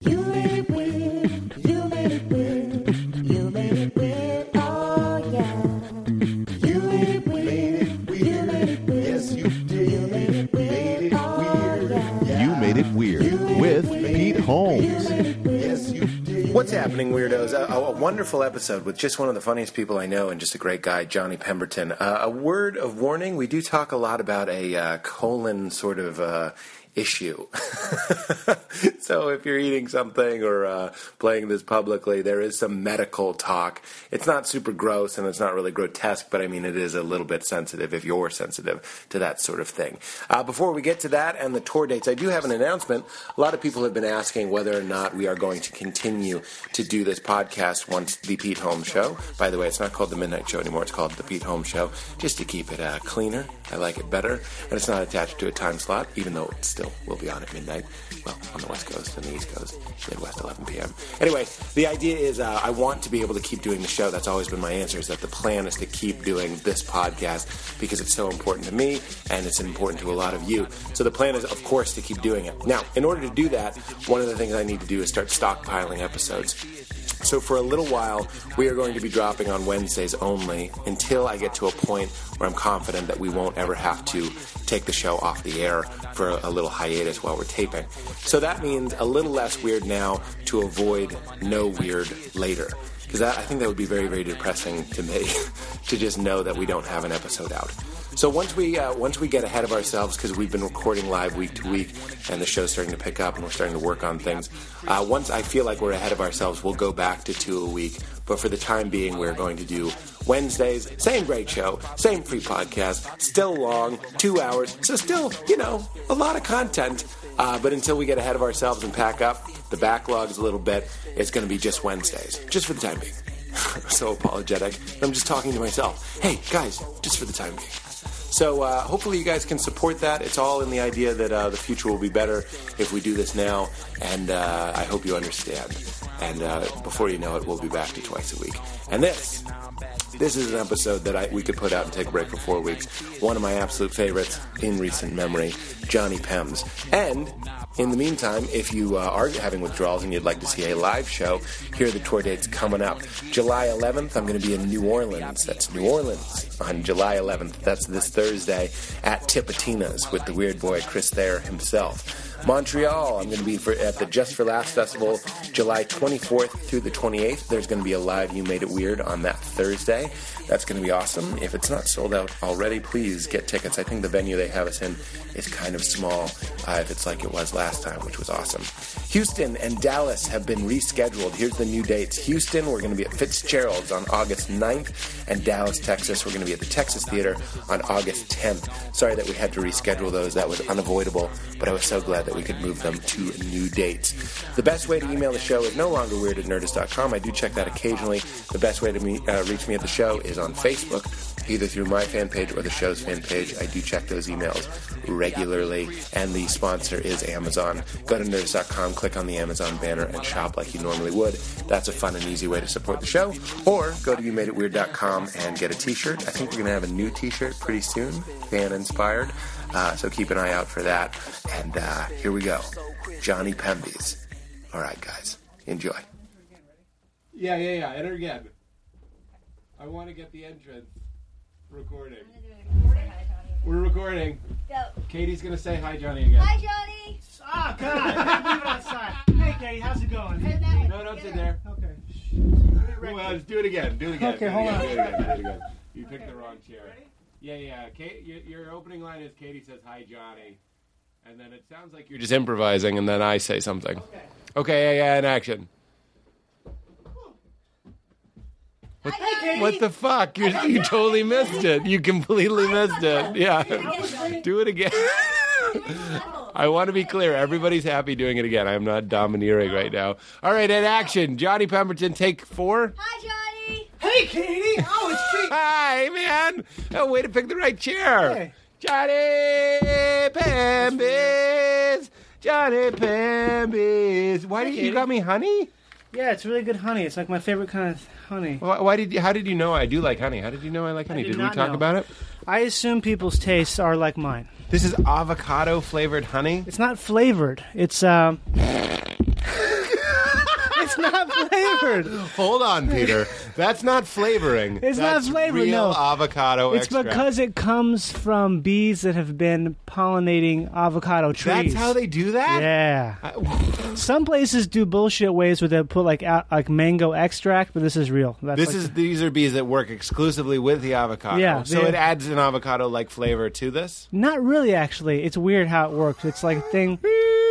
You made it weird. You made it weird. You made it weird. Oh yeah. You made it weird. You made it weird. Yes, you did. You made it weird. Oh yeah. You Made It Weird with Pete Holmes. What's happening, weirdos? A, a, a wonderful episode with just one of the funniest people I know and just a great guy, Johnny Pemberton. Uh, a word of warning: we do talk a lot about a uh, colon sort of. Uh, Issue. so, if you're eating something or uh, playing this publicly, there is some medical talk. It's not super gross and it's not really grotesque, but I mean, it is a little bit sensitive if you're sensitive to that sort of thing. Uh, before we get to that and the tour dates, I do have an announcement. A lot of people have been asking whether or not we are going to continue to do this podcast once the Pete Holmes Show. By the way, it's not called the Midnight Show anymore, it's called the Pete Holmes Show, just to keep it uh, cleaner. I like it better. And it's not attached to a time slot, even though it still will be on at midnight. Well, on the West Coast and the East Coast, Midwest, 11 p.m. Anyway, the idea is uh, I want to be able to keep doing the show. That's always been my answer, is that the plan is to keep doing this podcast because it's so important to me and it's important to a lot of you. So the plan is, of course, to keep doing it. Now, in order to do that, one of the things I need to do is start stockpiling episodes. So for a little while, we are going to be dropping on Wednesdays only until I get to a point where I'm confident that we won't ever have to take the show off the air for a little hiatus while we're taping. So that means a little less weird now to avoid no weird later. Because I think that would be very, very depressing to me to just know that we don't have an episode out. So once we uh, once we get ahead of ourselves because we've been recording live week to week and the show's starting to pick up and we're starting to work on things. Uh, once I feel like we're ahead of ourselves, we'll go back to two a week. But for the time being, we're going to do Wednesdays, same great show, same free podcast, still long, two hours. So still, you know, a lot of content. Uh, but until we get ahead of ourselves and pack up the backlogs a little bit, it's going to be just Wednesdays, just for the time being. so apologetic. I'm just talking to myself. Hey guys, just for the time being. So uh, hopefully you guys can support that. It's all in the idea that uh, the future will be better if we do this now, and uh, I hope you understand. And uh, before you know it, we'll be back to twice a week. And this, this is an episode that I, we could put out and take a break for four weeks. One of my absolute favorites in recent memory, Johnny Pems. And in the meantime, if you uh, are having withdrawals and you'd like to see a live show, here are the tour dates coming up. July 11th, I'm going to be in New Orleans. That's New Orleans on July 11th. That's this Thursday at Tipitina's with the weird boy Chris Thayer himself. Montreal, I'm going to be for, at the Just for Laughs Festival July 24th through the 28th. There's going to be a live You Made It Weird on that Thursday. That's going to be awesome. If it's not sold out already, please get tickets. I think the venue they have us in is kind of small uh, if it's like it was last time, which was awesome. Houston and Dallas have been rescheduled. Here's the new dates. Houston, we're going to be at Fitzgerald's on August 9th, and Dallas, Texas, we're going to be at the Texas Theater on August 10th. Sorry that we had to reschedule those. That was unavoidable, but I was so glad that we could move them to new dates. The best way to email the show is no longer weird at nerdist.com. I do check that occasionally. The best way to me, uh, reach me at the show is on Facebook, either through my fan page or the show's fan page. I do check those emails regularly, and the sponsor is Amazon. Go to nerdist.com, click on the Amazon banner, and shop like you normally would. That's a fun and easy way to support the show. Or go to youmadeitweird.com and get a t shirt. I think we're going to have a new t shirt pretty soon, fan inspired. Uh, so keep an eye out for that. And uh, here we go Johnny Pembe's. All right, guys, enjoy. Yeah, yeah, yeah. Enter again. I want to get the entrance recording. We're recording. Katie's gonna say hi, Johnny, again. Hi, Johnny. Oh God! I can't leave it outside. Hey, Katie, how's it going? Hey, No, don't sit there. Okay. Well, just do it again. Do it again. Okay, do it hold again, on. Do it again. Do it again. You picked the wrong chair. Ready? Yeah, yeah. Kate, your, your opening line is Katie says hi, Johnny, and then it sounds like you're just improvising, and then I say something. Okay. Okay. Yeah, yeah. In action. Hi, Johnny. What the fuck? You're, you totally missed it. You completely missed it. Yeah. Do it again. I want to be clear. Everybody's happy doing it again. I'm not domineering right now. All right, in action. Johnny Pemberton, take four. Hi, Johnny. Hey, Katie. Oh, it's Pete. Hi, man. Oh, way to pick the right chair. Hey. Johnny Pembis. Johnny Pembis. Why did you got me honey? Yeah, it's really good honey. It's like my favorite kind of honey. Why, why did you? How did you know I do like honey? How did you know I like honey? did Did, we not talk know. about it? I assume people's tastes are like mine. This is avocado flavored honey. It's not flavored. It's um. it's not flavored. Hold on, Peter. That's not flavoring. It's not That's flavor, Real no. avocado It's extract. because it comes from bees that have been pollinating avocado trees. that's how they do that. Yeah. Some places do bullshit ways where they put like out, like mango extract, but this is real. That's This like- is these are bees that work exclusively with the avocado. Yeah, so they- it adds an avocado like flavor to this. not really actually. It's weird how it works. It's like a thing.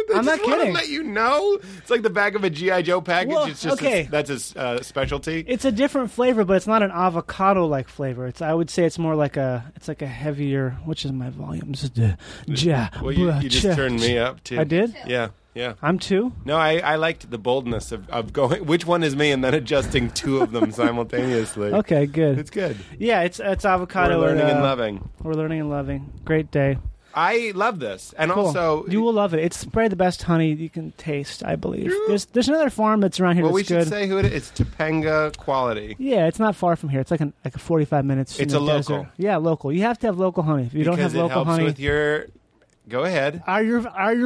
They I'm not just wanna kidding. Let you know, it's like the back of a GI Joe package. Well, it's just okay. a, that's his uh, specialty. It's a different flavor, but it's not an avocado like flavor. It's I would say it's more like a it's like a heavier. Which is my volume? This is the yeah. well, you, blah, you cha- just turned me up too. I did. Yeah, yeah. I'm two. No, I, I liked the boldness of, of going. Which one is me, and then adjusting two of them simultaneously. Okay, good. it's good. Yeah, it's it's avocado. We're learning and, and uh, loving. We're learning and loving. Great day. I love this, and Cool. also you will love it. It's probably the best honey you can taste, I believe. There's there's another farm that's around here Well, we that's should good. say who it is. It's Topanga quality. yeah, it's not far from here. It's like an, like 45 minutes. in It's a the local. desert. Yeah, local. You have to have local honey. If you don't because have it local helps honey, with your. Go ahead. Ayur,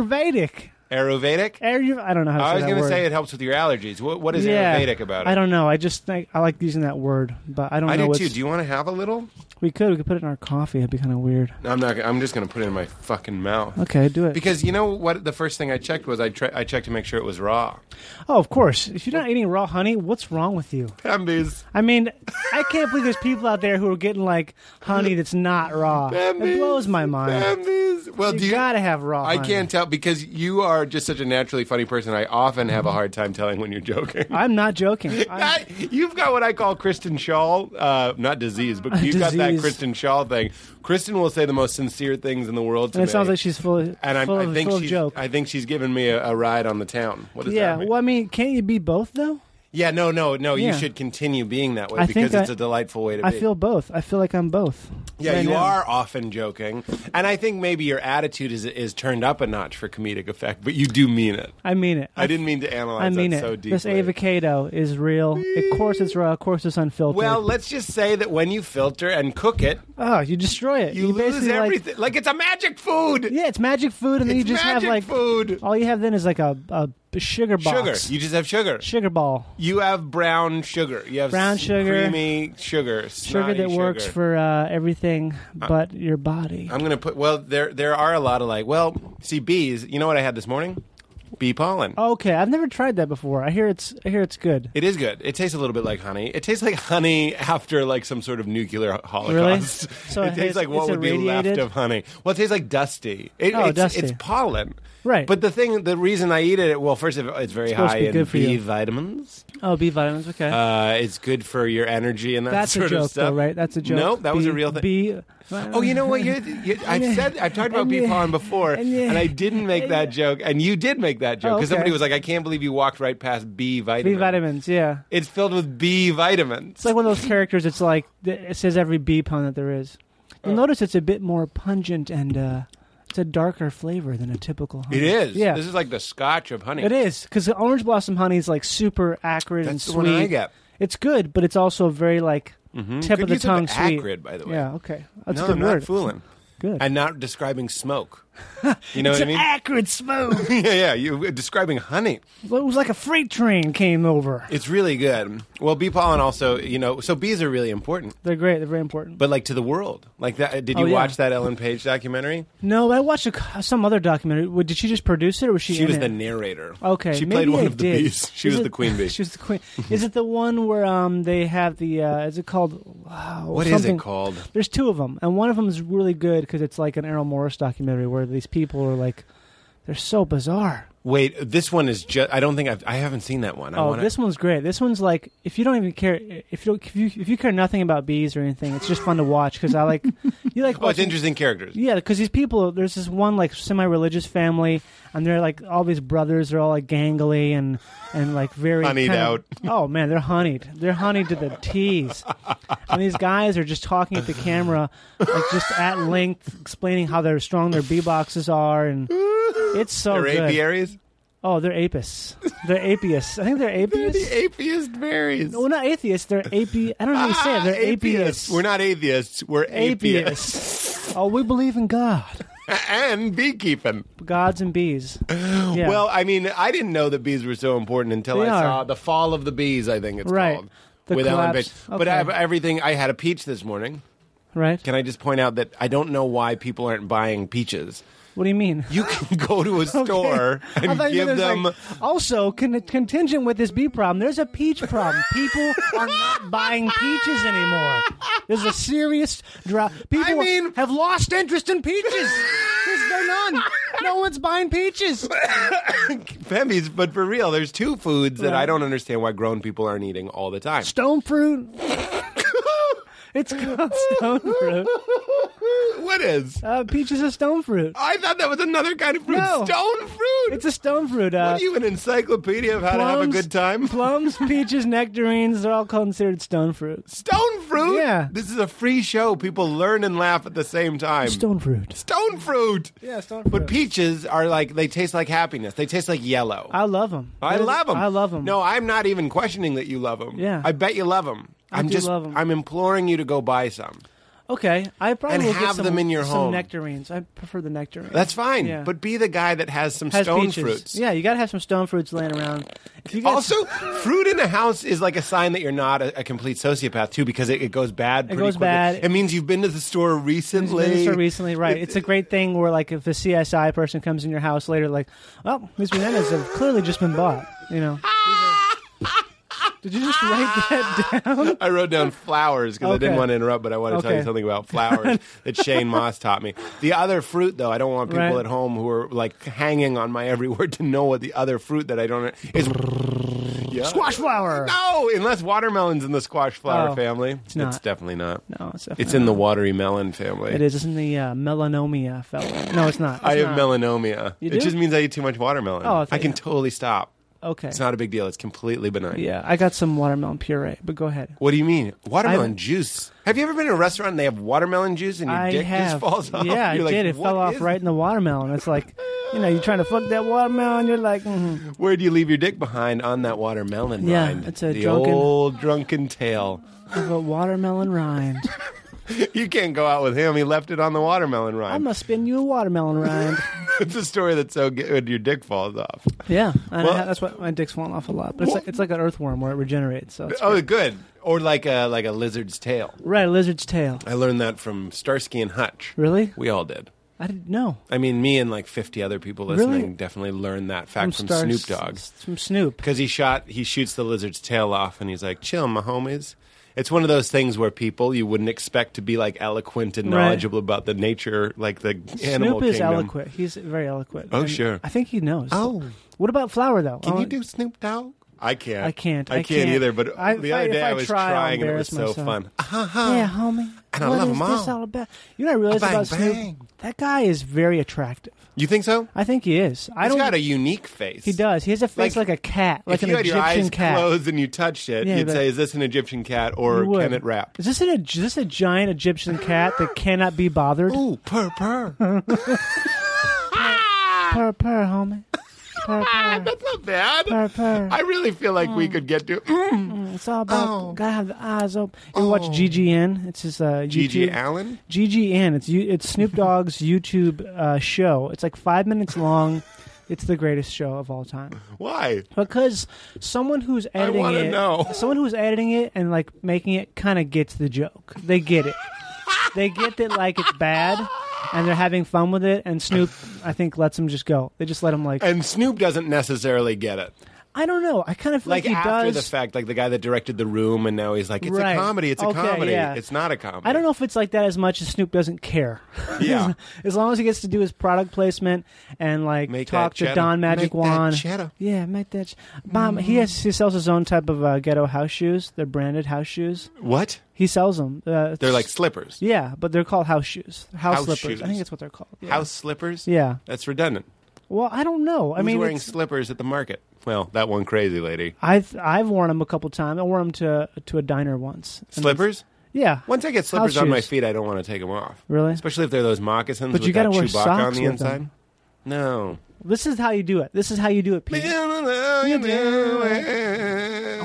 Ayurvedic. Ayurvedic. Ayur, I don't know how to I was going to say it helps with your allergies. What, what is yeah, Ayurvedic about it? I don't know. I just think I like using that word, but I don't I know do what's. too. Do you want to have a little? we could we could put it in our coffee. It'd be kind of weird. No, I'm not. gonna- I'm just going to put it in my fucking mouth. Okay, do it. Because you know what? The first thing I checked was I, tre- I checked to make sure it was raw. oh, of course. If you're not eating raw honey, what's wrong with you? Pembe's. I mean, I can't believe there's people out there who are getting like honey that's not raw. Pembe's. It blows my mind. Pembe's. Well, do You you gotta have raw. I honey. can't tell because you are just such a naturally funny person. I often have a hard time telling when you're joking. I'm not joking. I'm- I, you've got what I call Kristen Shaw, uh, not disease, but you've got that disease. Kristen Shaw thing. Kristen will say the most sincere things in the world to and it me. sounds like she's full of, and I'm, full, I of, think full of she's, joke. I think she's given me a, a ride on the town. What does yeah. that mean? Well, I mean, can't you be both though? Yeah, no, no, no. Yeah. You should continue being that way I think because it's I- a delightful way to I be. feel both. I feel like I'm both. yeah, right you now. are often joking, and I think maybe your attitude is is turned up a notch for comedic effect, but you do mean it. I mean it. I didn't mean to analyze I mean that it. so deeply. this avocado is real. Of course, it's raw. Of course, it's unfiltered. well, let's just say that when you filter and cook it, oh, you destroy it. you, lose basically everything. Like, it's a magic food. Like, yeah, it's magic food, and then it's you just magic have like food. all you have then is like a, a sugar Sugar. box, You just have sugar. sugar ball. You have brown sugar. You have Brown s- sugar. creamy sugar, sugar snotty that works sugar. Uh, for uh, everything but your body. I'm gonna put. Well, there there are a lot of like. Well, see bees. You know what I had this morning? Bee pollen. okay, I've never tried that before. I hear it's I hear it's good. It is good. It tastes a little bit like honey. It tastes like honey after like some sort of nuclear holocaust. Really? So it it tastes has- like what it's would be irradiated? left of honey. Well, it tastes like dusty. It, Oh, it's, dusty. It's pollen. Right. But the thing, the reason I eat it, well, first of all, it's very supposed to high be in good for B you. vitamins. Oh, B vitamins. Okay, Uh, it's good for your energy and that that's sort a joke, of stuff. though, right? That's a joke. No, that was a real thing. B. Oh, you know what? You're, you I've said I've talked about And bee you- pollen before, and and, you- I didn't make and that you- joke, and you did make that joke because Oh, okay. somebody was like, "I can't believe you walked right past B B vitamin." vitamins. Yeah, It's filled with B vitamins. it's like one of those characters. It's like it says every B pun that there is. Oh. You'll notice it's a bit more pungent and uh, it's a darker flavor than a typical. Honey. it is. Mm-hmm. Yeah. This is like the Scotch of honey. It is because the orange blossom honey is like super acrid and That's sweet. the one I get. It's good, but it's also very like tip Good of the use tongue sweet. Acrid, by the way. Yeah, okay. That's no, a good I'm word. not fooling. Good. And not describing smoke. You know what it's I an mean? acrid smoke. yeah, yeah. You uh, describing honey. it was like a freight train came over. It's really good. Well, bee pollen also. You know, so bees are really important, They're great. They're very important. but like to the world. Like that. Did Oh, you yeah. watch that Ellen Page documentary? no, I watched a c some other documentary. Wa- Did she just produce it, or was she? She in was it? the narrator. Okay, She played maybe one I of the did. bees. She Is was it- the queen bee. She was the queen. Is it the one where um they have the? Uh, is it called? Wow, What is something. it called? There's two of them, and one of them is really good because it's like an Errol Morris documentary where these people are like, they're so bizarre. Wait, this one is just. I don't think I've. I haven't seen that one. I Oh, wanna, this one's great. This one's like if you don't even care if you don't, if you if you care nothing about bees or anything, it's just fun to watch because I like you like. Oh, it's watching- interesting characters. Yeah, because these people, there's this one like semi-religious family, and they're like all these brothers are all like gangly and and like very Honeyed kind of- out. oh man, they're honeyed. They're honeyed to the tees, and these guys are just talking at the camera, like just at length, explaining how they're strong their bee boxes are, and it's so They're good. apiaries. Oh, they're apists. They're apists. I think they're They're apists. the atheist berries. well, not atheists. They're api. I don't know how you say it. Ah, They're apists. We're not atheists. We're apists. apists. oh, we believe in God, and beekeeping. gods and bees. Yeah. Well, I mean, I didn't know that bees were so important until They I are. saw the fall of the bees. I think it's Right. called The with Ellen collapse. Page. But I Okay. have everything. I had a peach this morning. right. Can I just point out that I don't know why people aren't buying peaches. What do you mean? You can go to a store I and thought you give meant there's, them. like, also con- contingent with this bee problem. There's a peach problem. People are not buying peaches anymore. There's a serious drought. People mean- have lost interest in peaches. There's no none. No one's buying peaches. Femmies, but for real, there's two foods that Right. I don't understand why grown people aren't eating all the time. Stone fruit. It's called stone fruit. what is? Uh, peach is a stone fruit. I thought that was another kind of fruit. No. Stone fruit. It's a stone fruit. What Uh, are you an encyclopedia of how to have a plums- good time? Plums, peaches, nectarines, they're all considered stone fruits. Stone fruit. Yeah. This is a free show. People learn and laugh at the same time. Stone fruit. Stone fruit. Yeah, stone But peaches are like they taste like happiness. They taste like yellow. I love them. I love them. I love them. No, I'm not even questioning that you love them. Yeah. I bet you love them. I am do just love 'em. I'm imploring you to go buy some. Okay, I probably And will have get some, them in your some home. nectarines. I prefer the nectarines. That's fine. Yeah. But be the guy that has some Has stone peaches. fruits. Yeah, you gotta have some stone fruits laying around. If you guys, Also, fruit in a house is like a sign that you're not a, a complete sociopath too, because it, it goes bad. Pretty goes quickly. bad. It means you've been to the store recently. Minister recently, right? It's a great thing where, like, if a CSI person comes in your house later, like, oh, these bananas have clearly just been bought. You know? These are- Did you just write that down? I wrote down flowers because I didn't Okay. want to interrupt, but I want to tell you Okay. something about flowers that Shane Moss taught me. The other fruit, though, I don't want people Right. at home who are like hanging on my every word to know what the other fruit that I don't is. Yeah. Squash flower. No, unless watermelon's in the squash flower Oh, family, it's, not. definitely not. No, it's It's definitely in the not. watery melon family. It is. It's in the uh, melanomia fella. No, it's not. It's I have not. melanomia. You It do? just means I eat too much watermelon. Oh, I I thought- can totally stop. Okay. It's not a big deal. It's completely benign. Yeah, I got some watermelon puree, but go ahead. What do you mean? Watermelon I've- juice. Have you ever been in a restaurant and they have watermelon juice and your I dick just have. falls off? Yeah, You're I like, did. It "What fell off is right in the watermelon. It's like, you know, you're trying to fuck that watermelon. You're like, mhm. Where do you leave your dick behind on that watermelon Yeah, rind? it's a the drunken- old drunken tail. a watermelon rind. You can't go out with him. He left it on the watermelon I'm rind. gonna spin you a watermelon rind. it's a story that's so good. Your dick falls off. Yeah, and Well- I- that's what my dick's falling off a lot. But it's like, it's like an earthworm where it regenerates. So it's, Oh, good. Or like a like a lizard's tail. right, a lizard's tail. I learned that from Starsky and Hutch. Really? We all did. I didn't know. I mean, me and like 50 other people Really? listening definitely learned that fact from, Star- Snoop Dogg. s- From Snoop. Because he shot, he shoots the lizard's tail off and he's like, chill, my homies. It's one of those things where people you wouldn't expect to be like eloquent and Right. knowledgeable about the nature, like the animal Snoop is kingdom. eloquent. He's very eloquent. Oh, sure. I think he knows. Oh. What about flour though? Can Oh, you do Snoop Dogg? I can't. I can't. I, I can't, can't. either. But I- the if I- other day if I was try, I'll trying and it was embarrass so myself. fun. Uh-huh. Yeah, homie. Uh, And I What love is 'em this all. all about? You know, what I realize Bang, about Snoop. bang. That guy is very attractive. You think so? I think he is. I He's don't. got a unique face. he does. He has a face Like, like, a cat, like if an you had Egyptian your eyes cat. closed and you touched it, Yeah, you'd but- say, "Is this an Egyptian cat You or would. can it rap?" Is this, an, is this a giant Egyptian cat that cannot be bothered? Ooh, purr purr. Purr, purr, homie. Purr, purr. Ah, That's not bad. Purr, purr. Mm. I really feel like we could get to It's all about Oh. gotta have the eyes open. You watch GGN. It's his uh, Gigi YouTube- Allen. GGN. It's you, it's Snoop Dogg's YouTube uh, show. It's like five minutes long. It's the greatest show of all time. Why? because someone who's editing wanna it, know. someone who's editing it and like making it kind of gets the joke. They get it. they get that like it's bad, and they're having fun with it. And Snoop, I think, lets them just go. They just let him like And Snoop doesn't necessarily get it. I don't know. I kind of feel Like, like, he after does. the fact, like the guy that directed The Room, and now he's like, "It's Right. a comedy. It's a Okay, comedy. yeah. It's not a comedy." I don't know if it's like that as much as Snoop doesn't care. Yeah. as long as he gets to do his product placement and like Make talk that to cheddar. Don Make Magic that Wand. cheddar. Yeah, make that. Ch- Mom, he has he sells his own type of uh, ghetto house shoes. They're branded house shoes. What? He sells them. Uh, They're like slippers. Yeah, but they're called house shoes, house, House slippers. shoes. I think that's what they're called. Yeah. House slippers. Yeah. That's redundant. Well, I don't know. I Who's mean, wearing it's- slippers at the market? Well, that one crazy lady. I've I've worn them a couple times. I wore them to to a diner once. And Slippers. it's- Yeah. Once I get slippers House on my shoes. feet, I don't want to take them off. Really? Especially if they're those moccasins But with you gotta that wear Chewbacca on socks the with inside. them. No. This is how you do it. This is how you do it, Pete. I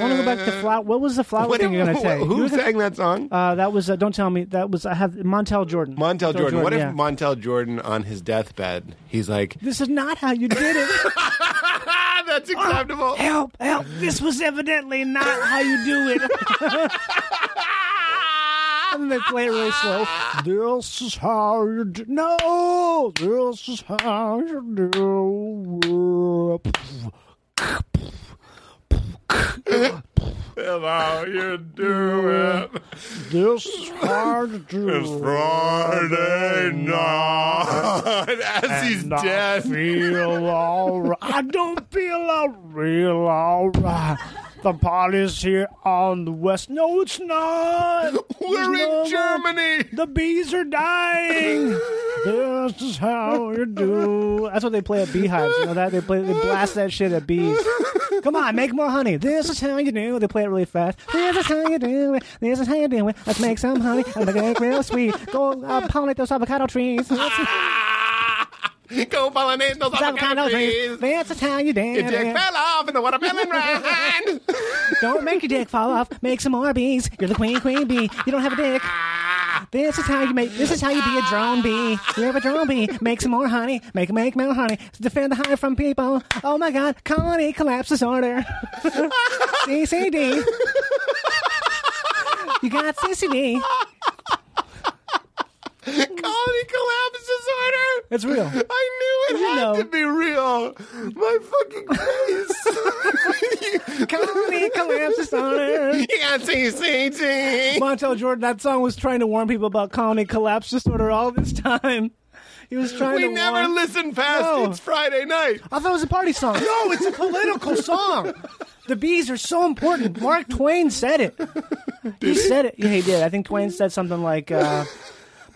want to go back to flower. What was the flower What- thing you're going to who- say? Who You're the- sang that song? Uh, that was uh, don't tell me. That was I have Montel Jordan. Montel Jordan. What if yeah. Montel Jordan on his deathbed, he's like, this is not how you did it? ah, that's acceptable. help! Help! This was evidently not how you do it. and they play it really slow. This is how you do. No, this is how you do. it. That's how you do it. This is how you do. It's it. Friday night. As he's And I dead. Feel all right. I don't feel a real all right. The party's here on the west. No, it's not. We're No, in no. Germany. The bees are dying. this is how you do. That's what they play at beehives. You know that they play. They blast that shit at bees. Come on, make more honey. This is how you do. it. They play it really fast. This is how you do it. This is how you do it. Let's make some honey. Let's make it real sweet. Go uh, pollinate those avocado trees. Let's Ah! Go pollinate those avocado trees. That's just how you Your dick dance. fell off in the watermelon rind. Don't make your dick fall off. Make some more bees. You're the queen, queen bee. You don't have a dick. Ah, This is how you make. This is how you be a drone bee. You have a drone bee. Make some more honey. Make make more honey. Defend the hive from people. Oh my God! Colony collapse disorder. CCD. You got CCD. Colony collapse disorder. It's real. I knew it You had know. to be real. My fucking face. Colony collapse disorder. you got CCG. Montel Jordan, that song was trying to warn people about colony collapse disorder all this time. He was trying We to never warn. listen past No. it's Friday night. I thought it was a party song. No, it's a political song. The bees are so important. Mark Twain said it. he, said it. Yeah, he did. I think Twain said something like, uh,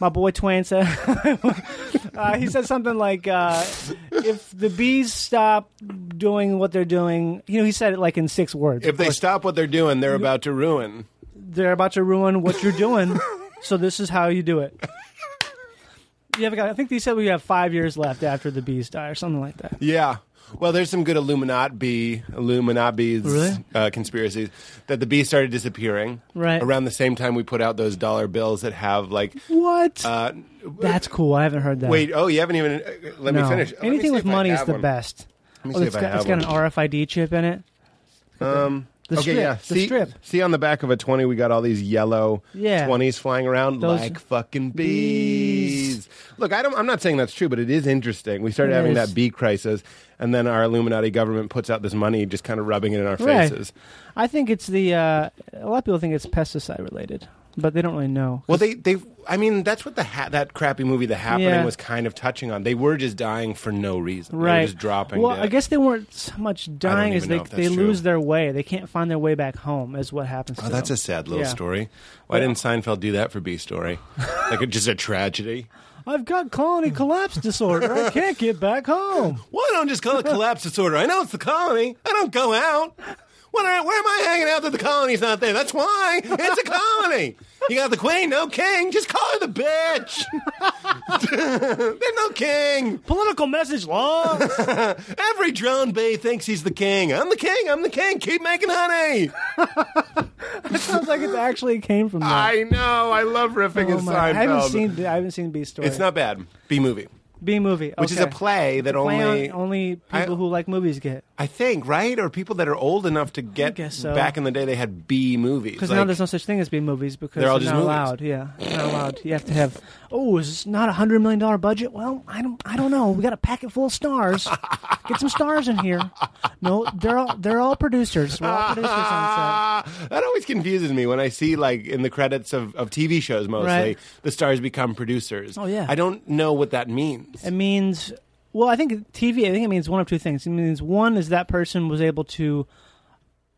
"My boy Twain said." uh, he said something like, uh, "If the bees stop doing what they're doing, you know," he said it like in six words. If they stop what they're doing, they're about to ruin. they're about to ruin what you're doing, so this is how you do it. You have, I think they said we have five years left after the bees die, or something like that. Yeah. Well, there's some good Illuminati, Illuminati Really? uh, conspiracies that the bees started disappearing Right. around the same time we put out those dollar bills that have like. What? Uh, That's cool. I haven't heard that. wait, oh, you haven't even. uh, Let no. me finish. Let me Anything see with if I money is have the one. best. Let me Oh, see it's if got, I have it's got one. an RFID chip in it. Um, the okay, strip, yeah. the see, strip. see on the back of a 20, we got all these yellow Yeah. 20s flying around Those- like fucking bees. Look, I don't, I'm not saying that's true, but it is interesting. We started It having is. that bee crisis, and then our Illuminati government puts out this money just kind of rubbing it in our Right. faces. I think it's the. Uh, a lot of people think it's pesticide related, but they don't really know. Well, they, they, I mean, that's what the ha- that crappy movie, The Happening, Yeah. was kind of touching on. They were just dying for no reason. They Right. were just dropping. Well, dead. I guess they weren't so much dying as even they know if that's they true. lose their way. They can't find their way back home. Is what happens. Oh, to that's them. a sad little Yeah. story. Why didn't Seinfeld do that for Bee Story? like, it's just a tragedy. I've got colony collapse disorder. I can't get back home. Why don't I just call it collapse disorder? I know it's the colony. I don't go out. What are, where am I hanging out that the colony's not there? That's why. It's a colony. You got the queen, no king. Just call her the bitch. There's no king. Political message long. Every drone bee thinks he's the king. I'm the king. I'm the king. Keep making honey. Sounds like it actually came from that. I know. I love riffing Oh and my- Seinfeld. I haven't seen I haven't seen B story. It's not bad. B movie, B movie, which is a okay. play that Play on- only, only people I- who like movies get. I think right or people that are old enough to get guess so. back in the day they had B movies Because now Like- there's no such thing as B movies because They're all not just movies. allowed. Yeah, they're not allowed. You have to have. Oh, is this not a hundred million dollar budget? Well, I don't. I don't know. We got a packet full of stars. Get some stars in here. No, they're all they're all producers. We're all producers on set. Ah, that always confuses me when I see like in the credits of, of TV shows mostly Right. the stars become producers. Oh, yeah. I don't know what that means. It means, well, I think TV. I think it means one of two things. It means one is that person was able to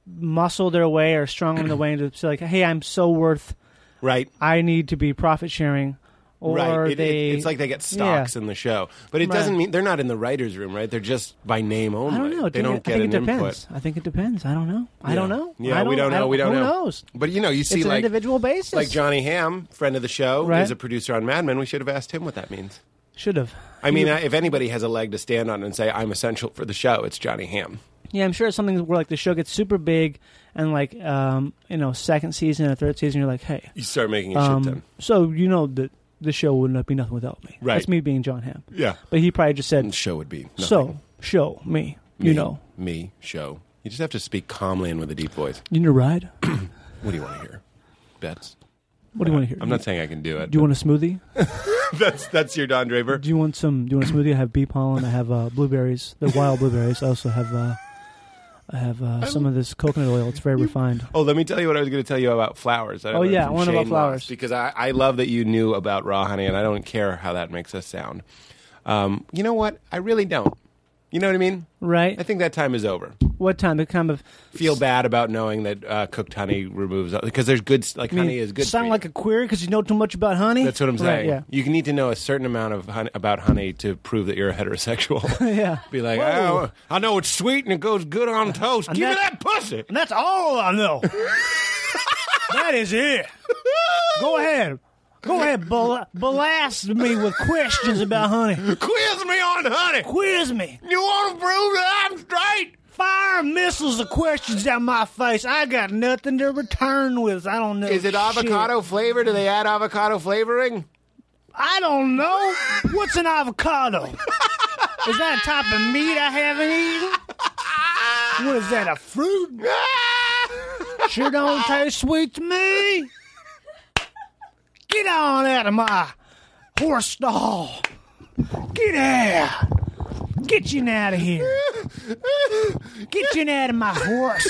muscle their way or strong their way into so like, hey, I'm so worth. right. I need to be profit sharing, or Right. It- it- they. it's like they get stocks in the show, but it Right. doesn't mean they're not in the writers' room, right? They're just by name only. I don't know. They dude. don't I get think an it depends. input. I think it depends. I don't know. I don't Yeah. know. Yeah, I we don't I know. We don't who know. knows? But you know, you see, it's an like individual basis. like Johnny Ham, friend of the show, Right. is a producer on Mad Men. We should have asked him what that means. Should have. I mean, uh, if anybody has a leg to stand on and say I'm essential for the show, it's Johnny Ham. Yeah, I'm sure it's something where like the show gets super big, and like um, you know, second season or third season, you're like, hey, You start making a shit um, ton. so you know that the show would not be nothing without me. Right. That's me being John Hamm. Yeah, But he probably just the said, show would be nothing. so show me, you Me, know, me show. You just have to speak calmly and with a deep voice. you need a ride. What do you want to hear? Bets. What do you want to hear? Uh, I'm not saying I can do it. Do you want a smoothie? that's that's your Don Draper. Do you want some? Do you want a smoothie? I have bee pollen. I have uh, blueberries. They're wild blueberries. I also have. Uh, I have uh, some of this coconut oil. It's very refined. Oh, let me tell you what I was going to tell you about flowers. I Oh, learned yeah, from I wanna know Shane about flowers. Moss, because I, I love that you knew about raw honey, and I don't care how that makes us sound. Um, you know what? I really don't. You know what I mean? I Right? think that time is over. What time? The kind of Feel bad about knowing that uh, cooked honey removes because there's good s- like I mean, honey is good. for Sound you. like a queer because you know too much about honey. That's what I'm Right, saying. You need to know a certain amount of honey, about honey to prove that you're a heterosexual. yeah. yeah. Be like, Whoa. Uh, oh, I know it's sweet and it goes good on toast. Give me that that- pussy. And that's all I know. that is it. Go ahead. Go ahead. Bel- belast me with questions about honey. Quiz me on honey. Quiz me. You want to prove that I'm straight? Fire missiles of questions at my face. I got nothing to return with. I don't know. Is it Oh, shit. avocado flavor? Do they add avocado flavoring? I don't know. What's an avocado? is that a type of meat I haven't eaten? What is that, a fruit? Sure don't taste sweet to me. Get on out of my horse stall. Get out. Get you out of here. Get you out of my horse.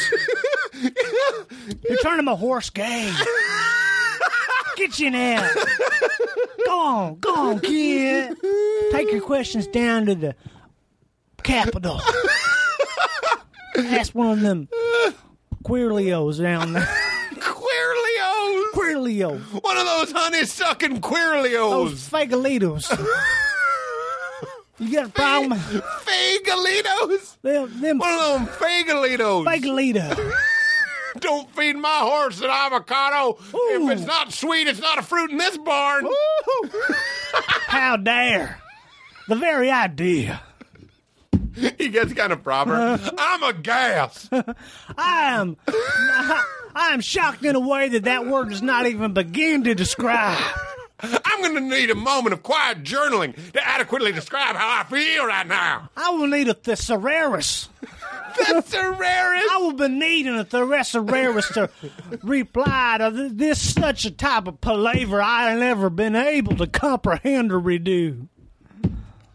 You're turning my horse gay. Get you out. Go on, go on, kid. Take your questions down to the Capitol. Ask one of them Queerleos down there. Queerleos. Queerleo. One of those honey sucking Those Queerleos. fagalitos. You got a problem? with Fagalitos. Them, them One of them fagalitos. fagalito. Don't feed my horse an avocado. If it's not sweet, it's not a fruit in this barn. How dare. The very idea. He gets kind of proper. I'm a gas. I am, I am shocked in a way that that word does not even begin to describe. I'm going to need a moment of quiet journaling to adequately describe how I feel right now. I will need a thesaurus. That's the rarest. I will be needing a thesaurus to reply to th- this such a type of palaver I have never been able to comprehend or redo.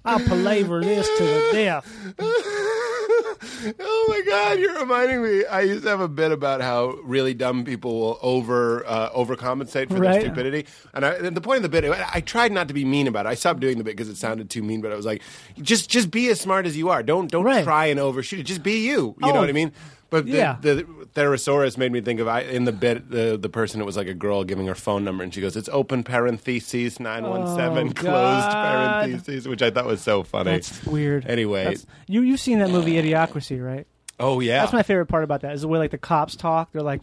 I'll palaver this to the death. oh my god, you're reminding me. I used to have a bit about how really dumb people will over uh, overcompensate for Right. their stupidity, and, I, and the point of the bit, I, I tried not to be mean about it. I stopped doing the bit because it sounded too mean. But I was like, just just be as smart as you are. Don't don't Right. try and overshoot it. Just be you. You Oh, know what I mean? But the, yeah. the thesaurus made me think of I, in the bit the the person it was like a girl giving her phone number and she goes it's open parentheses nine one seven Oh, closed God. parentheses which I thought was so funny. That's weird. Anyway. That's- you you've seen that movie Idiocracy, right? Oh yeah, That's my favorite part about that is the way like the cops talk. They're like,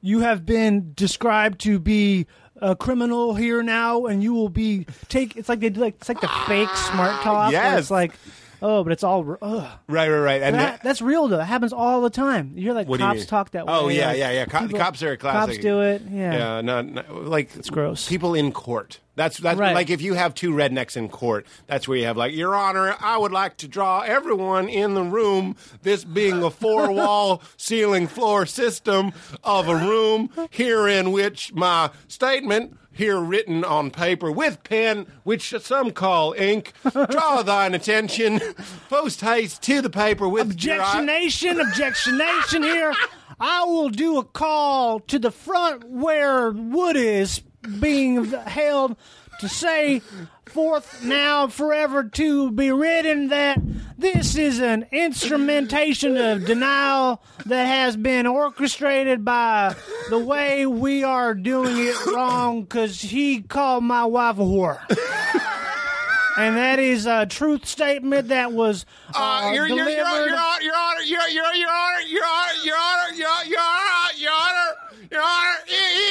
"You have been described to be a criminal here now, and you will be take." It's like they do like it's like the fake smart talk. where yes. it's like, oh, but it's all. r- Ugh. Right, right, right. And That, that, that's real though. That happens all the time. You hear like What do you cops mean? talk that way. Oh, yeah, like, yeah, yeah. Co- people- cops are a classic. Cops do it. Yeah. yeah, no, no, like it's gross. People in court. That's that's Right. like if you have two rednecks in court, that's where you have like, Your Honor, I would like to draw everyone in the room. This being a four-wall ceiling floor system of a room here in which my statement. Here written on paper with pen, which some call ink. Draw thine attention, post haste to the paper with your eye- Objectionation, objectionation here. I will do a call to the front where wood is being held to say forth now forever to be written that this is an instrumentation of denial that has been orchestrated by the way we are doing it wrong because he called my wife a whore. And that is a truth statement that was Uh, uh, your, your, your, your, delivered- honor, your honor, your, your, your honor, your honor, your honor, your honor, your honor, your honor, your honor,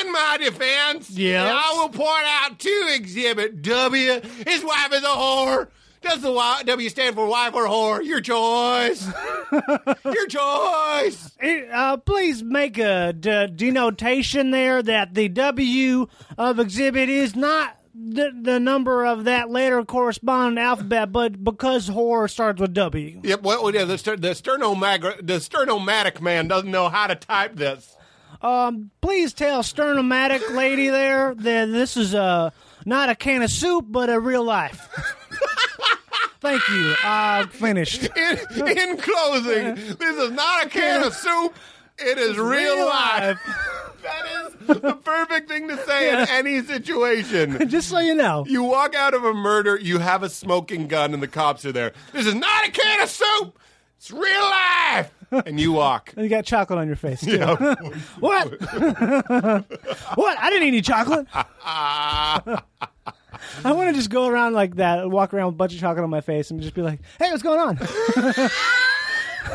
in my on you, fans. Yes. And I will point out to Exhibit W. His wife is a whore. Does the Y- W stand for wife or whore? Your choice. Your choice. Hey, uh, please make a de- denotation there that the W of exhibit is not the, the number of that letter corresponding alphabet, but because whore starts with W. Yep. Well, yeah, the, ster- the sternomag- the sternomatic man doesn't know how to type this. Please tell sternomatic lady there that this is uh, not a can of soup, but a real life. Thank you. I'm finished. In, in closing, this is not a can of soup. It is real, life. That is the perfect thing to say in any situation. Just so you know. You walk out of a murder, you have a smoking gun, and the cops are there. This is not a can of soup. It's real life. And you walk. You got chocolate on your face. too. what? what? I didn't eat any chocolate. I want to just go around like that, walk around with a bunch of chocolate on my face, and just be like, "Hey, what's going on?"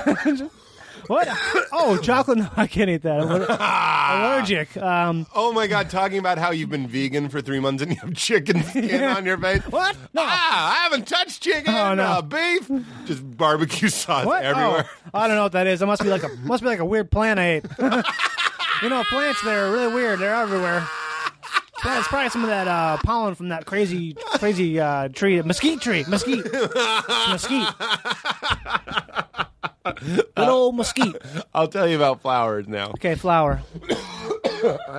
what? Oh, chocolate? No, I can't eat that. I'm aller- allergic. Um, Oh my God, talking about how you've been vegan for three months and you have chicken skin on your face. What? No. Ah, I haven't touched chicken, Oh, no. uh, beef, just barbecue sauce what? everywhere. Oh, I don't know what that is. It must be like a must be like a weird plant I ate. you know, plants there are really weird. They're everywhere. Yeah, It's probably some of that uh, pollen from that crazy, crazy uh, tree, mesquite tree, mesquite, It's mesquite, good old mesquite. I'll tell you about flowers now. Okay, flower,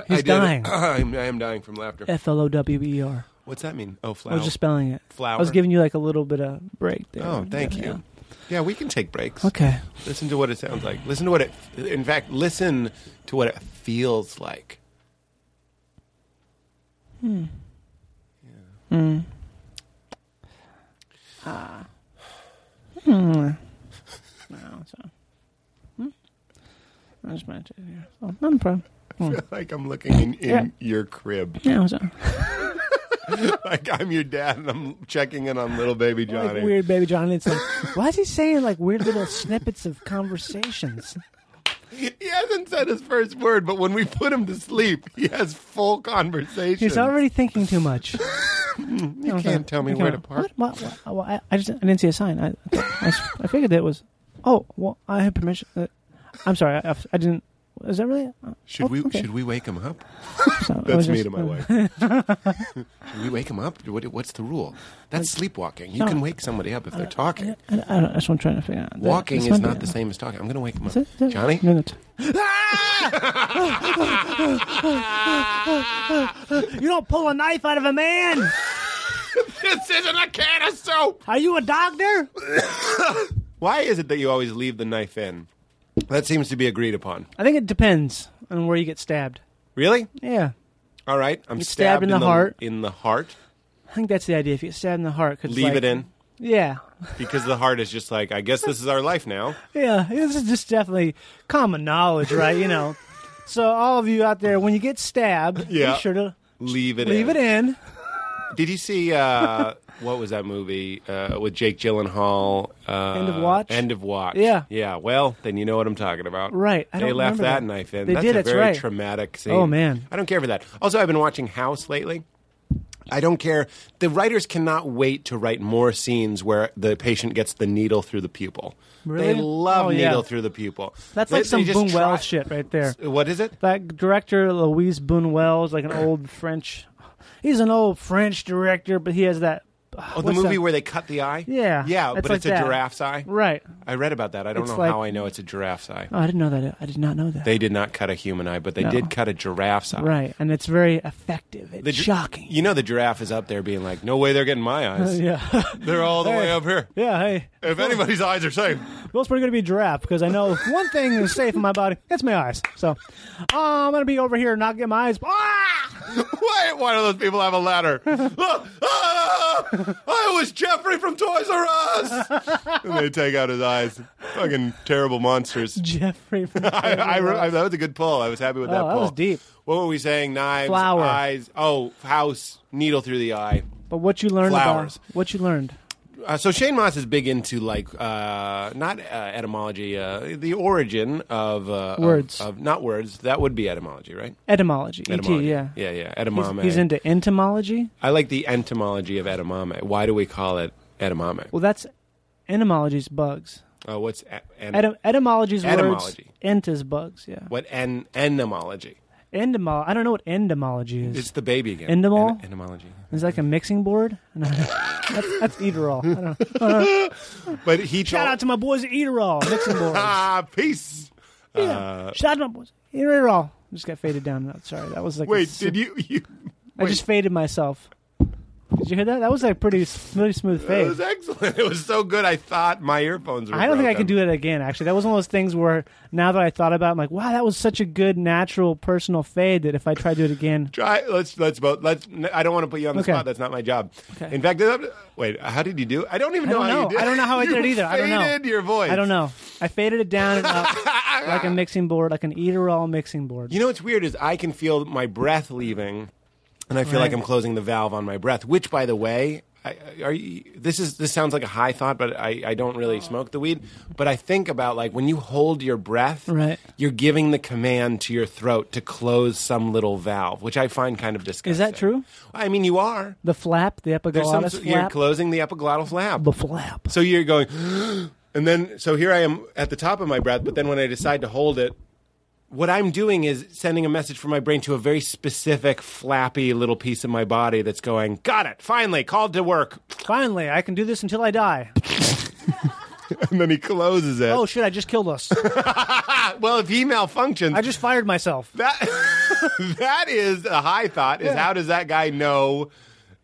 He's dying. I'm, I am dying from laughter. F L O W E R. What's that mean? Oh, I flowers. was just spelling it. Flower. I was giving you like a little bit of break there. Oh, thank you. Yeah. we can take breaks. Okay. Listen to what it sounds like. Listen to what it. In fact, listen to what it feels like. No, so. Hmm? I just meant to. Yeah. Oh, not a problem. Like I'm looking in, in Yeah. your crib. Yeah, so. like I'm your dad, and I'm checking in on little baby like Johnny. weird baby Johnny. It's like, why is he saying like weird little snippets of conversations? He hasn't said his first word, but when we put him to sleep, he has full conversation. He's already thinking too much. You can't tell me where to park. What? What? What? Well, I, I just I didn't see a sign. I I, s- I figured that was. Oh well, I had permission. Uh, I'm sorry. I, I didn't. Is that really? Uh, Should oh, we? okay. Should we wake him up? So, I was That's me to just- my uh, wife. Should we wake him up? What, what's the rule? That's sleepwalking. You no. can wake somebody up if they're talking. I, I don't, that's what I'm trying to figure out. That- Walking it's is not that- the same as talking. I'm going to wake him up. that- that- Johnny? no, that's- you don't pull a knife out of a man. This isn't a can of soap! Are you a doctor? Why is it that you always leave the knife in? That seems to be agreed upon. I think it depends on where you get stabbed. Really? Yeah. All right. I'm Get stabbed in the heart. In the heart. I think that's the idea. If you get stabbed in the heart, 'cause it's Leave like- it in Yeah, because the heart is just like, I guess this is our life now. yeah. This is just definitely common knowledge, right? You know. So all of you out there, when you get stabbed, Yeah. be sure to Leave it in. leave it in. Did you see uh, what was that movie uh, with Jake Gyllenhaal? Uh, End of Watch? End of Watch. Yeah. Yeah. Well, then you know what I'm talking about. Right. I they don't left remember that that. knife in. They That's did, a that's very right. traumatic scene. Oh, man. I don't care for that. Also, I've been watching House lately. I don't care. The writers cannot wait to write more scenes where the patient gets the needle through the pupil. Really? They love Oh, yeah. needle through the pupil. That's They- like they some just Boone try- Wells shit right there. What is it? That director Louise Boone Wells, like an old French. He's an old French director, but he has that. Oh, the what's movie that? where they cut the eye. Yeah, Yeah, it's but like it's a that. giraffe's eye. Right. I read about that. I don't It's know like- how I know it's a giraffe's eye. Oh, I didn't know that. I did not know that. They did not cut a human eye, but they No. did cut a giraffe's eye. right, and it's very effective. It's The gi- shocking. You know, the giraffe is up there being like, no way they're getting my eyes. yeah. They're all the way up here. yeah. Hey. If anybody's eyes are safe. Will's probably going to be a giraffe because I know if one thing is safe in my body, it's my eyes. So uh, I'm going to be over here and not get my eyes. Ah! Why one of those people have a ladder? Ah, ah, I was Jeffrey from Toys R Us. and they take out his eyes. Fucking terrible monsters. Jeffrey. From I, I, re- I- that was a good pull. I was happy with that Oh, that pull. was deep. What were we saying? Knives, Flower. eyes. Oh, house, needle through the eye. but what you learned Flowers. about what you learned. Uh, so Shane Moss is big into like uh, not uh, etymology, uh, the origin of uh, of- Words. of, not words. That would be etymology, right? Etymology. Etymology. Et, yeah, yeah. yeah. He's, Edamame. he's into entomology. I like the entomology of edamame. Why do we call it edamame? Well, that's entomology's bugs. Uh, what's e- en- Etym- etymology's Etymology. words. Ent is bugs. Yeah. what en- entomology? Entomol. I don't know what entomology is. It's the baby again. Endemol? En- entomology. Is it like a mixing board? No, that's, that's Eaterall. I don't know. But he Shout out to my boys at Eaterall mixing board. ah peace. Uh, Shout out to my boys at Eaterall. Just got faded down. No, Sorry, that was like. a wait, super- did you you? I just faded myself. Did you hear that? That was like pretty pretty smooth It fade. was excellent. It was so good. I thought my earphones. were I don't think I broken. could do it again. Actually, that was one of those things where now that I thought about, it, I'm like, wow, that was such a good natural personal fade that if I tried to do it again, Try. Let's let's vote. Let's. n- I don't want to put you on the Okay. spot. That's not my job. Okay. In fact, that- wait. How did you do? I don't even I know don't how know. you did. I don't know how I You did it either. I don't know. faded your voice. I don't know. I faded it down and up like a mixing board, like an Eaterall mixing board. You know what's weird is I can feel my breath leaving, and I feel like Right. I'm closing the valve on my breath. Which, by the way, I, I- are you, this is this sounds like a high thought, but I, I don't really smoke the weed. But I think about like when you hold your breath, Right. You're giving the command to your throat to close some little valve, which I find kind of disgusting. true? I mean, you are. The flap, the There's some, epiglottis you're flap, closing the epiglottal flap. the flap. So you're going, and then so here I am at the top of my breath, but then when I decide to hold it, what I'm doing is sending a message from my brain to a very specific flappy little piece of my body that's going, "Got it, finally called to work." Finally, I can do this until I die. And then he closes it. Oh shit! I just killed us. well, if he malfunctions, I just fired myself. that that is a high thought. Is how does that guy know?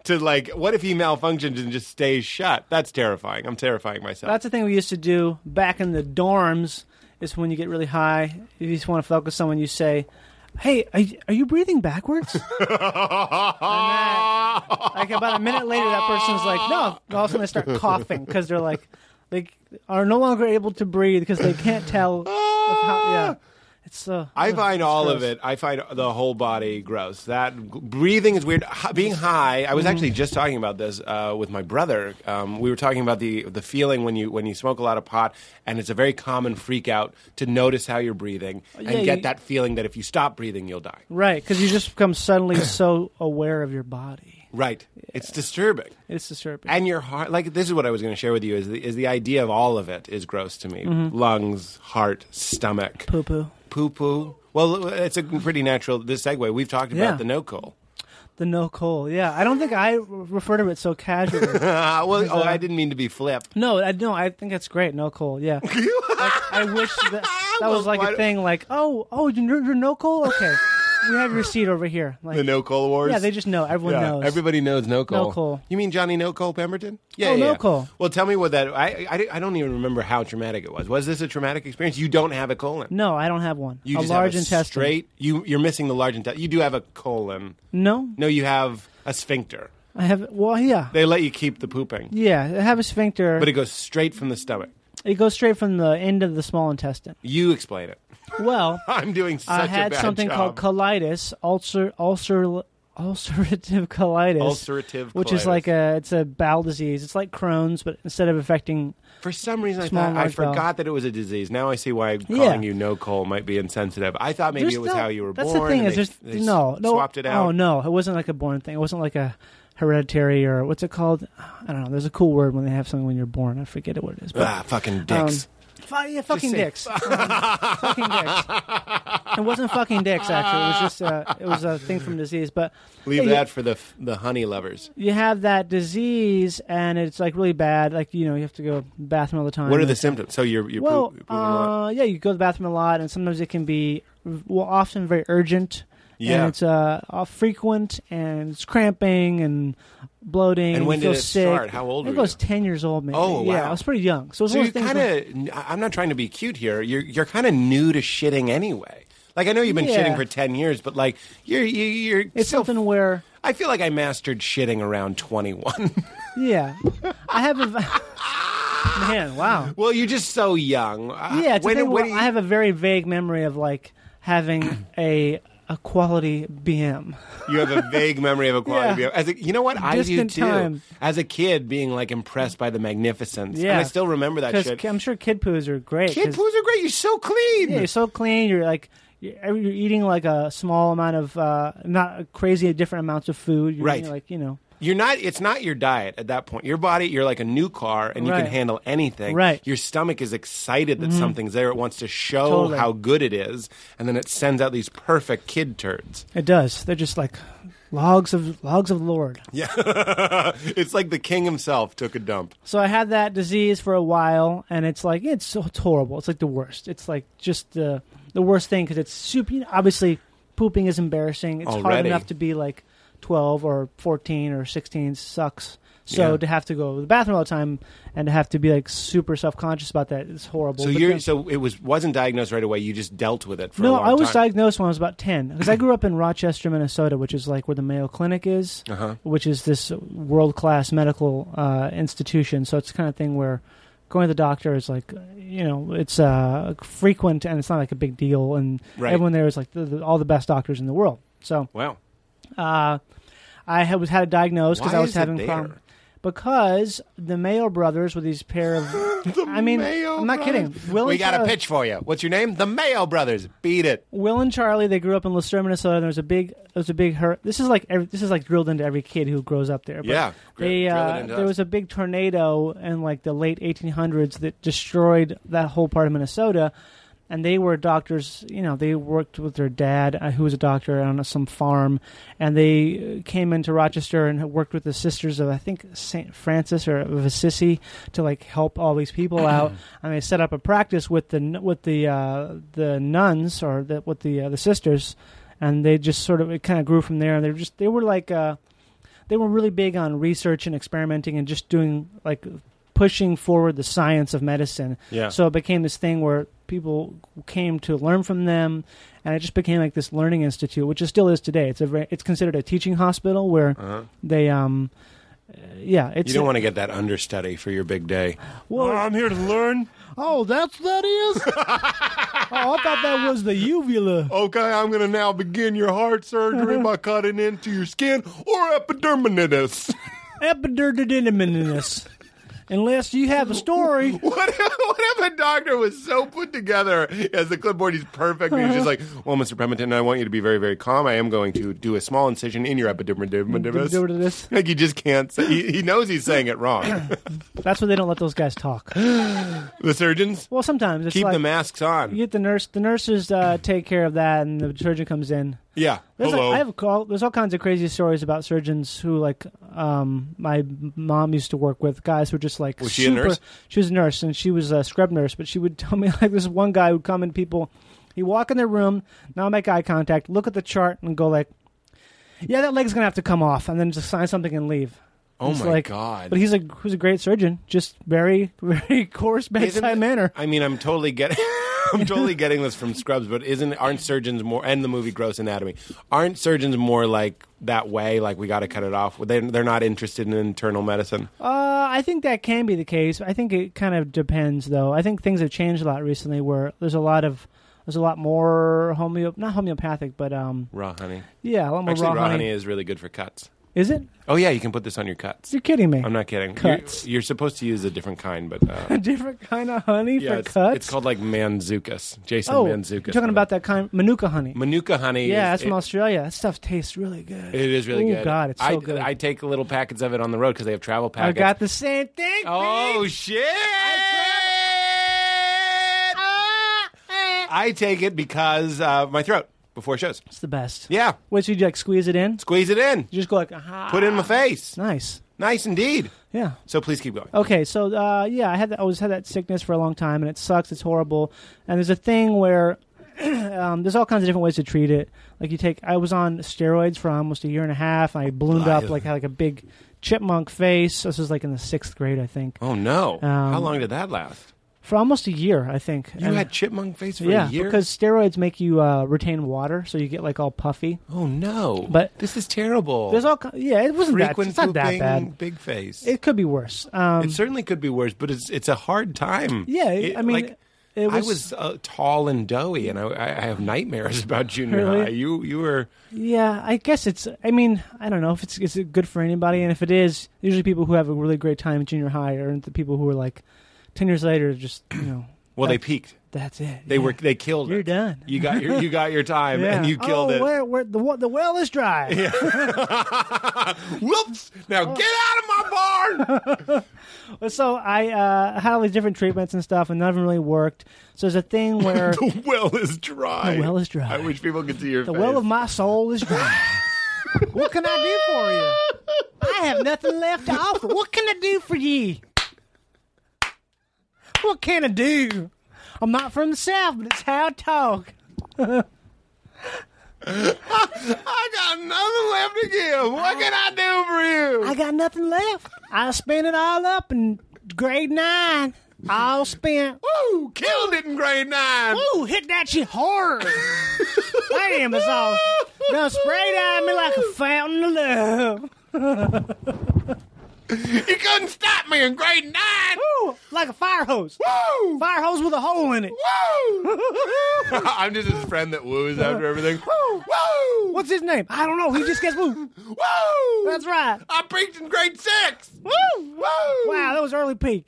To like, what if he malfunctions and just stays shut? That's terrifying. I'm terrifying myself. That's the thing we used to do back in the dorms. Is when you get really high, if you just want to fuck with someone, you say, "Hey, are you, are you breathing backwards?" Ah! like about a minute later, that person's like, "No." All of a sudden, they start coughing because they're like, they are no longer able to breathe because they can't tell. of how, yeah, it's uh, I ugh, find it's all gross. of it. I find the whole body gross. That breathing is weird. Hi- Being high. I Mm-hmm. was actually just talking about this uh, with my brother. Um, we were talking about the the feeling when you when you smoke a lot of pot, and it's a very common freak out to notice how you're breathing Uh, yeah, and get you- that feeling that if you stop breathing, you'll die. right? Because you just become suddenly so aware of your body. Right. It's disturbing. It's disturbing. And your heart, like this is what I was going to share with you, is the, is the idea of all of it is gross to me. Mm-hmm. Lungs, heart, stomach, Poo poo. poo poo. Well, it's a pretty natural this segue. We've talked about Yeah. the no coal. The no coal. Yeah, I don't think I refer to it so casually. Uh, well, oh, I didn't mean to be flip. no, I no, I think that's great. No coal. Yeah, Like, I wish that, that Well, was like why a do- thing. Like, oh, oh, you're, you're no coal. Okay, we have your seat over here. Like, The No Coal Wars. yeah, they just know. Everyone Yeah, knows. Everybody knows No Coal. Coal. You mean Johnny No Coal Pemberton? Yeah, Oh, yeah, No yeah. Coal. Well, tell me what that. I, I I don't even remember how traumatic it was. Was this a traumatic experience? You don't have a colon. no, I don't have one. You a just large have a intestine. Straight. You you're missing the large intestine. You do have a colon. No, No, you have a sphincter. I have. Well, yeah, They let you keep the pooping, yeah. I have a sphincter, but it goes straight from the stomach. it goes straight from the end of the small intestine. You explain it. Well, I'm doing such I a had bad something job. called colitis, ulcer, ulcer, ulcerative colitis, Ulcerative which is colitis. like a it's a bowel disease. It's like Crohn's, but instead of affecting, For some reason, I, Small thought, I large bowel. forgot that it was a disease. Now I see why calling Yeah. you no coal might be insensitive. I thought maybe There's it was no- how you were that's born. the thing and is, there's they, they s- no, no, swapped it out. Oh no, it wasn't like a born thing. It wasn't like a hereditary or what's it called? I don't know. There's a cool word when they have something when you're born. I forget what it is. But Ah, fucking um, dicks. fu- yeah, fucking say dicks. Um, fucking dicks. It wasn't fucking dicks. Actually, it was just uh, it was a thing from disease. But Leave yeah, that for the f- the honey lovers. you have that disease and it's like really bad. Like you know, you have to go to the bathroom all the time. What are And- the symptoms? So you're you're Well, poo- you're pooping a lot. uh, yeah, you go to the bathroom a lot, and sometimes it can be well, often very urgent. Yeah. and it's uh, uh, frequent, and it's cramping and bloating. And when did you feel it sick. start? How old I think were I was you? ten years old, maybe. Oh, yeah, wow. I was pretty young. So it was So uh, one you're of those things kind where- of. I'm not trying to be cute here. You're you're kind of new to shitting anyway. Like I know you've been Yeah. shitting for ten years, but like you're you, you're it's still. something where I feel like I mastered shitting around twenty one. yeah, I have a man. Wow. well, you're just so young. Uh, Yeah, it's a when- thing when where do you- I have a very vague memory of like having a a quality BM. You have a vague memory of a quality Yeah. of as a, you know what I Distant do too. time. As a kid, being like impressed by the magnificence, and Yeah. I still remember that Because shit. I'm sure kid poos are great. Kid 'cause- poos are great. You're so clean. Yeah, you're so clean. You're like you're you're eating like a small amount of uh, not crazy different amounts of food. You're Right. eating, like you know. You're not. It's not your diet at that point. Your body. You're like a new car, and you Right. can handle anything. Right. Mm-hmm. Your stomach is excited that something's there. It wants to show Totally. how good it is, and then it sends out these perfect kid turds. It does. They're just like logs of logs of Lord. Yeah. it's like the king himself took a dump. So I had that disease for a while, and it's like it's so it's horrible. It's like the worst. It's like just the the worst thing because it's super. You know, obviously, pooping is embarrassing. It's hard Already. enough to be like twelve or fourteen or sixteen sucks. So Yeah. to have to go to the bathroom all the time and to have to be like super self conscious about that is horrible. So But you're. then- so it was wasn't diagnosed right away. You just dealt with it for a no, long I was time. diagnosed when I was about ten because I grew up in Rochester, Minnesota, which is like where the Mayo Clinic is, Uh-huh. which is this world class medical uh, institution. So it's the kind of thing where going to the doctor is like, you know, it's uh, frequent and it's not like a big deal, and Right. everyone there is like the, the, all the best doctors in the world. So Wow. uh, I had, was had it diagnosed because Why I was is it having there? problems. Because the Mayo brothers were these pair of, I mean, Mayo I'm not kidding. Brothers. Will we and got a Charlie- pitch for you. What's your name? The Mayo Brothers. Beat it. Will and Charlie, they grew up in Lister, Minnesota. There was a big, there was a big hur- This is like every, this is like drilled into every kid who grows up there. But Yeah, gr- they, drill it uh, into there us. was a big tornado in like the late 1800s that destroyed that whole part of Minnesota, and they were doctors. You know, they worked with their dad, uh, who was a doctor on some farm, and they uh, came into Rochester and worked with the Sisters of I think Saint Francis or of Assisi to like help all these people out, and they set up a practice with the n- with the uh, the nuns or the, with the uh, the sisters, and they just sort of it kind of grew from there. And they were just they were like. Uh, they were really big on research and experimenting and just doing like pushing forward the science of medicine. Yeah. So it became this thing where people came to learn from them, and it just became like this learning institute, which it still is today. It's a very, it's considered a teaching hospital where they um. uh, Yeah, it's Uh-huh. You don't want to get that understudy for your big day. Well- I'm here to learn. Oh, that's that is. oh, I thought that was the uvula. Okay, I'm going to now begin your heart surgery by cutting into your skin or epidermidis. Epidermidis. Unless you have a story. What if, what if a doctor was so put together as the clipboard? He's perfect. And he's just like, well, Mr. Pemberton, I want you to be very, very calm. I am going to do a small incision in your epidermidis. Like, he just can't say, he, he knows he's saying it wrong. That's why they don't let those guys talk. the surgeons Well, sometimes it's keep like, the masks on. You get the nurse. The nurses uh, take care of that, and the surgeon comes in. Yeah. There's Hello. Like, I have a call. There's all kinds of crazy stories about surgeons who, like, um, my mom used to work with guys who were just like Was she a super. nurse? She was a nurse, and she was a scrub nurse. But she would tell me like this one guy would come in people. He would walk in their room, not make eye contact, look at the chart, and go like, "Yeah, that leg's gonna have to come off," and then just sign something and leave. Oh It's my like- God. But he's a who's a great surgeon, just very very coarse Isn't bedside it- manner. I mean, I'm totally getting. I'm totally getting this from Scrubs, but isn't aren't surgeons more and the movie Gross Anatomy aren't surgeons more like that way? Like we got to cut it off. They they're not interested in internal medicine. Uh, I think that can be the case. I think it kind of depends, though. I think things have changed a lot recently, where there's a lot of there's a lot more homeo not homeopathic, but um, Raw honey. yeah, a lot more Actually, raw, raw honey is really good for cuts. Is it? Oh yeah, you can put this on your cuts. You're kidding me. I'm not kidding. Cuts. You're, you're supposed to use a different kind, but uh, a different kind of honey yeah, for it's, cuts. it's called like manzukas. Jason oh, manzukas. you're talking about that kind manuka honey. manuka honey. yeah, is, that's from it- Australia. That stuff tastes really good. It is really Ooh, good. God, it's so I, good. I take little packets of it on the road because they have travel I packets. got the same thing. Oh shit! uh, I take it because uh, my throat before shows. it's the best. Yeah, What you do, like squeeze it in? squeeze it in, You just go like, aha. put it in my face. Nice. Nice indeed. Yeah. So please keep going. Okay, so uh, yeah, I had that, I always had that sickness for a long time, and it sucks. It's horrible. And there's a thing where um, there's all kinds of different ways to treat it. Like you take, I was on steroids for almost a year and a half. And I bloomed up, like had like a big chipmunk face. This was like in the sixth grade, I think, Oh no! How long did that last? for almost a year, I think. You Um, And- had chipmunk face for yeah, a year. because steroids make you uh, retain water, so you get like all puffy. oh no! But- this is terrible. There's all, ki- yeah, it wasn't that. Oh. frequent It's not that pooping, bad. big face. It could be worse. Um, it certainly could be worse, but it's it's a hard time. Yeah, It- I mean, like, It I was uh, tall and doughy, and I, I I have nightmares about junior Really? high. You you were Yeah, I guess it's. I mean, I don't know if it's is it good for anybody, and if it is, usually people who have a really great time in junior high are the people who are like ten years later, just you know, well. They that- peaked. that's it. They Yeah. were they killed. You're it. done. You got your you got your time, Yeah. and you killed oh, it. Where, where the wa- the well is dry. Whoops! Now Oh. get out of my barn. So I uh, had all these different treatments and stuff, and none of them really worked. So there's a thing where the The well is dry. The Oh, well is dry. I wish people could see your face. well of my soul is dry. what can I do for you? I have nothing left to offer. What can I do for ye? What can I do? I'm not from the south, but it's how I talk. I got nothing left to give. What can I do for you? I got nothing left. I spent it all up in grade nine. All spent. Woo! Killed it in grade nine. Ooh, hit that shit hard. Damn, it's all done sprayed at me like a fountain of love. You couldn't stop me in grade nine. Ooh, like a fire hose. Woo! Fire hose with a hole in it. Woo! I'm just his friend that woos after everything. Woo! Woo! What's his name? I don't know. He just gets woo. Woo! That's right. I preached in grade six. Woo! Woo! Wow, that was early peak.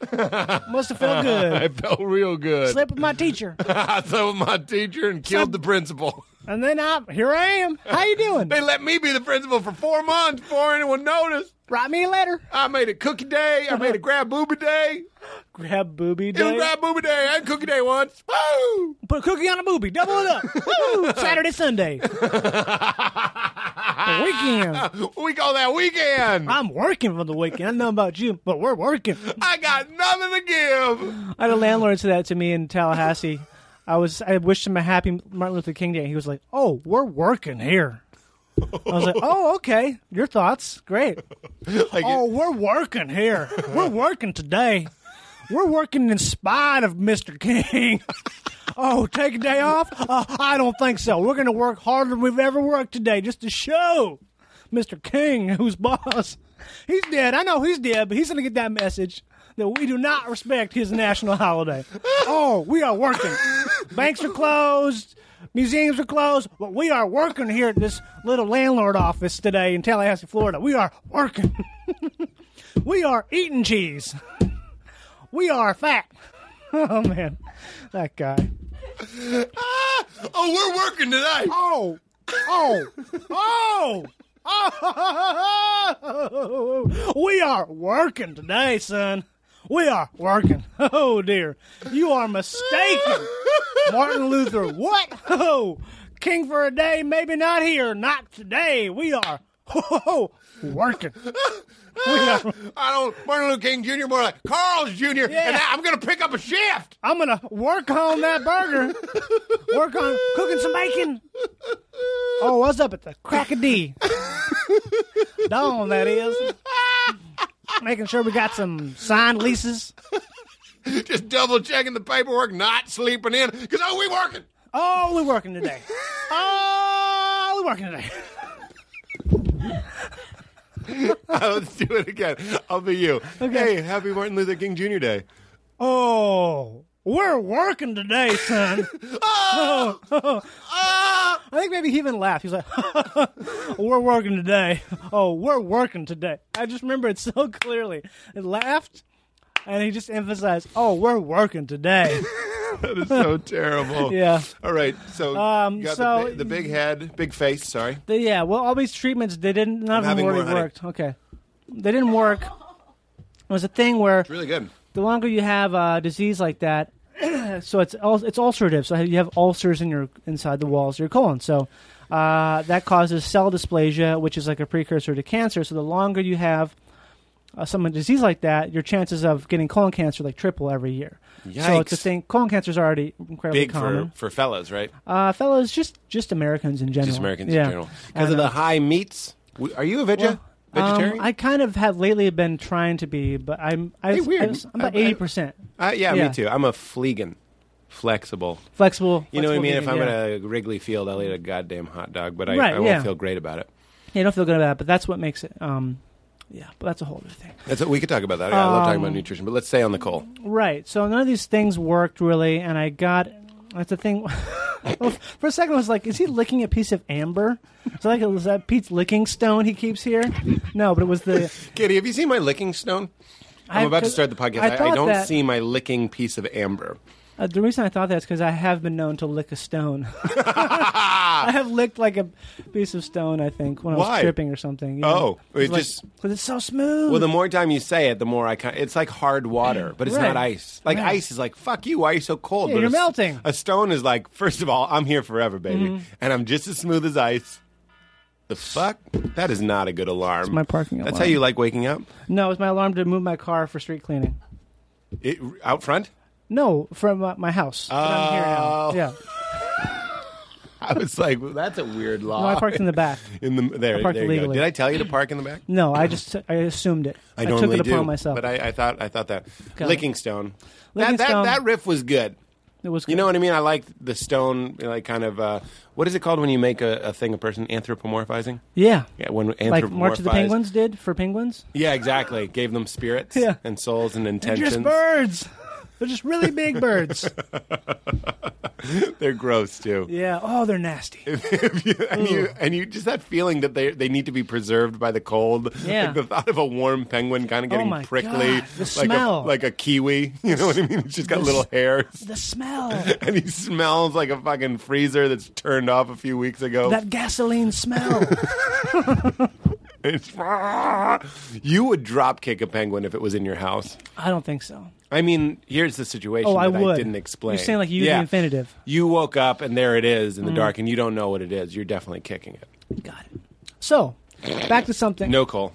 Must have felt I good. felt real good. Slept with my teacher, I slept with my teacher and killed the principal. and then I here I am. How you doing? They let me be the principal for four months before anyone noticed. Write me a letter. I made a cookie day. I made a grab booby day. Grab booby It was Uh-huh. day. grab booby day and cookie day once. Woo! Put a cookie on a booby. Double it up. Woo! Saturday, Sunday. The weekend. We call that weekend. I'm working for the weekend. I don't know about you, but we're working. I got nothing to give. I had a landlord say that to me in Tallahassee. I was I wished him a happy Martin Luther King Day. and He was like, "Oh, we're working here." I was like, "Oh, okay. Your thoughts, great. Like, Oh, we're working here. We're working today. We're working in spite of Mr. King." Oh, take a day off? Uh, I don't think so. We're going to work harder than we've ever worked today just to show Mr. King who's boss. He's dead. I know he's dead, but he's going to get that message that we do not respect his national holiday. Oh, we are working. Banks are closed. Museums are closed, but we are working here at this little landlord office today in Tallahassee, Florida. We are working. we are eating cheese. We are fat. Oh, man. That guy. oh, we're working today. Oh, oh, oh, oh! We are working today, son. We are working. Oh dear, you are mistaken, Martin Luther. What? Oh, king for a day? Maybe not here. Not today. We are. Oh, working. I don't. Martin Luther King Jr. More like Carl's Jr. And I- I'm gonna pick up a shift. I'm gonna work on that burger. Work on cooking some bacon. Oh, what's up at the crack of D? Dawn, that is. Making sure we got some signed leases. Just double checking the paperwork, not sleeping in, because oh, we working. Oh, we're working today. Oh, we're working today. Oh, let's do it again. I'll be you. Okay. Hey, happy Martin Luther King Jr. Day. Oh, we're working today, son. Oh, oh, I think maybe he even laughed. He's like, "We're working today. Oh, we're working today." I just remember it so clearly. It laughed, and he just emphasized, "Oh, we're working today." that is so terrible. Yeah. All right. So, Um, you got so- the, bi- the big head, big face. Sorry. They- yeah. Well, all these treatments they didn't. None of having them really more honey. worked. Okay, they didn't work. It was a thing where Really good. the longer you have a disease like that, so it's ul- it's ulcerative. So you have ulcers in your inside the walls of your colon. So uh, that causes cell dysplasia, which is like a precursor to cancer. So the longer you have uh, some disease like that, your chances of getting colon cancer like triple every year. So it's a Yikes. thing. Colon cancer is already incredibly Big for common. for fellas, right? uh, fellows, just just Americans in general. just Americans Yeah. in general I because of the know. high meats. W- Are you a veg- vegetarian? Um, I kind of have lately been trying to be, but I'm I, Hey, weird. I was- I'm about I- I- eighty percent Uh, yeah, yeah. me too. I'm a fleegan, flexible. flexible. You know what I flexible mean? If vegan, I'm yeah. at a Wrigley Field, I'll eat a goddamn hot dog, but I, Right, I won't yeah. feel great about it. Yeah, I don't feel good about that, but that's what makes it um, Yeah, but that's a whole other thing. That's what we could talk about that. I love talking Um, about nutrition, but let's stay on the coal. Right. So none of these things worked really, and I got that's the thing. For a second, I was like, "Is he licking a piece of amber?" So like, was that Pete's licking stone he keeps here? No, but it was the. Katie, have you seen my licking stone? I'm I- about to start the podcast. I I, I, thought don't that- see my licking piece of amber. Uh, the reason I thought that's because I have been known to lick a stone. I have licked like a piece of stone. I think when I Why? was tripping or something. You Oh, know? it like, just- because it's so smooth. Well, the more time you say it, the more I kind. It's like hard water, but it's Right. not ice. Like Right. ice is like fuck you. Why are you so cold? Yeah, But you're a s- melting. Mm-hmm. A stone is like first of all, I'm here forever, baby, and I'm just as smooth as ice. The fuck? That is not a good alarm. my parking That's alarm. how you like waking up no, it was my alarm to move my car for street cleaning. it, out front. No, from uh, my house. But I'm here now. Oh. Yeah, I was like, well, that's a weird law. no, I parked in the back. In the there, I parked there you go. legally. Did I tell you to park in the back? No, I just I assumed it. I normally took it upon do, myself. but I, I thought I thought that Got it. Licking Stone. Licking that, that Stone. that riff was good. it was. You know what I mean? I like the stone, like kind of. Uh, what is it called when you make a, a thing a person anthropomorphizing? Yeah. Yeah, when anthropomorphized. Like March of the Penguins did for penguins. Yeah, exactly. Gave them spirits Yeah. and souls and They're intentions. just birds. They're just really big birds. They're gross too. Yeah. Oh, they're nasty. and you and you just that feeling that they they need to be preserved by the cold. Yeah. Oh Like the thought of a warm penguin kind of getting my prickly, God, the like smell. a like a kiwi. You know what I mean? It's just got little hairs, The smell. and he smells like a fucking freezer that's turned off a few weeks ago. That gasoline smell. It's- ah. you would drop kick a penguin if it was in your house. I don't think so. I mean, here's the situation Oh, I that would. I didn't explain. You're saying like you the infinitive. You woke up and there it is in Mm. the dark, and you don't know what it is. You're definitely kicking it. Got it. So, back to something. No coal.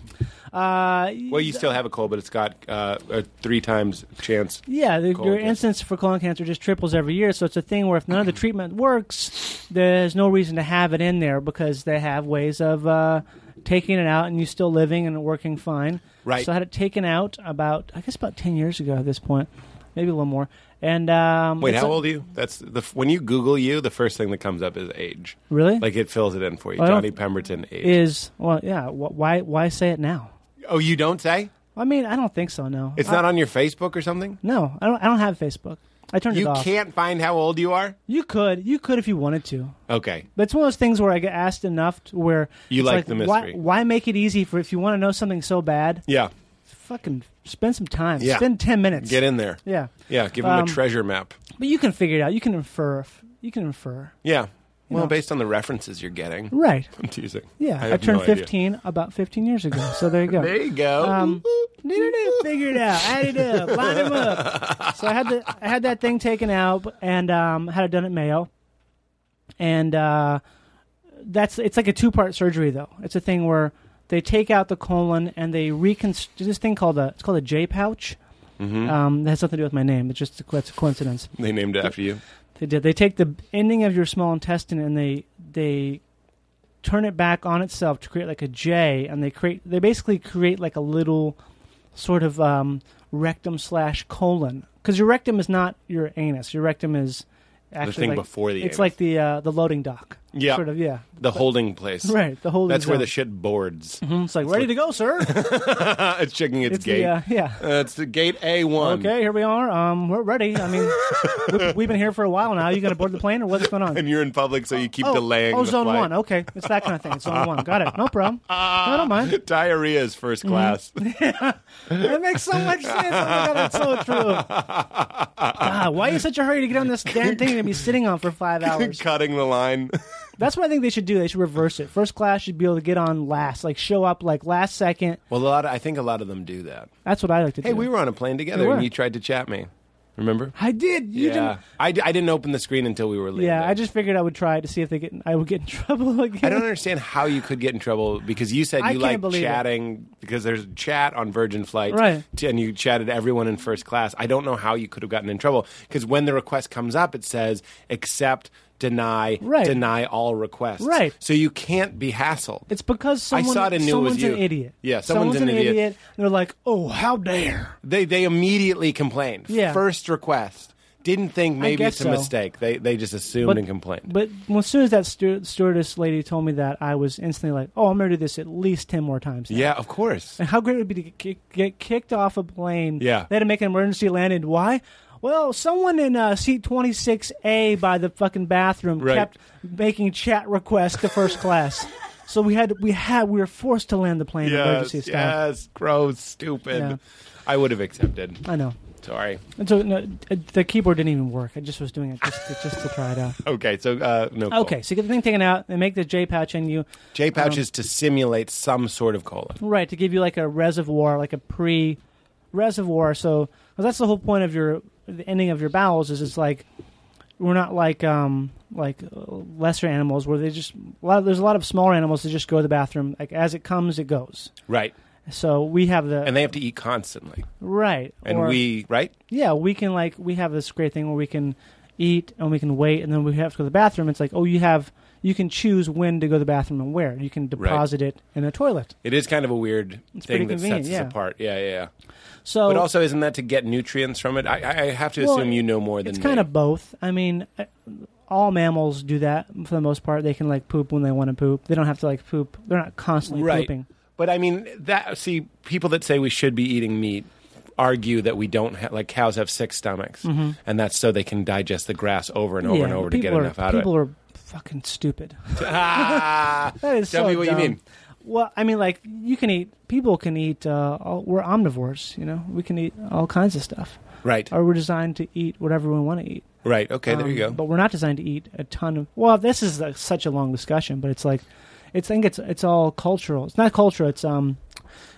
Uh, Well, you still have a coal, but it's got uh, a three times chance. yeah, the, Colon your cancer. incidence for colon cancer just triples every year. So it's a thing where if none of the treatment works, there's no reason to have it in there because they have ways of uh, taking it out and you still living and working fine. Right. So I had it taken out about, I guess, about 10 years ago at this point, maybe a little more. And um, Wait, it's how a- old are you? That's the f- when you Google you, the first thing that comes up is age. Really? Like it fills it in for you. Well, I don't- Johnny Pemberton age. Is, well, yeah, wh- why, why say it now? oh, you don't say? I mean, I don't think so, no. It's I- not on your Facebook or something? No, I don't, I don't have Facebook. I turned it You off. can't find how old you are? You could. You could if you wanted to. Okay. But it's one of those things where I get asked enough to where You it's like the mystery. Why, why make it easy for if you want to know something so bad? Yeah. Fucking spend some time. Yeah. Spend ten minutes. Get in there. Yeah, Yeah, give them Um, a treasure map. but you can figure it out. You can infer. if- You can infer. Yeah. Well, know. based on the references you're getting, Right. I'm teasing. Yeah. I, have turned no idea. fifteen about fifteen years ago. So there you go. There you go. Um, no, no, no, figure it out. Add it up. Line them up. So I had the I had that thing taken out and um, had it done at Mayo, and uh, that's it's like a two part surgery though. It's a thing where they take out the colon and they reconstruct this thing called a it's called a J pouch. Um, that has nothing to do with my name. It's just a, co- it's a coincidence. they named it after you. They did. They take the ending of your small intestine and they they turn it back on itself to create like a J, and they create they basically create like a little sort of um, rectum slash colon because your rectum is not your anus. Your rectum is actually thing like- before the It's anus. like the uh, the loading dock. Yeah. Sort of. Yeah. The holding place. Right. The whole. That's where the shit boards. it's like ready to go, sir. it's checking its, it's gate. the, uh, yeah. Uh, it's the gate A1. Okay, here we are. Um, we're ready. I mean, we- we've been here for a while now. You going to board the plane or what's going on? And you're in public, so you keep oh, delaying. Oh, the zone flight. Ah, one. Okay, it's that kind of thing. It's zone one. Got it. No problem. I don't mind. Mm-hmm. Diarrhea is first class. That makes so much sense. Oh my God, that's so true. God, why are you in such a hurry to get on this damn thing to be sitting on for five hours? Cutting the line. That's what I think they should do. They should reverse it. First class should be able to get on last, like show up like last second. Well, a lot. Of, I think a lot of them do that. That's what I like to do. Hey, we were on a plane together, We were. and you tried to chat me. Remember? I did. You yeah. didn't. I, d- I didn't open the screen until we were leaving. Yeah, I just figured I would try to see if they get. I would get in trouble again. I don't understand how you could get in trouble because you said I you can't like believe it. chatting because there's chat on Virgin flights, Right. t- And you chatted everyone in first class. I don't know how you could have gotten in trouble because when the request comes up, it says accept, deny, Right. deny all requests. Right. So you can't be hassled. It's because someone, saw it and knew it was someone's you. an idiot. Yeah, someone's an idiot. and they're like, "Oh, how dare!" they they immediately complained. Yeah. First request. didn't think maybe guess it's a so. mistake. They they just assumed But- and complained. But well, as soon as that stew- stewardess lady told me that, I was instantly like, "Oh, I'm gonna do this at least ten more times." now. yeah, of course. And how great it would be to get, kick- get kicked off a plane. Yeah. They had to make an emergency landing. Why? Well, someone in uh, seat 26A by the fucking bathroom Right. kept making chat requests to first class. So we had we had we were forced to land the plane emergency Yes, style. yes, gross, stupid. Yeah. I would have accepted. I know. Sorry. And so no, uh, the keyboard didn't even work. I just was doing it just to, just to try it out. Okay, so uh, no. colon. Okay, Um, so you get the thing taken out and make the J pouch and you J pouch is to simulate some sort of colon. Right, to give you like a reservoir, like a pre reservoir. So 'cause that's the whole point of your the ending of your bowels is it's like we're not like um like uh, lesser animals where they just a lot there's a lot of smaller animals that just go to the bathroom like as it comes it goes. Right. So we have the And they have to eat constantly. right And or- we, right? yeah we can like we have this great thing where we can eat and we can wait and then we have to go to the bathroom. It's like oh you have you can choose when to go to the bathroom and where you can deposit it in a toilet. It is kind of a weird pretty thing that convenient, sets yeah. us apart. Yeah, yeah, yeah. So But also, isn't that to get nutrients from it? I, I- I have to Well, assume you know more than it's me. kind of both. I mean, uh, all mammals do that for the most part. They can like poop when they want to poop. They don't have to like poop. They're not constantly right. pooping. But I mean, that see, people that say we should be eating meat argue that we don't have like cows have six stomachs, and that's so they can digest the grass over and over Mm-hmm. yeah, and over to people get are, enough out people of it. are fucking stupid. Ah! That is Tell so me what dumb. you mean. Well, I mean, like you can eat. People can eat. Uh, all, we're omnivores. You know, we can eat all kinds of stuff. Right. Or we're designed to eat whatever we want to eat. Right. Okay. there Um, you go. But we're not designed to eat a ton of. Well, this is like such a long discussion, but it's like, it's I think it's it's all cultural. It's not culture. It's um,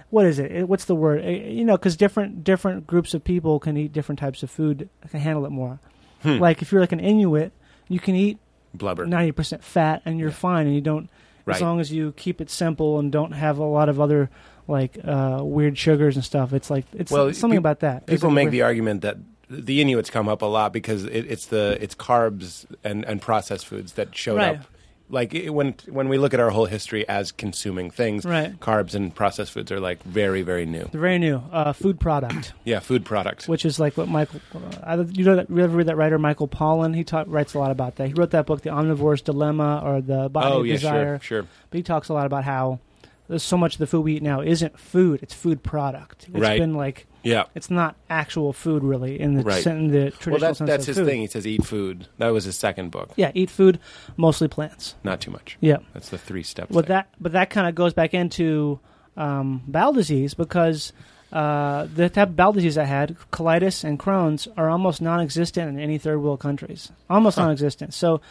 what is it? It- What's the word? Eh, you know, because different different groups of people can eat different types of food. Can handle it more. Hmm. Like if you're like an Inuit, you can eat Blubber. ninety percent fat and you're fine, and you don't. Right. As long as you keep it simple and don't have a lot of other like uh, weird sugars and stuff, it's like it's Well, something peop- about that. There's, People like, make weird- the argument that the Inuits come up a lot because it, it's the it's carbs and, and processed foods that showed Right. up. Like it, when when we look at our whole history as consuming things, Right. carbs and processed foods are like very very new. They're very new uh, food product. Yeah, food products. which is like what Michael. Uh, you know, that, you ever read that writer Michael Pollan? He ta- writes a lot about that. He wrote that book, The Omnivore's Dilemma, or The Body oh of yeah, Desire. sure, sure. But he talks a lot about how there's so much of the food we eat now isn't food; it's food product. It's Right. been like Yeah. it's not actual food really in the, Right. in the traditional Well, that's sense that's of his food. thing. He says eat food. That was his second book. Yeah, eat food, mostly plants. Not too much. Yeah. That's the three steps. Well, that but that kind of goes back into um, bowel disease because uh, the type of bowel disease I had, colitis and Crohn's, are almost non-existent in any third world countries. Almost non-existent. So,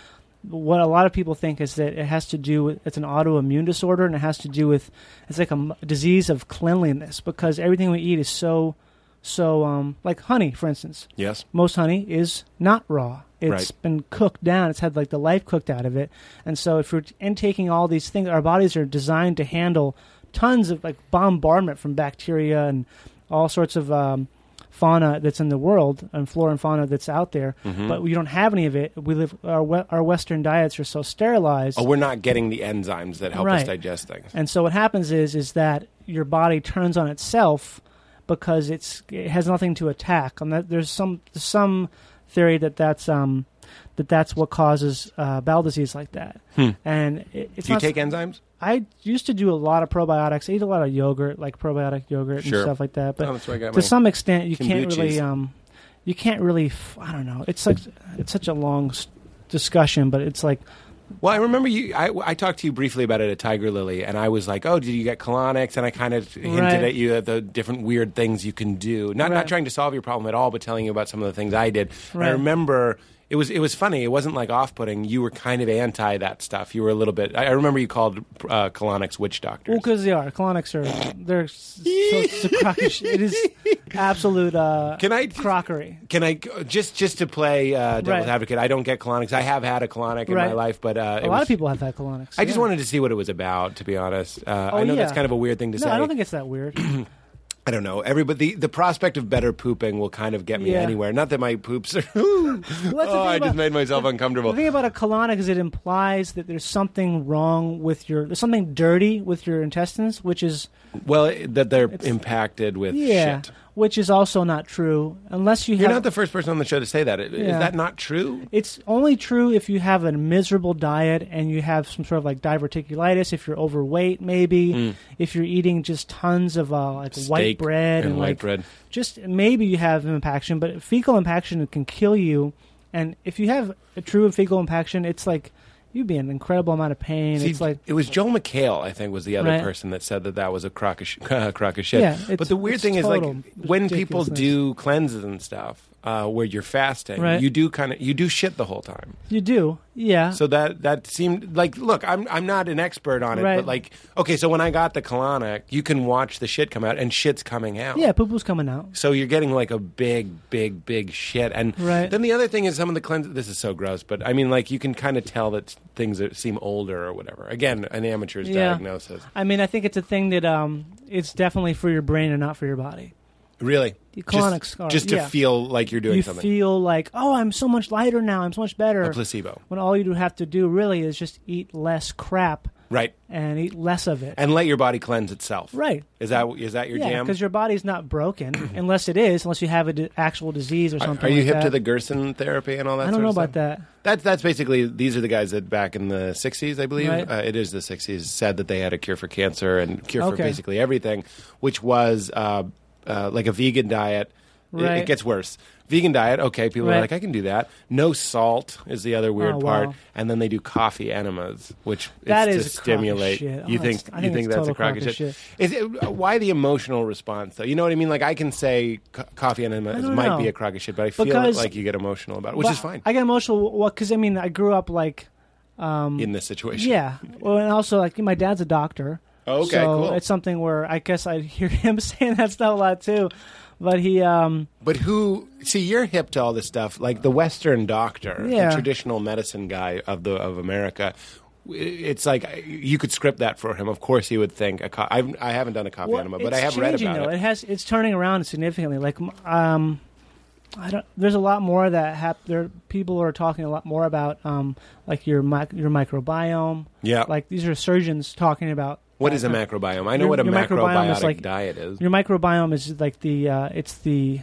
what a lot of people think is that it has to do with it's an autoimmune disorder, and it has to do with it's like a m- disease of cleanliness because everything we eat is so so um, like honey, for instance yes. most honey is not raw. It's Right. been cooked down. It's had like the life cooked out of it. And so if we're intaking all these things, our bodies are designed to handle tons of like bombardment from bacteria and all sorts of um, fauna that's in the world and flora and fauna that's out there. But we don't have any of it. We live our we- our Western diets are so sterilized. Oh, we're not getting the enzymes that help us Right. digest things. And so what happens is is that your body turns on itself because it's it has nothing to attack. And that there's some some theory that that's um that that's what causes uh, bowel disease like that. And it, it's Hmm. Do you not, take enzymes? I used to do a lot of probiotics. I eat a lot of yogurt, like probiotic yogurt Sure. and stuff like that. But Oh, that's where I got to my some extent, you can't kombuchas. really um you can't really f- I don't know. It's such it's such a long s- discussion, but it's like Well, I remember you. I, I talked to you briefly about it at Tiger Lily, and I was like, "Oh, did you get colonics?" And I kind of hinted Right. at you at the different weird things you can do. Not not Right. trying to solve your problem at all, but telling you about some of the things I did. And I Right. remember it was it was funny. It wasn't like off putting. You were kind of anti that stuff. You were a little bit. I, I remember you called uh, colonics witch doctors. Well, because they are colonics are they're s- so it's a crockish. It is absolute. Uh, Can I- crockery? Can I just just to play uh, devil's Right. advocate? I don't get colonics. I have had a colonic in my Right. life, but uh, A lot of people have had colonics. I just yeah. wanted to see what it was about, to be honest. Uh, I Oh, know that's yeah. kind of a weird thing to No, say. I don't think it's that weird. I don't know. Everybody, the, the prospect of better pooping will kind of get me Yeah. anywhere. Not that my poops are. oh, Well, that's the thing I just about- made myself uncomfortable. The thing about a colonic is it implies that there's something wrong with your, there's something dirty with your intestines, which is Well, it- that they're impacted with yeah. shit. which is also not true unless you You're have. not the first person on the show to say that. Is Yeah. that not true? it's only true if you have a miserable diet and you have some sort of like diverticulitis. If you're overweight, maybe if you're eating just tons of uh, like Hmm. white Steak bread and and white like bread. just maybe you have impaction, but fecal impaction can kill you. And if you have a true fecal impaction, it's like you'd be in an incredible amount of pain. See, it's like it was Joel McHale, I think, was the other Right. person that said that that was a crock of, sh- a crock of shit. Yeah, but it's- the weird it's thing is, like, total when people ridiculousness. do cleanses and stuff, uh, where you're fasting, Right. you do kind of you do shit the whole time. you do, yeah. So that that seemed like look, I'm I'm not an expert on it, Right. but like okay, so when I got the colonic, you can watch the shit come out, and shit's coming out. yeah, poo poo's coming out. So you're getting like a big, big, big shit, and Right. then the other thing is some of the cleanse. This is so gross, but I mean, like you can kind of tell that things that seem older or whatever. Again, an amateur's Yeah. diagnosis. I mean, I think it's a thing that um, it's definitely for your brain and not for your body. Really, The colonics just, are- just to yeah. feel like you're doing you something. feel like, oh, I'm so much lighter now. I'm so much better. a placebo, when all you do have to do really is just eat less crap right? and eat less of it. And let your body cleanse itself. right. Is that is that your Yeah, jam? because your body's not broken unless it is, unless you have an actual disease or Are- something. are you like hip that. to the Gerson therapy and all that? I don't sort know of about stuff? that. That's that's basically these are the guys that back in the '60s, I believe. Right. Uh, it is the '60s. Said that they had a cure for cancer and cure for Okay. basically everything, which was uh, uh, like a vegan diet. It- It, Right. gets worse. Vegan diet, okay, people are Right. like, I can do that. No salt is the other weird Oh, part, wow. and then they do coffee enemas, which That is, is a to crock of stimulate. shit. You Oh, think it's- I you think think it's that's a total crock of shit? Is it, why the emotional response though? You know what I mean? Like I can say co- coffee enema don't might know. be a crock of shit, but I feel Because- like you get emotional about it, which Well, is fine I get emotional. Well, because I mean, I grew up like, in this situation. yeah. Well, and also like my dad's a doctor. Okay, so cool. it's something where I guess I hear him saying that stuff a lot too. But he, um, But who? See, you're hip to all this stuff. Like the Western doctor, Yeah. the traditional medicine guy of the of America. It's like you could script that for him. Of course, he would think. A co- I've, I haven't done a copy well, enema, but it's I have read changing, about though. it. has it's turning around significantly. Like, m- um, I don't. There's a lot more that hap- there. People are talking a lot more about, um, like your mic- your microbiome. Yeah. Like these are surgeons talking about What is a macrobiome? I know Your- what a your microbiome is macrobiotic like- diet is. Your microbiome is like the uh, it's the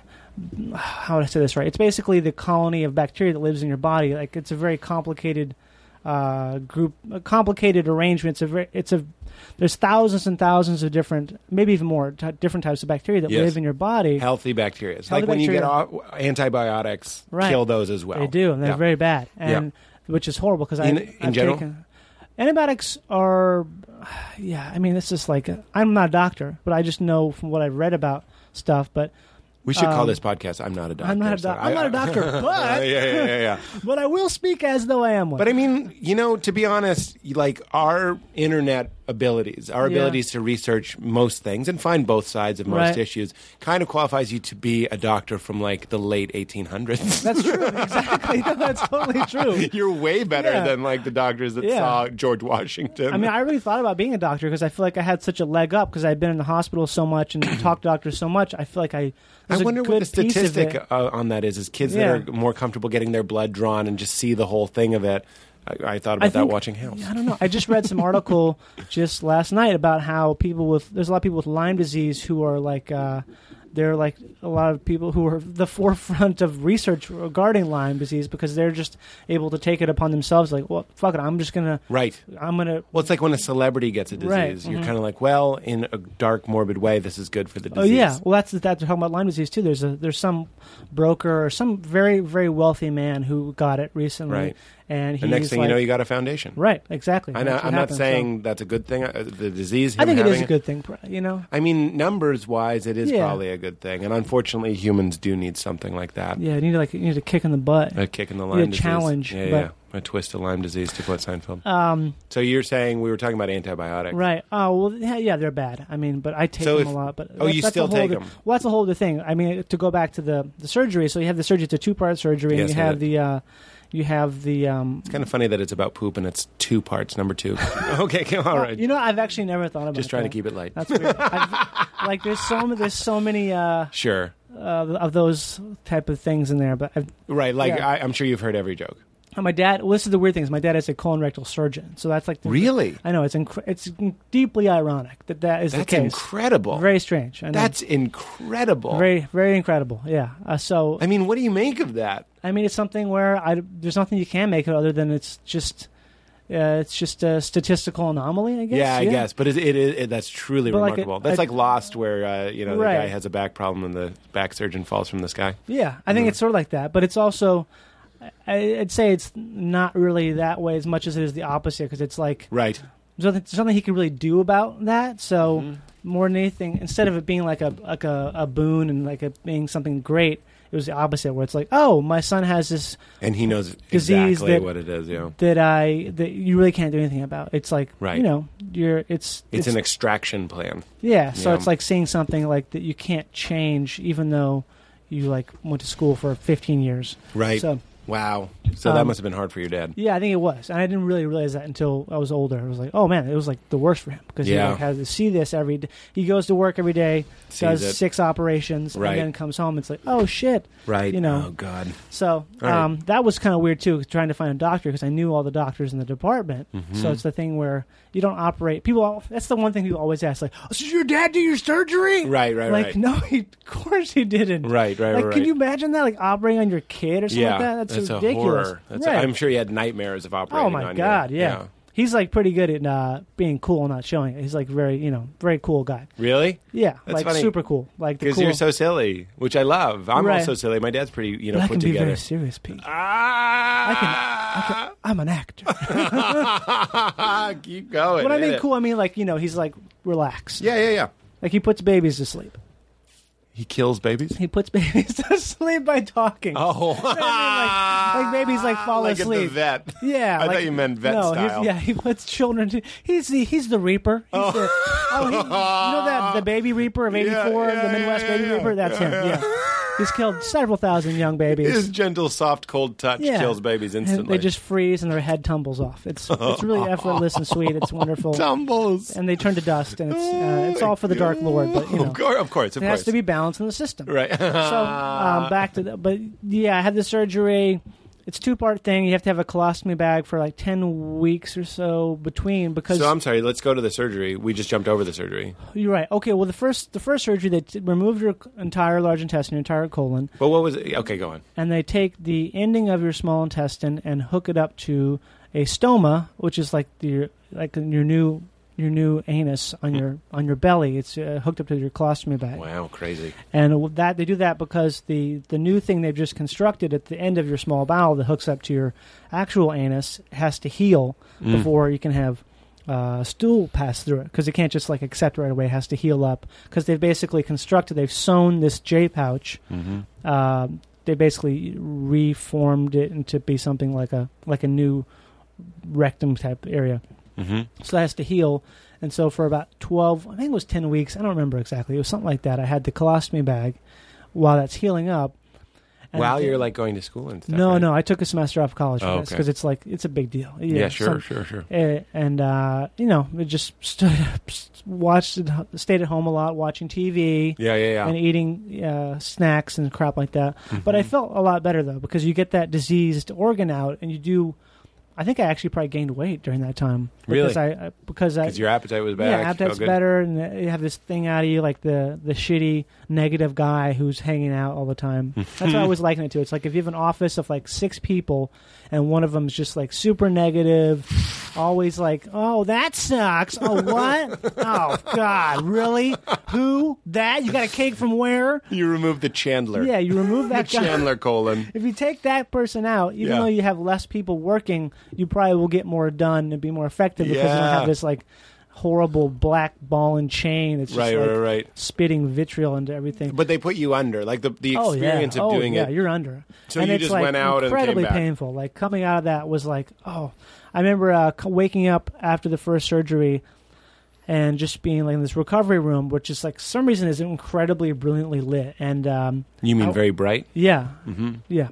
how would I say this right? It's basically the colony of bacteria that lives in your body. Like it's a very complicated uh, group, a complicated arrangement. It's a very, it's a there's thousands and thousands of different, maybe even more t- different types of bacteria that Yes. live in your body. Healthy bacteria. It's like Healthy when you get bacteria. all, antibiotics, Right. kill those as well. They do, and they're Yeah. very bad, Yeah. and which is horrible because I In- in I've general? taken, antibiotics are. Yeah, I mean, it's just like I'm not a doctor, but I just know from what I've read about stuff. But We should call this podcast "I'm Not a Doctor." um, I'm not a so doctor. I- I'm not a doctor, yeah, but yeah, yeah, yeah. but I will speak as though I am one. But I mean, you know, to be honest, like our internet abilities, our Yeah. abilities to research most things and find both sides of most Right. issues, kind of qualifies you to be a doctor from like the late 1800s. that's true. Exactly. No, that's totally true. You're way better Yeah. than like the doctors that Yeah. saw George Washington. I mean, I really thought about being a doctor because I feel like I had such a leg up because I'd been in the hospital so much and talked to doctors so much. I feel like I. I there's a wonder good what the piece of statistic it. uh, on that is: is kids that are Yeah. more comfortable getting their blood drawn and just see the whole thing of it. I, I thought about I that think- watching House. I don't know. I just read some article just last night about how people with there's a lot of people with Lyme disease who are like uh, they're like a lot of people who are the forefront of research regarding Lyme disease because they're just able to take it upon themselves. Like, well, fuck it, I'm just gonna Right. I'm gonna Well, it's like when a celebrity gets a disease, Right, mm-hmm. you're kind of like, well, in a dark, morbid way, this is good for the Oh disease. yeah, well that's that's talking about Lyme disease too. There's a there's some broker or some very very wealthy man who got it recently, Right. And he's The next thing like, you know, you got a foundation. right, exactly. I know, That's what I'm not happened, so- saying that's a good thing. uh, The disease. I him think it is having a good thing, pr- you know. I mean, numbers wise, it is Yeah. probably a good thing, and unfortunately, humans do need something like that. Yeah, you need like you need a kick in the butt. A kick in the need Lyme a disease. challenge, Yeah, but- yeah. A twist of Lyme disease, to quote Seinfeld. Um, so you're saying we were talking about antibiotics. right. Oh well, yeah, yeah, they're bad. I mean, but I take So them if- a lot. But oh, you that's- that's still a whole take other- them. Well, that's a whole other thing. I mean, to go back to the the surgery. So you have the surgery. It's a two part surgery, and Yes, you I have did. the uh, you have the um. Kind of funny that it's about poop and it's two parts, number two. okay, come all right. You know, I've actually never thought about. Just trying to that. keep it light. That's weird. I've, like there's so ma- there's so many uh, Sure. uh, of those type of things in there, but I've, Right, like Yeah. I, I'm sure you've heard every joke. And my dad, well, this is the weird thing is my dad is a colon rectal surgeon, so that's like the, Really? I know it's inc- it's deeply ironic that that is That's the case. incredible. Very strange. I know. That's incredible. very very incredible. Yeah. Uh, so I mean, what do you make of that? I mean, it's something where I, there's nothing you can make of it other than it's just uh, it's just a statistical anomaly, I guess. yeah, I guess, but it, it, it, that's truly But like remarkable. it- that's I- like Lost, where uh, you know Right. the guy has a back problem and the back surgeon falls from the sky. Yeah, I Mm-hmm. think it's sort of like that, but it's also I, I'd say it's not really that way as much as it is the opposite because it's like Right. there's nothing, there's nothing he could really do about that. So Mm-hmm. more than anything, instead of it being like a like a, a boon and like it being something great, it was the opposite where it's like, oh, my son has this And he knows Disease exactly that- what it is. You know, that I that you really can't do anything about. It's like Right. you know you're it's it's, an extraction plan. Yeah, so Yeah. it's like seeing something like that you can't change, even though you like went to school for 15 years. Right. So wow. So that Um, must have been hard for your dad. yeah, I think it was, and I didn't really realize that until I was older. I was like, oh man, it was like the worst for him because Yeah. he like, has to see this every. d- He goes to work every day, Sees does it. six operations, Right. and then comes home. It's like, oh shit. Right. You know. Oh God. So All right. um, that was kind of weird too, trying to find a doctor because I knew all the doctors in the department. Mm-hmm. So it's the thing where you don't operate. People, al- that's the one thing people always ask, like, "Oh, "Did your dad do your surgery?" Right, right, like, right. no, he, of course he didn't. Right, right, Like, right. can you imagine that, like operating on your kid or something like that? That's, ridiculous. horror. That's right. I'm sure he had nightmares of operating. oh my on god, you. yeah. He's like pretty good at uh, being cool and not showing it. He's like very, you know, very cool guy. Really? Yeah, That's like funny. super cool. Like the Because cool. you're so silly, which I love. I'm Right. also silly. My dad's pretty, you know, But I put can be together. very serious, Pete. ah! I'm an actor. Keep going. When I hit mean it. cool, I mean like you know he's like relaxed. Yeah, yeah, yeah. Like he puts babies to sleep. He kills babies. He puts babies to sleep by talking. Oh, I mean, like- like babies, like, fall Like at the asleep. vet. Yeah, I like- thought you meant vet no, he's- style. Yeah, he puts children. To, he's the he's the reaper. He's oh. the oh, he, you know that the baby reaper of '84, yeah, the Midwest yeah, baby yeah. reaper. That's him. Yeah. Yeah, he's killed several thousand young babies. His gentle, soft, cold touch yeah. kills babies And instantly. They just freeze and their head tumbles off. It's it's really effortless and sweet. It's wonderful. tumbles. And they turn to dust, and it's uh, it's all for the Oh Dark Lord. But you know, Of course, of course, of it course. has to be balanced in the system. right. so um, back to the but yeah i had the surgery it's two part thing you have to have a colostomy bag for like 10 weeks or so between because So I'm sorry. Let's go to the surgery. We just jumped over the surgery. you're right okay well the first the first surgery they t- remove your entire large intestine your entire colon But what was it? Okay, go on. and they take the ending of your small intestine and hook it up to a stoma which is like the like your new your new anus on your on your belly it's uh, hooked up to your colostomy bag Hmm. Wow, crazy. and that they do that because the the new thing they've just constructed at the end of your small bowel that hooks up to your actual anus has to heal before you can have uh, stool pass through it because it can't just like accept right away. It has to heal up because they've basically constructed they've sewn this J pouch. Uh, they basically reformed it into be something like a like a new rectum type area. So that has to heal. And so for about 12, I think it was 10 weeks, I don't remember exactly. It was something like that. I had the colostomy bag while that's healing up. And While I- you're like going to school and stuff. No, right? no, I took a semester off of college Oh, for this okay. 'cause it's like, it's a big deal. Yeah, sure, some- sure, sure. eh, and, uh, you know, it just stood up, s- watched, it- stayed at home a lot, watching TV Yeah, yeah, yeah. and eating uh, snacks and crap like that. But Mm-hmm. I felt a lot better though because you get that diseased organ out, and you do. I think I actually probably gained weight during that time. Really? Because I I- because I Because your appetite was yeah, back. you felt appetite's good. better, and you have this thing out of you, like the the shitty negative guy who's hanging out all the time. That's what I always liken it to. It's like if you have an office of like six people, and one of them's just like super negative, always like, "Oh, that sucks. Oh, what? oh, God, really? Who? That? You got a cake from where? You removed the Chandler. Yeah, you remove that guy." Chandler colon. If you take that person out, even Yeah. though you have less people working, you probably will get more done and be more effective because you don't Yeah. have this like horrible black ball and chain that's just Right, like, right, right. spitting vitriol into everything. But they put you under, like the the oh yeah, experience oh, of doing yeah, it. you're under. So and you it's, just like, went out and came incredibly back. painful. Like coming out of that was like, oh, I remember uh, c- waking up after the first surgery. And just being like in this recovery room, which is like for some reason is incredibly brilliantly lit, and um, You mean I- very bright? yeah, mm-hmm. yeah,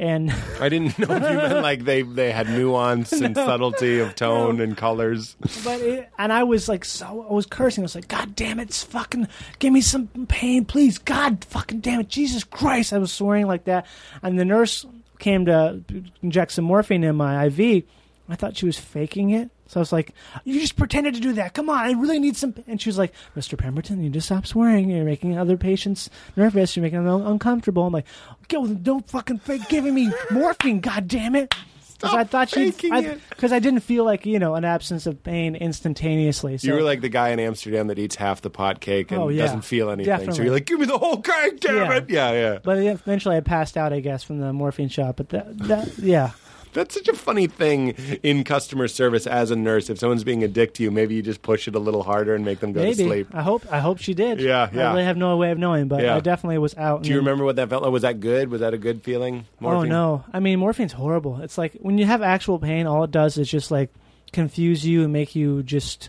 and I didn't know if you meant like they they had nuance and subtlety of tone and colors. But it, and I was like, so I was cursing. I was like, God damn it, it's fucking give me some pain, please. God fucking damn it, Jesus Christ! I was swearing like that, and the nurse came to inject some morphine in my IV, I thought she was faking it. So I was like, "You just pretended to do that. Come on, I really need some." And she was like, "Mr. Pemberton, you just stop swearing. You're making other patients nervous. You're making them uncomfortable." I'm like, "Go, don't fucking fake giving me morphine. God damn it!" Because I thought she, faking it. because I, didn't feel like you know an absence of pain instantaneously. So You were like the guy in Amsterdam that eats half the pot cake and Oh, yeah. doesn't feel anything. So Definitely. you're like, give me the whole cake, damn Yeah. it! Yeah, yeah. But eventually, I passed out, I guess, from the morphine shot. But that, that yeah, That's such a funny thing in customer service as a nurse. If someone's being a dick to you, maybe you just push it a little harder and make them go to maybe. sleep. I hope. I hope she did. Yeah, yeah. I really have no way of knowing, but Yeah. I definitely was out. Do you remember what that felt like? Was that good? Was that a good feeling? Oh Morphine? no! I mean, morphine's horrible. It's like when you have actual pain, all it does is just like confuse you and make you just.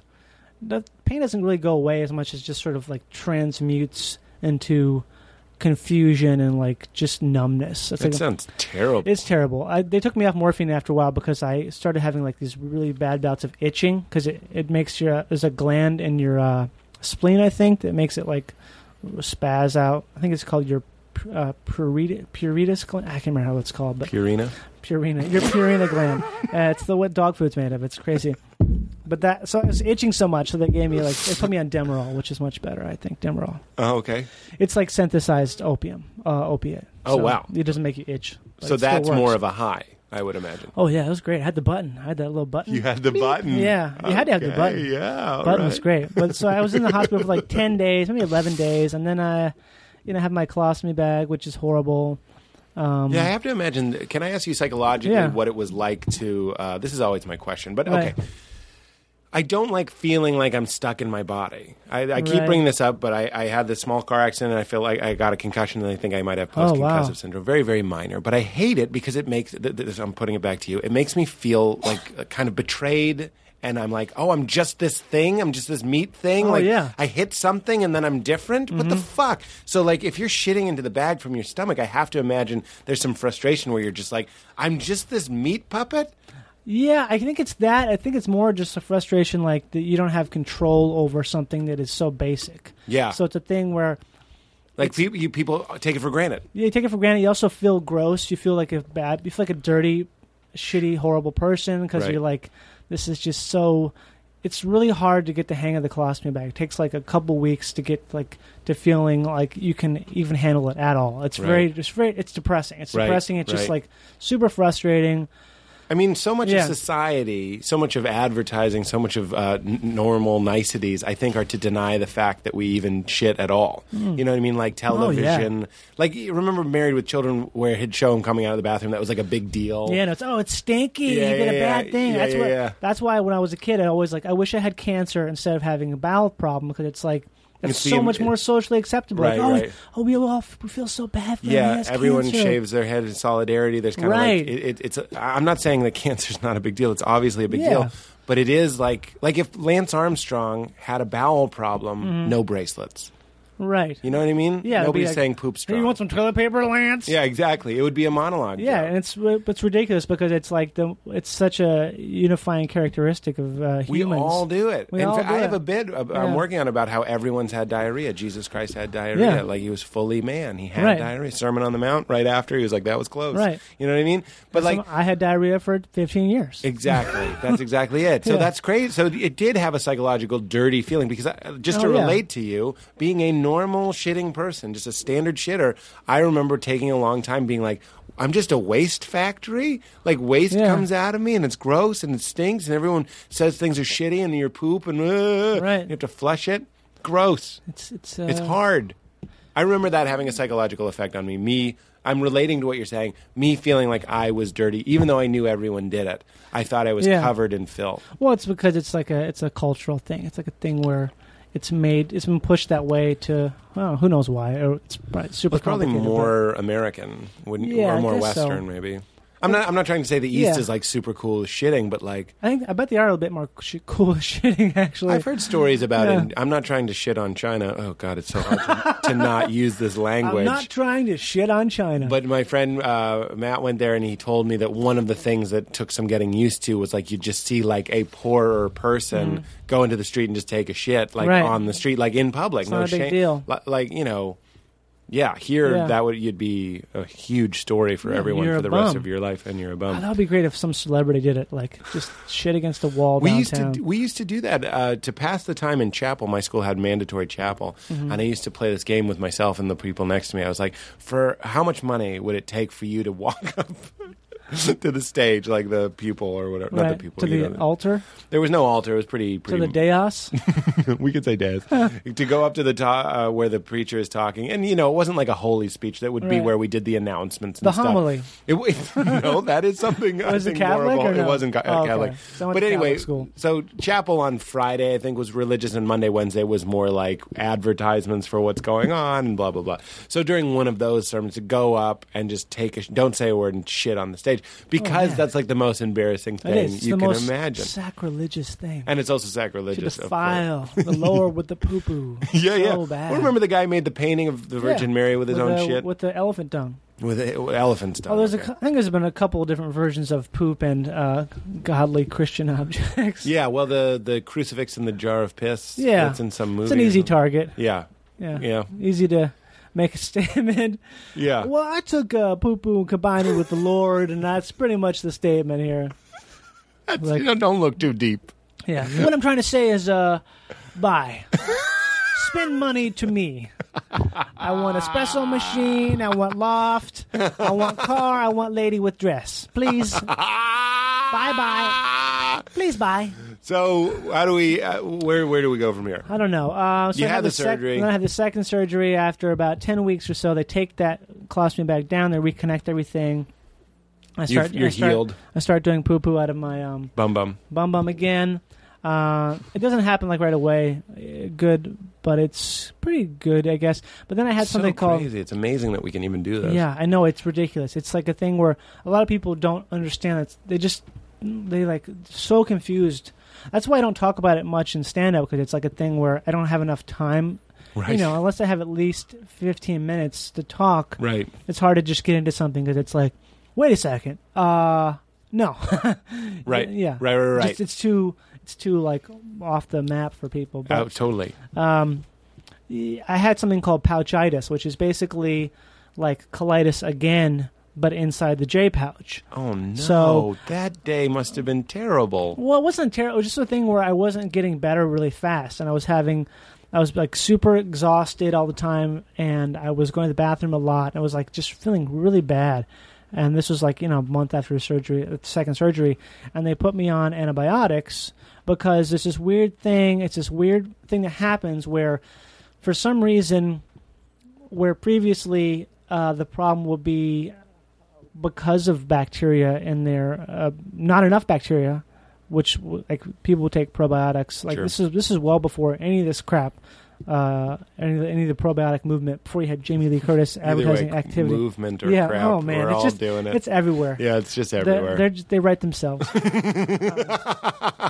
The pain doesn't really go away as much as just sort of like transmutes into confusion and like just numbness. It's That like, sounds terrible. It's terrible. I, they took me off morphine after a while because I started having like these really bad bouts of itching because it, it makes your there's a gland in your uh, spleen I think that makes it like spaz out. I think it's called your uh, purita, puritas gland. I can't remember how it's called, but Purina? purina your purina gland. Uh, it's the what dog food's made of. It's crazy. But that so I was itching so much, so they gave me like they put me on Demerol, which is much better, I think. Demerol, Oh, okay. it's like synthesized opium, uh, opiate. Oh, So wow. It doesn't make you itch. but so it still that's works. more of a high, I would imagine. Oh yeah, it was great. I had the button. I had that little button. You had the button. Yeah, you had to have the Okay, button. Yeah, all button was right. great. But so I was in the hospital for like ten days, maybe eleven days, and then I, you know, had my colostomy bag, which is horrible. Um, Yeah, I have to imagine. Can I ask you psychologically Yeah. what it was like to? Uh, this is always my question, but Right. okay. I don't like feeling like I'm stuck in my body. I, I keep Right. bringing this up, but I, I had this small car accident and I feel like I got a concussion and I think I might have Oh, post wow. concussive syndrome. Very, very minor. But I hate it because it makes, th- th- I'm putting it back to you, it makes me feel like uh, kind of betrayed. And I'm like, oh, I'm just this thing. I'm just this meat thing. Oh, like, yeah. Mm-hmm. I hit something and then I'm different? What the fuck? So, like, if you're shitting into the bag from your stomach, I have to imagine there's some frustration where you're just like, I'm just this meat puppet? yeah, I think it's that. I think it's more just a frustration, like that you don't have control over something that is so basic. Yeah. So it's a thing where Like, people, you, people take it for granted. you take it for granted. You also feel gross. You feel like a bad. You feel like a dirty, shitty, horrible person because Right. you're like, this is just so. It's really hard to get the hang of the colostomy bag. It takes like a couple weeks to get like to feeling like you can even handle it at all. It's very, Right. it's very, it's depressing. It's Right, depressing. It's just right. like super frustrating. I mean, so much Yeah. of society, so much of advertising, so much of uh, n- normal niceties, I think, are to deny the fact that we even shit at all. Hmm. You know what I mean? Oh, Like television. Like, you remember Married with Children, where he'd show him coming out of the bathroom? That was like a big deal. Yeah, and it's oh, it's stinky. Yeah, you did a yeah, bad thing. yeah, that's yeah, what. yeah. That's why when I was a kid, I always like I wish I had cancer instead of having a bowel problem because it's like that's It's the so im- much more socially acceptable. Right, like, oh, right. oh, we all f- we feel so bad for him. He Yeah, has everyone cancer. shaves their head in solidarity. There's kind of Right. like it, it, it's. A, I'm not saying that cancer's not a big deal. It's obviously a big Yeah. deal, but it is like like if Lance Armstrong had a bowel problem, no bracelets. Right. You know what I mean? Mm-hmm. Yeah, it'd be nobody's like, saying poop Hey, strong. you want some toilet paper, Lance? yeah, exactly. It would be a monologue. Yeah, joke. and it's it's ridiculous because it's like the it's such a unifying characteristic of uh, humans. we all do it. We In all fact, do I have it. a bit ab- Yeah. I'm working on about how everyone's had diarrhea. Jesus Christ had diarrhea. Yeah. Like he was fully man. He had Right. diarrhea. Sermon on the Mount right after. He was like, that was close. Right. You know what I mean? But like, Some- I had diarrhea for 15 years. Exactly. That's exactly it. So Yeah. that's crazy. So it did have a psychological dirty feeling because I, just to Oh, yeah. relate to you, being a normal shitting person, just a standard shitter, I remember taking a long time being like, I'm just a waste factory. Like waste Yeah. comes out of me and it's gross and it stinks and everyone says things are shitty and your poop and uh, Right. you have to flush it. Gross. it's it's uh, It's hard. I remember that having a psychological effect on me. Me, I'm relating to what you're saying. Me feeling like I was dirty, even though I knew everyone did it. I thought I was Yeah. covered in filth. Well, it's because it's like a it's a cultural thing. It's like a thing where it's made it's been pushed that way to well, who knows why. Or it's probably super It's probably complicated, more American, wouldn't Yeah, or I more guess so. Western, maybe. I'm not. I'm not trying to say the East Yeah. is like super cool with shitting, but like but I think I bet they are a bit more sh- cool shitting actually. I've heard stories about Yeah. it. I'm not trying to shit on China. Oh God, it's so hard to, to not use this language. I'm not trying to shit on China. But my friend uh, Matt went there and he told me that one of the things that took some getting used to was like you just see like a poorer person go into the street and just take a shit like Mm-hmm. Right. on the street, like in public. not a big deal. Li- Like, you know, Yeah, here Yeah. that would you'd be a huge story for Yeah, everyone you're for a the rest bum. of your life, and you're a bum. Oh, That would be great if some celebrity did it, like just shit against the wall we downtown. used to we used to do that uh, to pass the time in chapel. My school had mandatory chapel, Mm-hmm. and I used to play this game with myself and the people next to me. I was like, "For how much money would it take for you to walk up to the stage, like the pupil or whatever? Not right, the pupil. to you the know. altar, there was no altar. It was pretty to pretty. the dais. we could say dais to go up to the ta- uh, where the preacher is talking, and you know it wasn't like a holy speech. That would be Right. where we did the announcements. And The stuff. homily. It, wa- no, that is something. I Was it think Catholic more of a- or no? It wasn't ca- uh, Oh, okay. Catholic. So I went but to anyway, Catholic school. so chapel on Friday I think was religious, and Monday, Wednesday was more like advertisements for what's going on and blah blah blah. So during one of those sermons, to go up and just take a sh- don't say a word and shit on the stage because Oh, man. that's like the most embarrassing It thing is. It's you the can most imagine. sacrilegious thing. and it's also to sacrilegious. of course. defile the lower with the poo poo. Yeah, yeah. So bad. Well, remember the guy made the painting of the Virgin Yeah, Mary with his own the- shit With the elephant dung. with, a, with elephant stuff. Oh, there's a cou- I think there's been a couple of different versions of poop and uh, godly Christian objects. yeah, well, the the crucifix and the jar of piss. Yeah. that's in some movie. It's an easy target. Yeah, Yeah. yeah, Easy to make a statement. yeah. Well, I took uh, poo poo and combined it with the Lord, and that's pretty much the statement here. like- You know, don't look too deep. Yeah. What I'm trying to say is, uh, buy. Spend money to me. I want espresso machine. I want loft. I want car. I want lady with dress. Please, Bye Bye-bye. please buy. So, how do we? Uh, where where do we go from here? I don't know. Uh, so You I had have the sec- surgery. then I had the second surgery after about ten weeks or so. They take that colostomy back down. They reconnect everything. I You're- start. you're I start, healed. I start doing poo poo out of my um, Bum bum. bum bum again. Uh, it doesn't happen like right away. Uh, Good, but it's pretty good, I guess. But then I had something so called crazy. It's amazing that we can even do this. yeah. I know it's ridiculous. It's like a thing where a lot of people don't understand. It's they just they like so confused. That's why I don't talk about it much in stand up because it's like a thing where I don't have enough time. Right. You know, unless I have at least fifteen minutes to talk, Right. it's hard to just get into something because it's like, wait a second, uh, no, Right. yeah, Right. Right. Right. Just, it's too it's too like off the map for people. oh, But totally. um, I had something called pouchitis, which is basically like colitis again, but inside the J pouch. Oh no! So- that day must have been terrible. Well, it wasn't terrible. It was just a thing where I wasn't getting better really fast, and I was having, I was like super exhausted all the time, and I was going to the bathroom a lot, and I was like just feeling really bad. And this was like you know a month after surgery, uh, second surgery, and they put me on antibiotics because there's this weird thing. It's this weird thing that happens where, for some reason, where previously uh, the problem would be because of bacteria in there, uh, not enough bacteria, which w- like people would take probiotics. Like Sure. this is this is well before any of this crap, uh, any of the, any of the probiotic movement. Before you had Jamie Lee Curtis Either way, advertising activity, movement or yeah, crap. oh man, we're it's all just doing it. it's everywhere. yeah, it's just They're- everywhere. They're, just- they write themselves.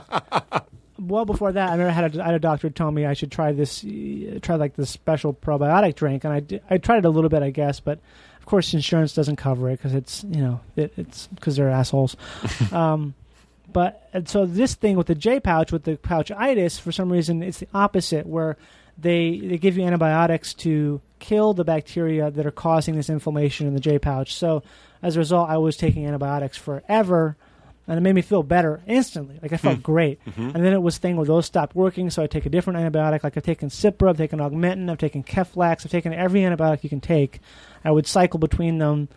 well before that, I remember I had a, I had a doctor tell me I should try this, uh, try like this special probiotic drink, and I, did, I tried it a little bit, I guess, but of course insurance doesn't cover it because it's you know it, it's because they're assholes. um, but and so this thing with the J pouch with the pouchitis, for some reason, it's the opposite where they they give you antibiotics to kill the bacteria that are causing this inflammation in the J pouch. So as a result, I was taking antibiotics forever, and it made me feel better instantly. Like I felt great. And then it was thing where those stopped working, so I take a different antibiotic. Like I've taken Cipro, I've taken Augmentin, I've taken Keflax, I've taken every antibiotic you can take. I would cycle between them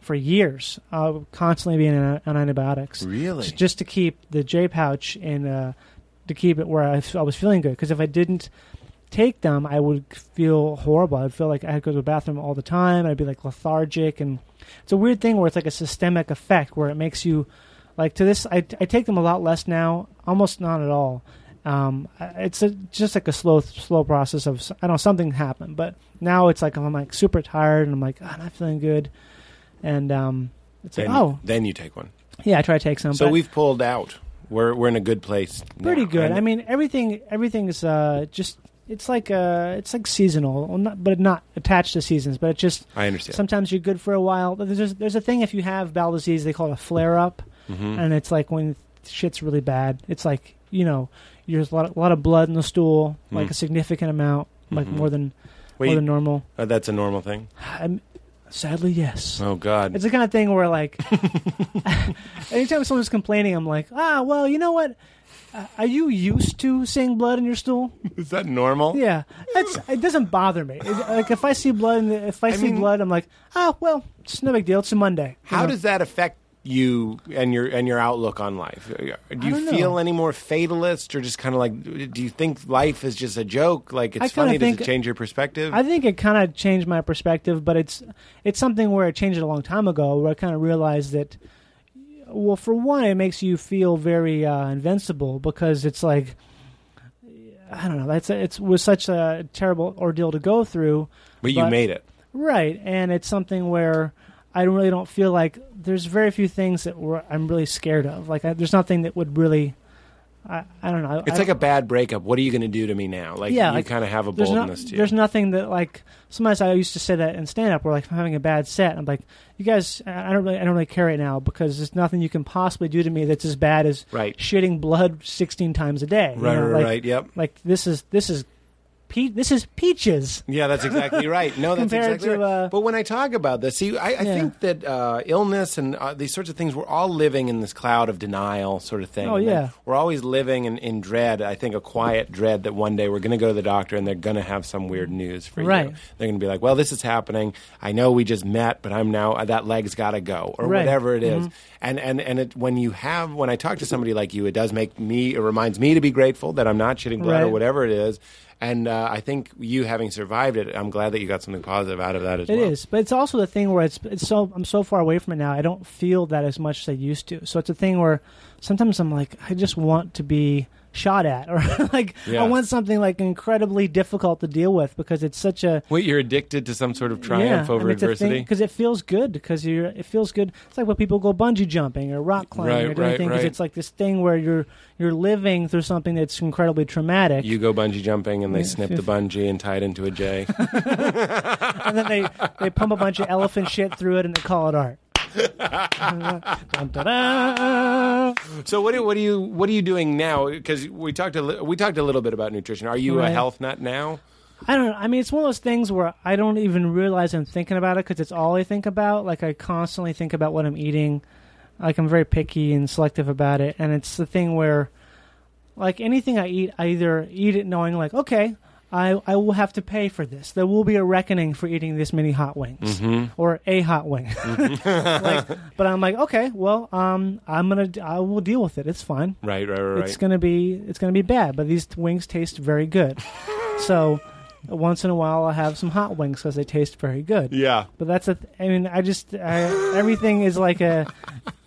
for years. I would constantly be on, on antibiotics really? just, just to keep the J pouch in, uh, to keep it where I, f- I was feeling good. Because if I didn't take them, I would feel horrible. I'd feel like I had to go to the bathroom all the time. I'd be like lethargic, and it's a weird thing where it's like a systemic effect where it makes you like to this. I, I take them a lot less now, almost not at all. Um, I- it's a, just like a slow, slow process of s- I don't know something happened, but now it's like I'm like super tired and I'm like "Ah, not feeling good, and um, it's like then, oh then you take one. yeah, I try to take some. So but- we've pulled out. We're we're in a good place. pretty now. good. And I mean, everything everything's uh, just it's like uh, it's like seasonal, well, not, but not attached to seasons. But it just I understand. sometimes you're good for a while. But There's there's a thing if you have bowel disease, they call it a flare up, Mm-hmm. Mm. and it's like when shit's really bad. It's like you know, there's a lot, a lot of blood in the stool, like a significant amount, like more than more Wait, than normal? uh, that's a normal thing. I'm, sadly, yes. Oh God, It's the kind of thing where, like, anytime someone's complaining, I'm like, ah, well, you know what? Uh, Are you used to seeing blood in your stool? is that normal? Yeah, that's it. Doesn't bother me. It- like if I see blood, in the, if I, see mean- blood, I'm like, ah, well, it's no big deal. It's a Monday. You How know? does that affect you and your and your outlook on life? Uh, Do don't you know. feel any more fatalist, or just kind of like, do you think life is just a joke? Like I it's kinda funny. Does it think- change your perspective? I think it kind of changed my perspective, but it's it's something where it changed it a long time ago, where I kind of realized that. Well, for one, it makes you feel very uh, invincible because it's like I don't know. That's it's was such a terrible ordeal to go through. but you but- made it. Right, and it's something where I don't- really don't feel like there's very few things that were, I'm really scared of. Like I, there's nothing that would really, I, I don't know. It's I, like a bad breakup. What are you going to do to me now? Like Yeah, you like, kind of have a there's, no- boldness to you. there's nothing that like sometimes I used to say that in stand up where like if I'm having a bad set I'm like you guys I I don't really I don't really care right now because there's nothing you can possibly do to me that's as bad as Right. shitting blood 16 times a day. you right, know, right, like, right. Yep. Like this is this is pe- this is peaches. Yeah, that's exactly right. No, that's Compared exactly to, right. uh, but when I talk about this, see, I, I Yeah. think that uh, illness and uh, these sorts of things, we're all living in this cloud of denial sort of thing. Oh, And then yeah. We're always living in, in dread, I think a quiet dread that one day we're going to go to the doctor and they're going to have some weird news for Right. you. They're going to be like, well, this is happening. I know we just met, but I'm now, uh, that leg's got to go or Right. Mm-hmm. whatever it is. And, and, and it, when you have, when I talk to somebody like you, it does make me, it reminds me to be grateful that I'm not shitting blood or Right. whatever whatever it is. And uh, I think you having survived it, I'm glad that you got something positive out of that as It is, well. but it's also the thing where it's it's so I'm so far away from it now. I don't feel that as much as I used to. So it's a thing where sometimes I'm like, I just want to be shot at, or like Yeah. I want something like incredibly difficult to deal with because it's such a Wait, you're addicted to some sort of yeah, triumph over adversity? because it feels good because you're it feels good. It's like when people go bungee jumping or rock climbing Right, or doing right, things. right. It's like this thing where you're you're living through something that's incredibly traumatic, You go bungee jumping and they snip the bungee and tie it into a J. and then they they pump a bunch of elephant shit through it and they call it art. Dun-da-da. so what do what do you what are you doing now? Because we talked a li- we talked a little bit about nutrition. Are you a Right. health nut now? I don't know. I mean, it's one of those things where I don't even realize I'm thinking about it because it's all I think about. Like, I constantly think about what I'm eating. Like, I'm very picky and selective about it. And it's the thing where, like, anything I eat, I either eat it knowing, like, okay, I, I will have to pay for this. There will be a reckoning for eating this many hot wings or a hot wing. like, but I'm like, okay, well, um, I'm gonna I will deal with it. It's fine Right, right, right. it's right. gonna be it's gonna be bad. But these wings taste very good, so once in a while I'll have some hot wings because they taste very good. Yeah. But that's a th- I mean I just I, everything is like a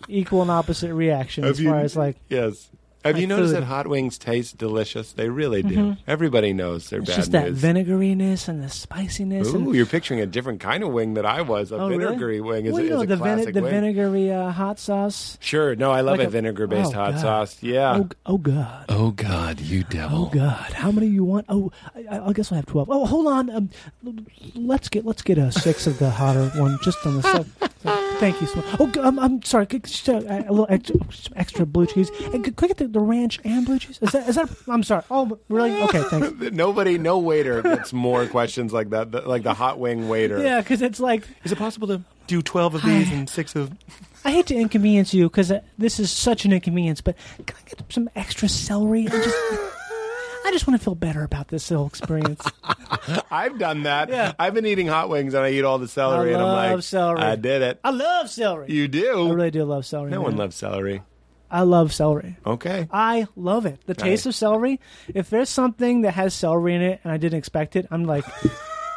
equal and opposite reaction as you- far as like Yes. Have My you noticed food. Mm-hmm. that hot wings taste delicious? They really do. Everybody knows they're it's bad just that news. vinegariness and the spiciness. Ooh, and, you're picturing a different kind of wing that I was. A Oh, really? vinegary wing is, well, you is know a the, classic the wing. vinegary uh, hot sauce. Sure. No, I love Like a a- vinegar-based oh, hot God. sauce. Yeah. Oh, oh God. Ah. Oh God, you devil! Oh God! How many you want? Oh, I, I I guess I have twelve. Oh, hold on. Um, l- let's get let's get a six of the hotter one just on the side. So, thank you. So much. Oh, g- um, I'm sorry. Could- just, uh, A little extra, some extra blue cheese. And could, could I get the, the ranch and blue cheese? Is that is that? I'm sorry. Oh, really? Okay, thanks. Nobody, no waiter gets more questions like that. th- Like the hot wing waiter. Yeah, because it's like Is it possible to do twelve of Hi. these and six of? I hate to inconvenience you because uh, this is such an inconvenience. But can I get some extra celery? I just I just want to feel better about this whole experience. I've done that. I've been eating hot wings and I eat all the celery I and I'm like, love celery. I did it. I love celery. You do. I really do love celery. no man. one loves celery. I love celery. Okay. I love it. The taste of celery. If there's something that has celery in it and I didn't expect it, I'm like,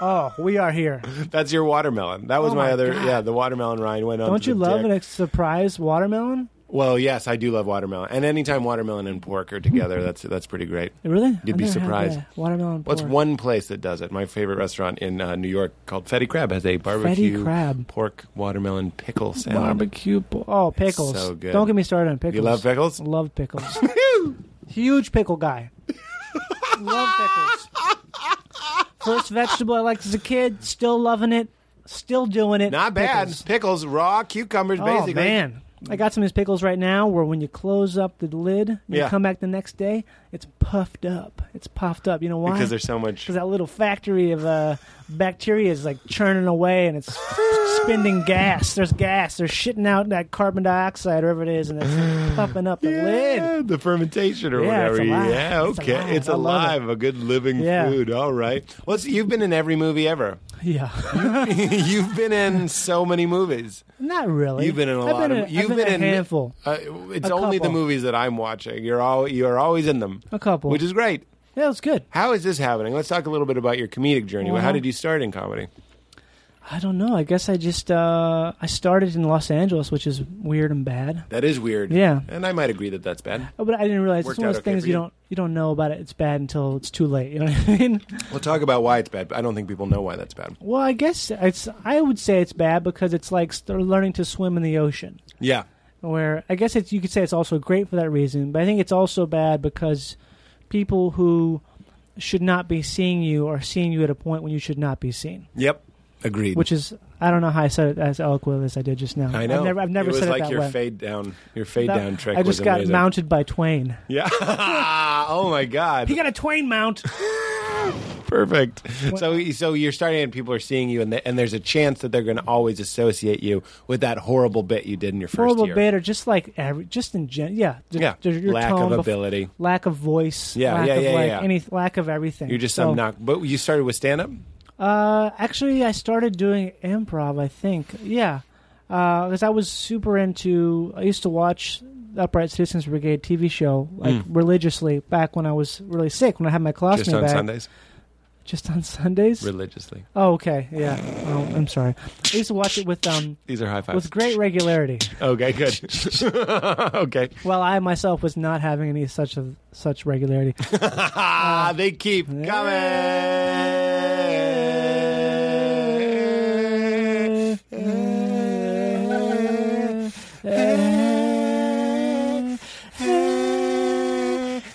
oh, we are here. That's your watermelon. That was Oh, my, my other. God. Yeah, the watermelon rind went on. Don't you love dick. a surprise watermelon? Well, yes, I do love watermelon, and anytime watermelon and pork are together, that's that's pretty great. Really? You'd I've be never had surprised. that. Watermelon. What's pork. one place that does it? My favorite restaurant in uh, New York called Fetty Crab has a barbecue Crab. pork watermelon pickle salad. barbecue? po- Oh, pickles. so good. Don't get me started on pickles. You love pickles? Love pickles. Huge pickle guy. love pickles. First vegetable I liked as a kid. Still loving it. Still doing it. Not bad. Pickles. Pickles, raw cucumbers, basically. Oh man, I got some of these pickles right now. Where when you close up the lid, you Yeah. come back the next day, it's puffed up. It's puffed up. You know why? because there's so much. 'Cause that little factory of uh, bacteria is like churning away and it's spending gas. There's gas. They're shitting out that carbon dioxide, whatever it is, and it's like, puffing up the lid. Yeah, the fermentation or Yeah, it's whatever. alive. Yeah, It's okay, alive. it's I love it. alive. A good living Yeah. food. All right. Well, so you've been in every movie ever. Yeah. you've been in so many movies. Not really. You've been in a I've lot been of. a- you've I've been, in a handful. Uh, it's A only the couple. movies that I'm watching. You're all you're always in them. A couple. which is great. Yeah, it was good. How is this happening? Let's talk a little bit about your comedic journey. How did you start in comedy? I don't know. I guess I just uh, I started in Los Angeles, which is weird and bad. That is weird. Yeah. and I might agree that that's bad. Oh, But I didn't realize it's Worked one of out those okay things for you you. don't you don't know about it. It's bad until it's too late. You know what I mean? We'll talk about why it's bad, but I don't think people know why that's bad. Well, I guess it's I would say it's bad because it's like st- learning to swim in the ocean. Yeah, Where I guess it's you could say it's also great for that reason, but I think it's also bad because people who should not be seeing you are seeing you at a point when you should not be seen. yep, agreed. Which is I don't know how I said it as eloquently as I did just now. I know. I've never, I've never it was said like it that your way. fade down, your fade That- down trick. I just was got amazing. mounted by Twain. Yeah. oh my god. He got a Twain mount. Perfect. So so you're starting and people are seeing you and, the, and there's a chance that they're going to always associate you with that horrible bit you did in your first Horrible year. bit, or just like every, just in gen, yeah, just, Yeah. just your Lack tone of bef- ability. lack of voice, Yeah, lack yeah, of yeah, like yeah. any lack of everything. You're just so, some knock. But you started with stand up? Uh, actually, I started doing improv. I think, yeah, because I was super into. I used to watch the Upright Citizens Brigade TV show like religiously back when I was really sick when I had my colostomy Mm. Just on bag. Sundays? Just on Sundays. Religiously. Oh, okay, yeah. Oh, I'm sorry. I used to watch it with um These are high fives. with great regularity. Okay, good. okay. Well, I myself was not having any such of such regularity. Ah, they keep coming.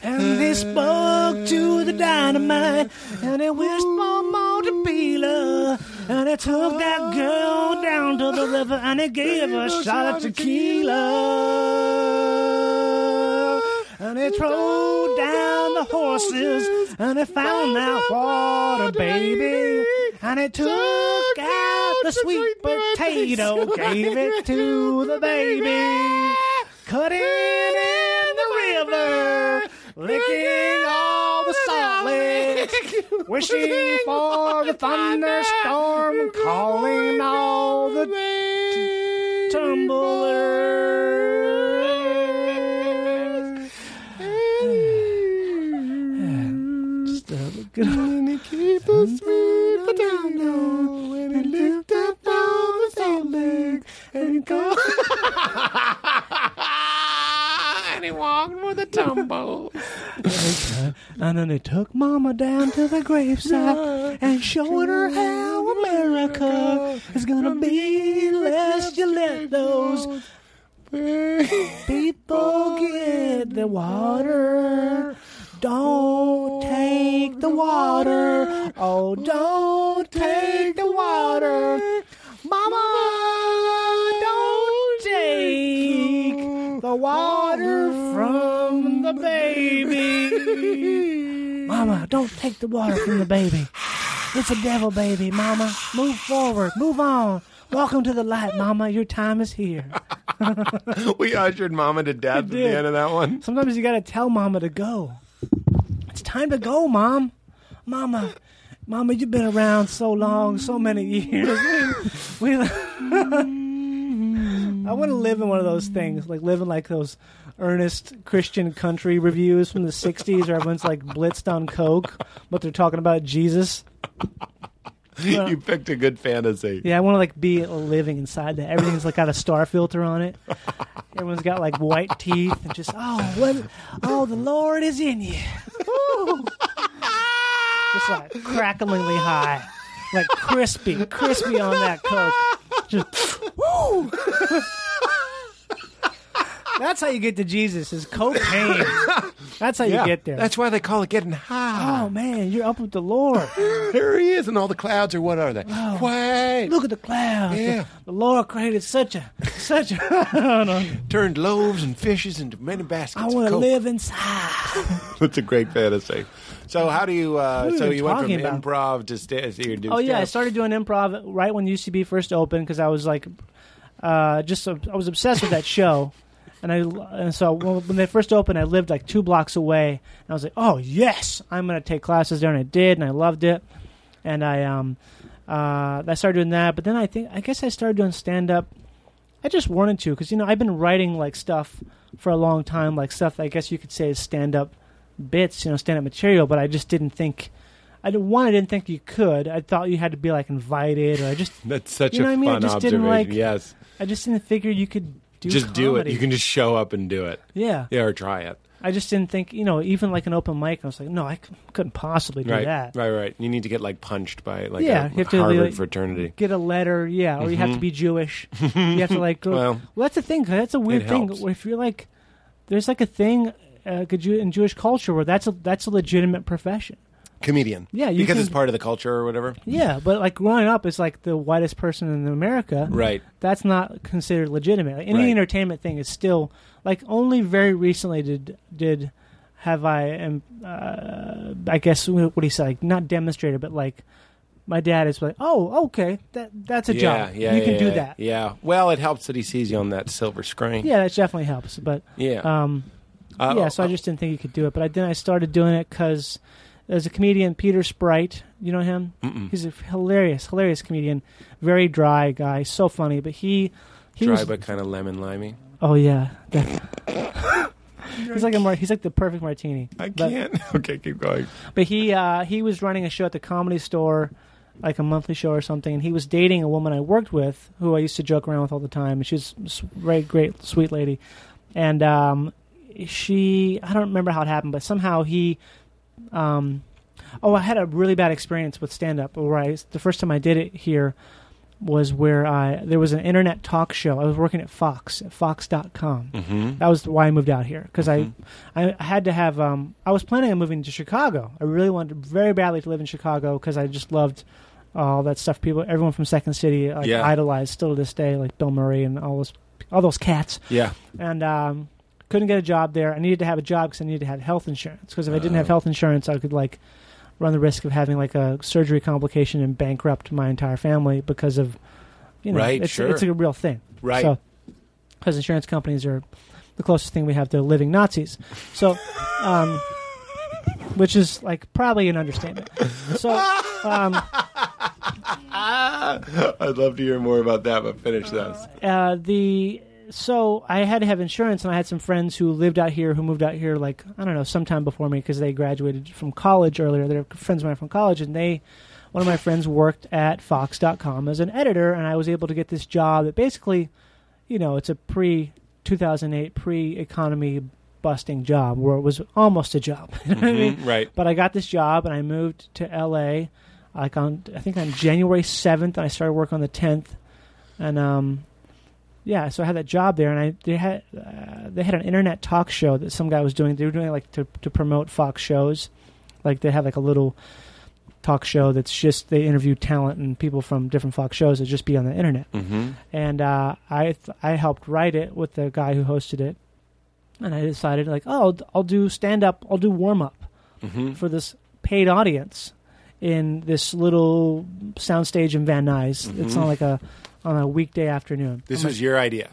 and they spoke to the dynamite, and they wished for more to be love. And they took that girl down to the river, and they gave her a shot of tequila. And they trode down the horses, and they found that water, baby. And they took out the sweet potato, gave it to the baby. Cut it in the river, licking all the salt licks, wishing for the thunderstorm, calling all the t- tumblers. Just uh, good. and he walked with a tumble. And then they took Mama down to the gravesite and showed her how America is gonna be lest you let those people get the water. Don't take the water. Oh, don't take the water. Mama, don't take the water from the baby. Mama, don't take the water from the baby. It's a devil, baby, Mama. Move forward. Move on. Welcome to the light, Mama. Your time is here. we ushered Mama to death at did. the end of that one. Sometimes you gotta tell mama to go. It's time to go, mom. Mama, mama, you've been around so long, so many years. we, I want to live in one of those things, like living like those earnest Christian country reviews from the '60s, where everyone's like blitzed on coke, but they're talking about Jesus. you picked a good fantasy. Yeah, I want to like be living inside that. Everything's like got a star filter on it. Everyone's got like white teeth and just oh what oh the Lord is in you. Ooh. Just like cracklingly high, like crispy, crispy on that coke. Just woo. That's how you get to Jesus is cocaine. That's how you get there. That's why they call it getting high. oh man, you're up with the Lord. There he is, and all the clouds are what are they? White. Look at the clouds. Yeah. The, the Lord created such a such a I don't know. Turned loaves and fishes into many baskets. I of want to coke. live inside. That's a great fantasy. So how do you? What Uh, are so we you went from talking about? improv to sta- so you do Oh yeah, I stuff. started doing improv right when UCB first opened because I was like, uh, just I was obsessed with that show, and I and so when they first opened, I lived like two blocks away, and I was like, oh yes, I'm gonna take classes there, and I did, and I loved it, and I um, uh, I started doing that, but then I think I guess I started doing stand up. I just wanted to because you know I've been writing like stuff for a long time, like stuff I guess you could say is stand up bits, you know, stand up material, but I just didn't think. I didn't, one, I didn't think you could. I thought you had to be like invited, or I just, That's such You know a what I mean? I fun just observation. didn't, like, yes, I just didn't figure you could do. just do it. comedy. You can just show up and do it. Yeah. Yeah, or try it. I just didn't think, you know, even like an open mic. I was like, no, I c- couldn't possibly do right, that. right, right. You need to get like punched by like Yeah, a you have to be, Harvard like- fraternity. Get a letter, yeah, or you have to be Jewish. you have to like go. Mm-hmm. Well, Well, that's the thing. That's a weird it thing. helps. If you're like, there's like a thing, uh, could you in Jewish culture where that's a that's a legitimate profession. Comedian. Yeah, you because can- it's part of the culture or whatever. Yeah, but like growing up, it's like the whitest person in America. Right. That's not considered legitimate. Like, any Right. entertainment thing is still like only very recently did did have I um, uh, I guess what do you say like not demonstrated but like my dad is like oh okay that that's a yeah, job yeah, you can yeah, do yeah, that Yeah. Well, it helps that he sees you on that silver screen. yeah that definitely helps but Yeah. um Uh, yeah, so I just didn't think you could do it. But I, then I started doing it because there's a comedian, Peter Sprite. You know him? He's a hilarious, hilarious comedian. Very dry guy, so funny. But he, he dry was, but kind of lemon limey. oh yeah, That- he's like a mar- he's like the perfect martini. I But- can't. okay, keep going. But he uh, he was running a show at the comedy store, like a monthly show or something, and he was dating a woman I worked with, who I used to joke around with all the time. and She was a s- great, great, sweet lady, and um, she I don't remember how it happened, but somehow he, um, oh, I had a really bad experience with stand up. Where I the first time I did it here was where I there was an internet talk show. I was working at Fox at Fox.com. Mm-hmm. That was why I moved out here because Mm-hmm. I I had to have um I was planning on moving to Chicago. I really wanted very badly to live in Chicago because I just loved all that stuff. People, everyone from Second City, like, Yeah. idolized still to this day, like Bill Murray and all those all those cats Yeah. and um, couldn't get a job there. I needed to have a job because I needed to have health insurance. Because if I Uh-huh. didn't have health insurance, I could like run the risk of having like a surgery complication and bankrupt my entire family because of you know Right, it's sure. it's a real thing. Right. So because insurance companies are the closest thing we have to living Nazis. So. Um, which is like probably an understatement. So, um, I'd love to hear more about that, but finish this. uh, the so I had to have insurance, and I had some friends who lived out here who moved out here like I don't know sometime before me because they graduated from college earlier. They're friends of mine from college, and they one of my friends worked at Fox.com as an editor, and I was able to get this job that basically, you know, it's a pre 2008 pre economy busting job where it was almost a job. You know what I Mm-hmm. mean? Right. But I got this job, and I moved to LA. Like on, I think on January seventh, and I started work on the tenth, and um, yeah, so I had that job there, and I they had uh, they had an internet talk show that some guy was doing. They were doing like to to promote Fox shows, like they had like a little talk show that's just they interview talent and people from different Fox shows that just be on the internet. Mhm. And uh, I th- I helped write it with the guy who hosted it, and I decided like oh I'll, I'll do stand up, I'll do warm up mm-hmm. for this paid audience in this little soundstage in Van Nuys. It's on like a on a weekday afternoon. Mm-hmm. This was your idea.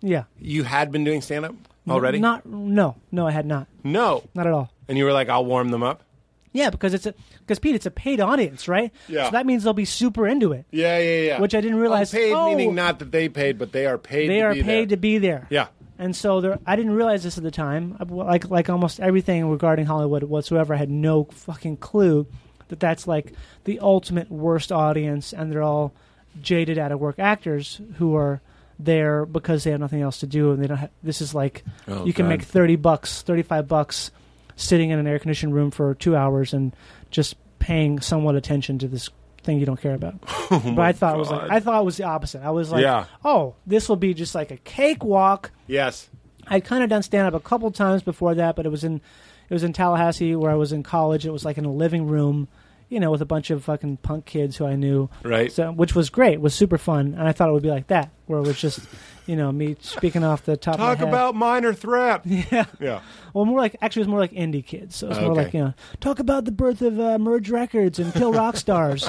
Yeah. You had been doing stand up already? Not no, no, I had not, No. not at all. And you were like, I'll warm them up? Yeah, because it's a because Pete, it's a paid audience, right? Yeah. So that means they'll be super into it. Yeah, yeah, yeah. Which I didn't realize- Oh, paid oh. meaning not that they paid, but they are paid They to are be paid to there. be there. Yeah. And so there, I didn't realize this at the time. I- Like like almost everything regarding Hollywood whatsoever, I had no fucking clue that that's like the ultimate worst audience, and they're all jaded out of work actors who are there because they have nothing else to do, and they don't. Have, this is like Oh, you can God. make thirty bucks, thirty five bucks, sitting in an air conditioned room for two hours and just paying somewhat attention to this thing you don't care about. but I thought it was like God. I thought it was the opposite. I was like, Yeah. oh, this will be just like a cakewalk. Yes. I'd kind of done stand up a couple times before that, but it was in it was in Tallahassee where I was in college. It was like in a living room, you know, with a bunch of fucking punk kids who I knew. Right. So which was great, it was super fun, and I thought it would be like that, where it was just you know me speaking off the top. Talk of my head. about minor threat. Yeah. Yeah. Well, more like actually, it was more like indie kids. So it was more Okay. like you know, talk about the birth of uh, Merge Records and Kill Rock Stars.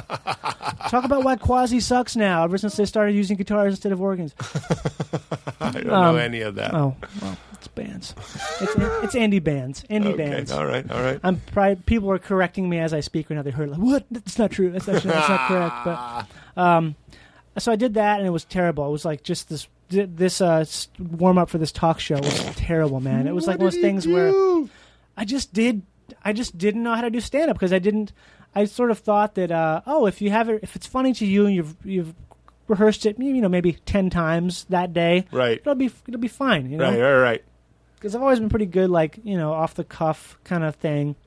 talk about why Quasi sucks now. Ever since they started using guitars instead of organs. I don't know any of that. Oh, well, it's bands. It's, it's indie bands. Indie okay. bands. All right. All right. I'm probably people are correcting me as I speak right now. They heard like, "What? That's not true. That's not, true. That's not correct." But um, so I did that, and it was terrible. It was like just this this uh, warm up for this talk show was terrible, man. It was like one of those things where. I just did. I just didn't know how to do stand up because I didn't. I sort of thought that, uh, oh, if you have it, if it's funny to you and you've you've rehearsed it, you know, maybe ten times that day, Right. It'll be it'll be fine, you Right. know, All right. because I've always been pretty good, like you know, off the cuff kind of thing.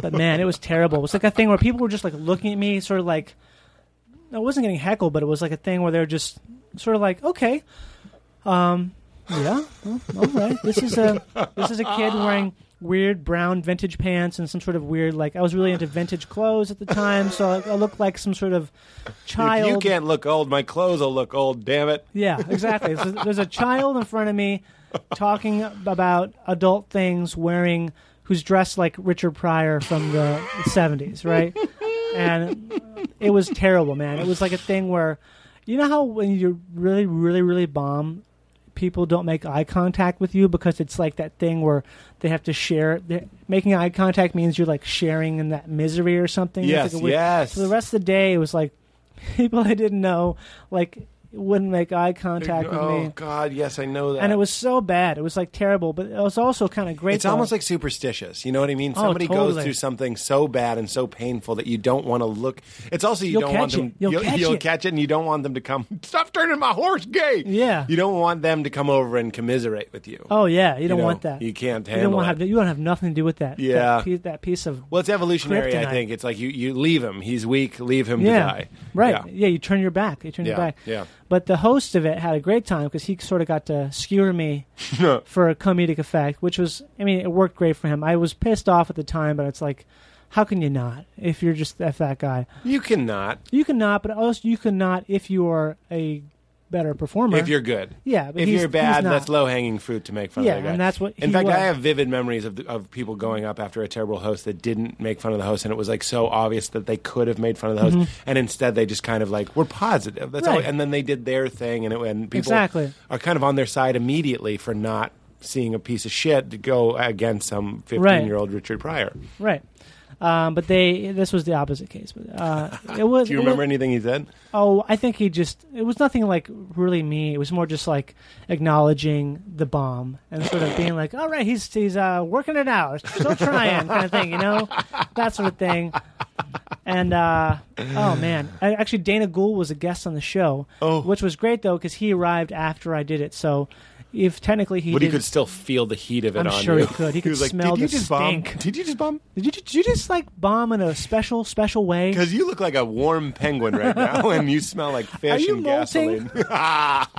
but man, it was terrible. It was like a thing where people were just like looking at me, sort of like I wasn't getting heckled, but it was like a thing where they were just sort of like, okay, um, yeah, well, all right. This is a this is a kid wearing weird brown vintage pants and some sort of weird like I was really into vintage clothes at the time, so I, I looked like some sort of If child. you can't look old, my clothes will look old. Damn it. Yeah, exactly. so there's a child in front of me talking about adult things, wearing who's dressed like Richard Pryor from the 70s, right? And it was terrible, man. It was like a thing where, you know how when you're really, really, really bomb, people don't make eye contact with you because it's like that thing where they have to share. they- Making eye contact means you're like sharing in that misery or something. It's Yes, like a weird- yes. So the rest of the day, it was like people I didn't know, like wouldn't make eye contact with oh me. God. Yes, I know that. And it was so bad. It was like terrible, but it was also kind of great. It's though. almost like superstitious. You know what I mean? Oh, Somebody goes totally. through something so bad and so painful that you don't want to look. It's also you You'll don't want catch them. it. You'll catch you'll it. catch it, and you don't want them to come. Stop turning my horse gay. Yeah. You don't want them to come over and commiserate with you. Oh yeah, you don't know, want that. you can't You don't handle want it. Have, you don't have nothing to do with that. Yeah. that piece, that piece of Well, it's evolutionary. I Kryptonite. think it's like you you leave him. He's weak. Leave him yeah, to die. right. Yeah. Yeah. you turn your back. You turn Yeah, your back. yeah. But the host of it had a great time because he sort of got to skewer me for a comedic effect, which was, I mean, it worked great for him. I was pissed off at the time, but it's like, how can you not if you're just if that guy? You cannot You cannot, but also you cannot if you are a better performer. if you're good. Yeah, but if he's- you're bad, he's not. that's low hanging fruit to make fun of Yeah, that guy. and that's what In he fact, was. I have vivid memories of, the, of people going up after a terrible host that didn't make fun of the host, and it was like so obvious that they could have made fun of the host, and instead they just kind of like were positive. That's all, Mm-hmm. Right. and then they did their thing, and it, and people Exactly. are kind of on their side immediately for not seeing a piece of shit to go against some fifteen Right. year old Richard Pryor. right. Um, but they this was the opposite case. But uh, it was. Do you it was- remember anything he said? Oh, I think he just it was nothing like really me. It was more just like acknowledging the bomb and sort of being like, "All right, he's he's uh, working it out, still trying," kind of thing, you know, that sort of thing. And uh, oh man, I, actually Dana Gould was a guest on the show, Oh. which was great though because he arrived after I did it. So if technically he But he didn't- could still feel the heat of it I'm on sure you. he could. He could was like, smell did you the just Bomb? stink." Did you just bomb? did you did you just like bomb in a special special way? Because you look like a warm penguin right now, and you smell like fish Are you and molting? gasoline.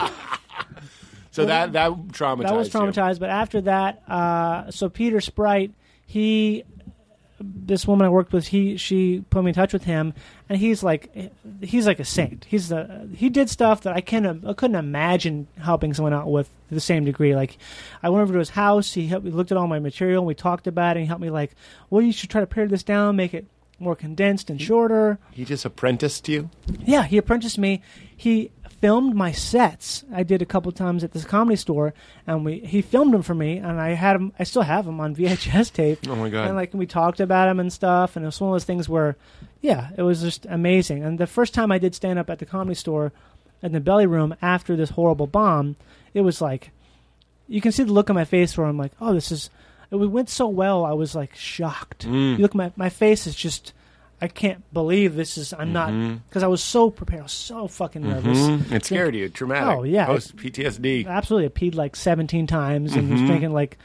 so that that traumatized. that was you. traumatized. But after that, uh, so Peter Sprite, he, this woman I worked with, he she put me in touch with him, and he's like, he's like a saint. He's the he did stuff that I can I couldn't imagine helping someone out with to the same degree. Like, I went over to his house. He helped me looked at all my material, and we talked about it. And he helped me like, well, you should try to pare this down, make it more condensed and shorter. He just apprenticed you. Yeah, he apprenticed me. He filmed my sets. I did a couple times at this comedy store, and we he filmed them for me, and I had him. I still have him on VHS tape. Oh, my God. And like we talked about him and stuff, and it was one of those things where, yeah, it was just amazing. And the first time I did stand up at the comedy store, in the belly room after this horrible bomb, it was like, you can see the look on my face where I'm like, oh, this is. It went so well. I was like shocked. Mm. You look, my my face is just. I can't believe this is. I'm Mm-hmm. not because I was so prepared. I was so fucking nervous. Hmm? It scared you. Traumatic. Oh, yeah. Uh, Post PTSD. Absolutely, I peed like 17 times and was drinking like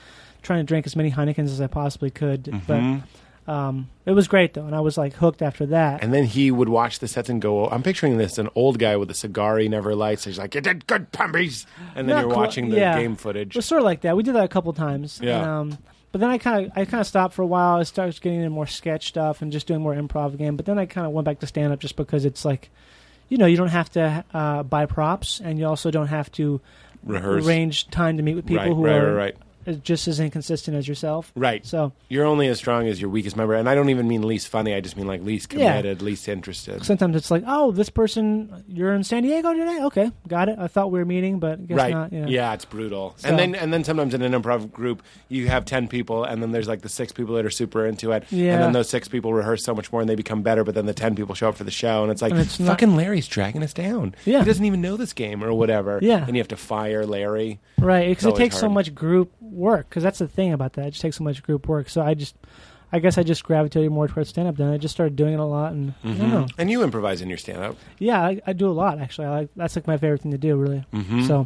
trying to drink as many Heinekens as I possibly could. But Um, it was great though, and I was like hooked after that. And then he would watch the sets and go, "Oh, I'm picturing this an old guy with a cigar he never lights. He's like, You did good, Pumbies. And then Not you're quite- watching the yeah. game footage. It was sort of like that. We did that a couple times. Yeah. And, um, but then I kind of I kind of stopped for a while. I started getting into more sketch stuff and just doing more improv again. But then I kind of went back to stand up just because it's like, you know, you don't have to uh, buy props and you also don't have to Rehearse. arrange time to meet with people right, who right, are right, right. just as inconsistent as yourself. Right. So You're only as strong as your weakest member. And I don't even mean least funny. I just mean like least Yeah. committed, least interested. sometimes it's like, oh, this person, you're in San Diego today. Okay, got it. I thought we were meeting, but I guess right. not. yeah. Yeah. it's brutal. So- And then and then sometimes in an improv group, you have 10 people and then there's like the 6 people that are super into it. Yeah. And then those 6 people rehearse so much more and they become better, but then the 10 people show up for the show and it's like And it's not- fucking Larry's dragging us down. Yeah. He doesn't even know this game or whatever. Yeah. And you have to fire Larry. right because it always takes so hard. much group work because that's the thing about that it just takes so much group work so i just i guess i just gravitated more towards stand-up then i just started doing it a lot and I Mm-hmm. don't know. And you improvise in your stand up. yeah I, I do a lot actually I like, that's like my favorite thing to do really so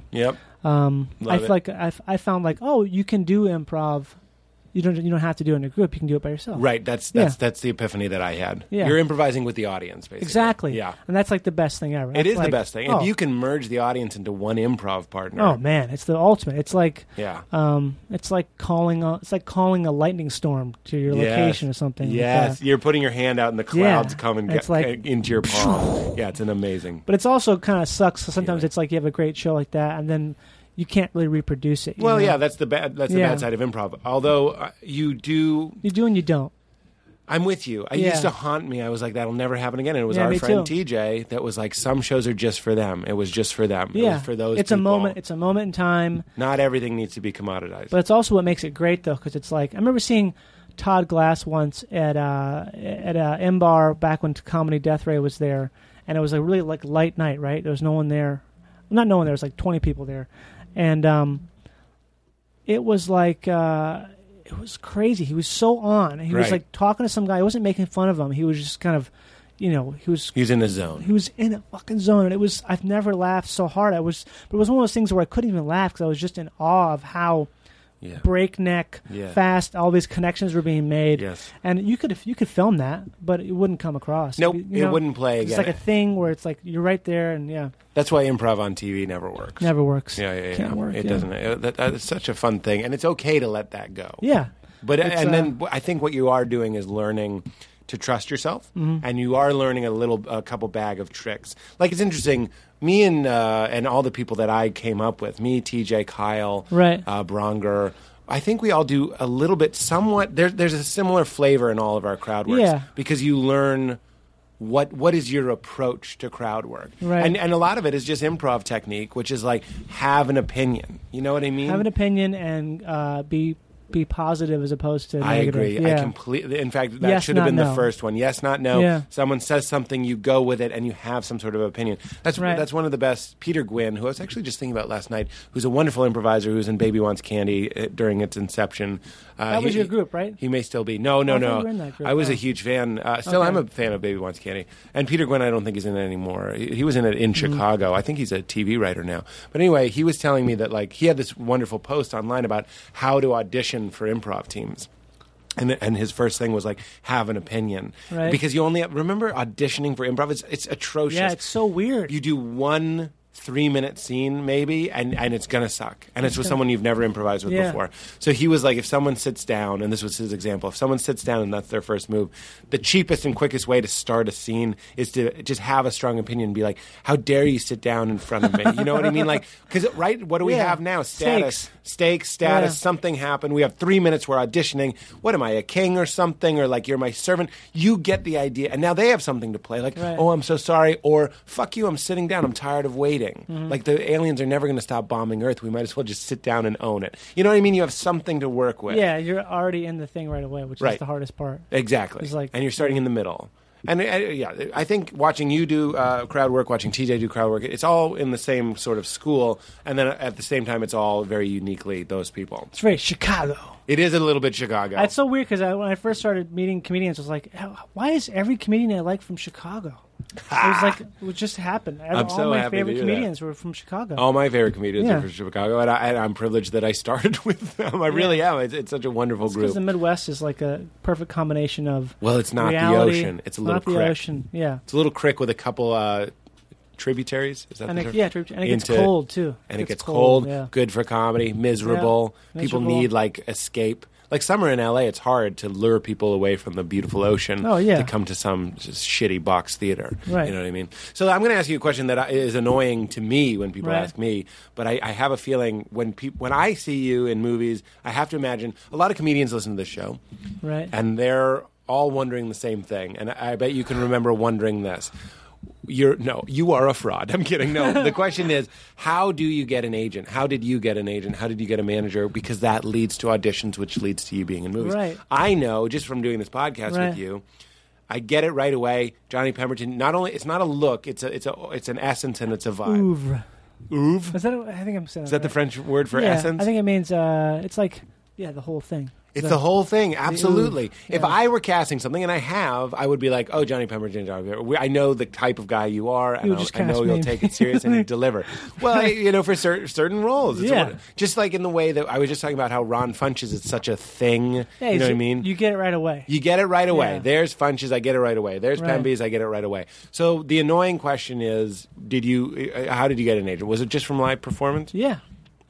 Mm-hmm. Yep. um, Love i it. feel like I, I found like oh you can do improv you don't you don't have to do it in a group you can do it by yourself Right. That's Yeah. that's that's the epiphany that I had. Yeah. You're improvising with the audience, basically. exactly Yeah. and that's like the best thing ever It That's is like, the best thing. oh, If you can merge the audience into one improv partner. oh man it's the ultimate it's like Yeah. um, it's like calling a, it's like calling a lightning storm to your Yes. location or something like that. Yes, you're putting your hand out and the clouds Yeah. come and It's get like- into your palm. yeah, it's an amazing. But it's also kind of sucks. So sometimes Feeling. it's like you have a great show like that, and then you can't really reproduce it. you Well, know? yeah, that's the bad. That's the Yeah. bad side of improv. Although uh, you do, you do and you don't. I'm with you. I Yeah. used to haunt me. I was like, that'll never happen again. And it was Yeah, our me friend too. TJ that was like, some shows are just for them. It was just for them. It Yeah, was for those. It's a people. moment. It's a moment in time, Not everything needs to be commoditized. but it's also what makes it great though, because it's like I remember seeing Todd Glass once at uh, at uh, M Bar back when Comedy Death Ray was there, and it was a really like light night, right? There was no one there, not no one there. It was like twenty people there, and um, it was like uh, it was crazy. He was so on. He was Right. like talking to some guy. He wasn't making fun of him. He was just kind of, you know, he was He's in the he zone. was in a fucking zone. And it was I've never laughed so hard. I was, but it was one of those things where I couldn't even laugh because I was just in awe of how Yeah. breakneck Yeah. fast all these connections were being made. Yes. And you could you could film that, but it wouldn't come across. Nope, You it wouldn't play It's again. like a thing where it's like you're right there, and yeah, That's why improv on TV never works. never works. Yeah, yeah, yeah. Can't work. it yeah. doesn't. It, that, that is such a fun thing, and it's okay to let that go. Yeah. But uh, It's, uh, and then I think what you are doing is learning to trust yourself, Mm-hmm. and you are learning a little, a couple bag of tricks. Like it's interesting. Me and uh, and all the people that I came up with, me, TJ, Kyle, Right. uh, Bronger. I think we all do a little bit, somewhat. There's there's a similar flavor in all of our crowd works Yeah. because you learn what what is your approach to crowd work, Right. and and a lot of it is just improv technique, which is like have an opinion. You know what I mean? Have an opinion and uh, be be positive as opposed to I negative. agree. Yeah. I completely. In fact, that Yes, should have not been no. the first one. Yes, not no. Yeah. Someone says something, you go with it, and you have some sort of opinion. That's Right. that's one of the best. Peter Gwynn, who I was actually just thinking about last night, who's a wonderful improviser, who was in Baby Wants Candy uh, during its inception. Uh, That was your group, right? He may still be. No, no, Oh, I thought no. you were in that group. I was Oh. a huge fan. Uh, still, Okay. I'm a fan of Baby Wants Candy. And Peter Gwynn, I don't think he's in it anymore. He, he was in it in Mm-hmm. Chicago. I think he's a TV writer now. But anyway, he was telling me that like he had this wonderful post online about how to audition for improv teams. And, and his first thing was like have an opinion Right. because you only remember auditioning for improv it's, it's atrocious Yeah, it's so weird. you do one three minute scene maybe and, and it's gonna suck and it's with someone you've never improvised with Yeah. before so he was like if someone sits down and this was his example if someone sits down and that's their first move the cheapest and quickest way to start a scene is to just have a strong opinion and be like how dare you sit down in front of me you know what i mean like because right what do we Yeah. have now status Stakes. stakes status Yeah. something happened we have three minutes we're auditioning what am i a king or something or like you're my servant you get the idea and now they have something to play like Right. oh i'm so sorry or fuck you i'm sitting down i'm tired of waiting Mm-hmm. like the aliens are never going to stop bombing earth we might as well just sit down and own it you know what i mean you have something to work with yeah, you're already in the thing right away, which is Right. the hardest part. Exactly. It's like- and you're starting in the middle. And uh, yeah, I think watching you do uh, crowd work, watching TJ do crowd work, it's all in the same sort of school. And then at the same time, it's all very uniquely those people. It's very Chicago. It is a little bit Chicago. It's so weird because I, when I first started meeting comedians, I was like, "How- why is every comedian I like from Chicago? It was like it just happened. All so my happy to favorite hear that. comedians were from Chicago. All my favorite comedians Yeah. are from Chicago, and, I, and I'm privileged that I started with them. I really am. It's, it's such a wonderful because group. the Midwest is like a perfect combination of well, it's not reality, the ocean. It's a little not the creek. ocean. Yeah, It's a little creek with a couple uh, tributaries. Is that and the it, term? yeah, and it gets Into- cold too. and it gets cold. Yeah. Good for comedy. Miserable. Yeah, People miserable. need like escape. Like summer in LA, it's hard to lure people away from the beautiful ocean Oh, yeah. to come to some just shitty box theater. Right. You know what I mean? So I'm going to ask you a question that I- is annoying to me when people Right. ask me, but I, I have a feeling when peop when I see you in movies, I have to imagine a lot of comedians listen to this show, Right. and they're all wondering the same thing. And I I bet you can remember wondering this. You're no, you are a fraud. I'm kidding. No, the question is, how do you get an agent? How did you get an agent? How did you get a manager? Because that leads to auditions, which leads to you being in movies. Right. I know just from doing this podcast Right. with you. I get it right away. Johnny Pemberton. Not only it's not a look, it's a it's a it's an essence and it's a vibe. Ouvre. Ouvre? Is that? I think I'm saying. Is that the French word for yeah, essence? I think it means uh, it's like yeah, the whole thing. It's the whole thing, absolutely. If yeah. I were casting something, and I have, I would be like, "Oh, Johnny Pemberton, Johnny Pemberton. We- I know the type of guy you are, and You would I'll- just I know cast you'll me. take it serious and you deliver." Well, I, you know, for cer- certain roles, it's Yeah. one- just like in the way that I was just talking about how Ron Funches is such a thing. Yeah, you know it's- what I mean? You get it right away. You get it right away. Yeah. There's Funches, I get it right away. There's Right. Pembies, I get it right away. So the annoying question is, did you? uh, How did you get an agent? Was it just from live performance? yeah.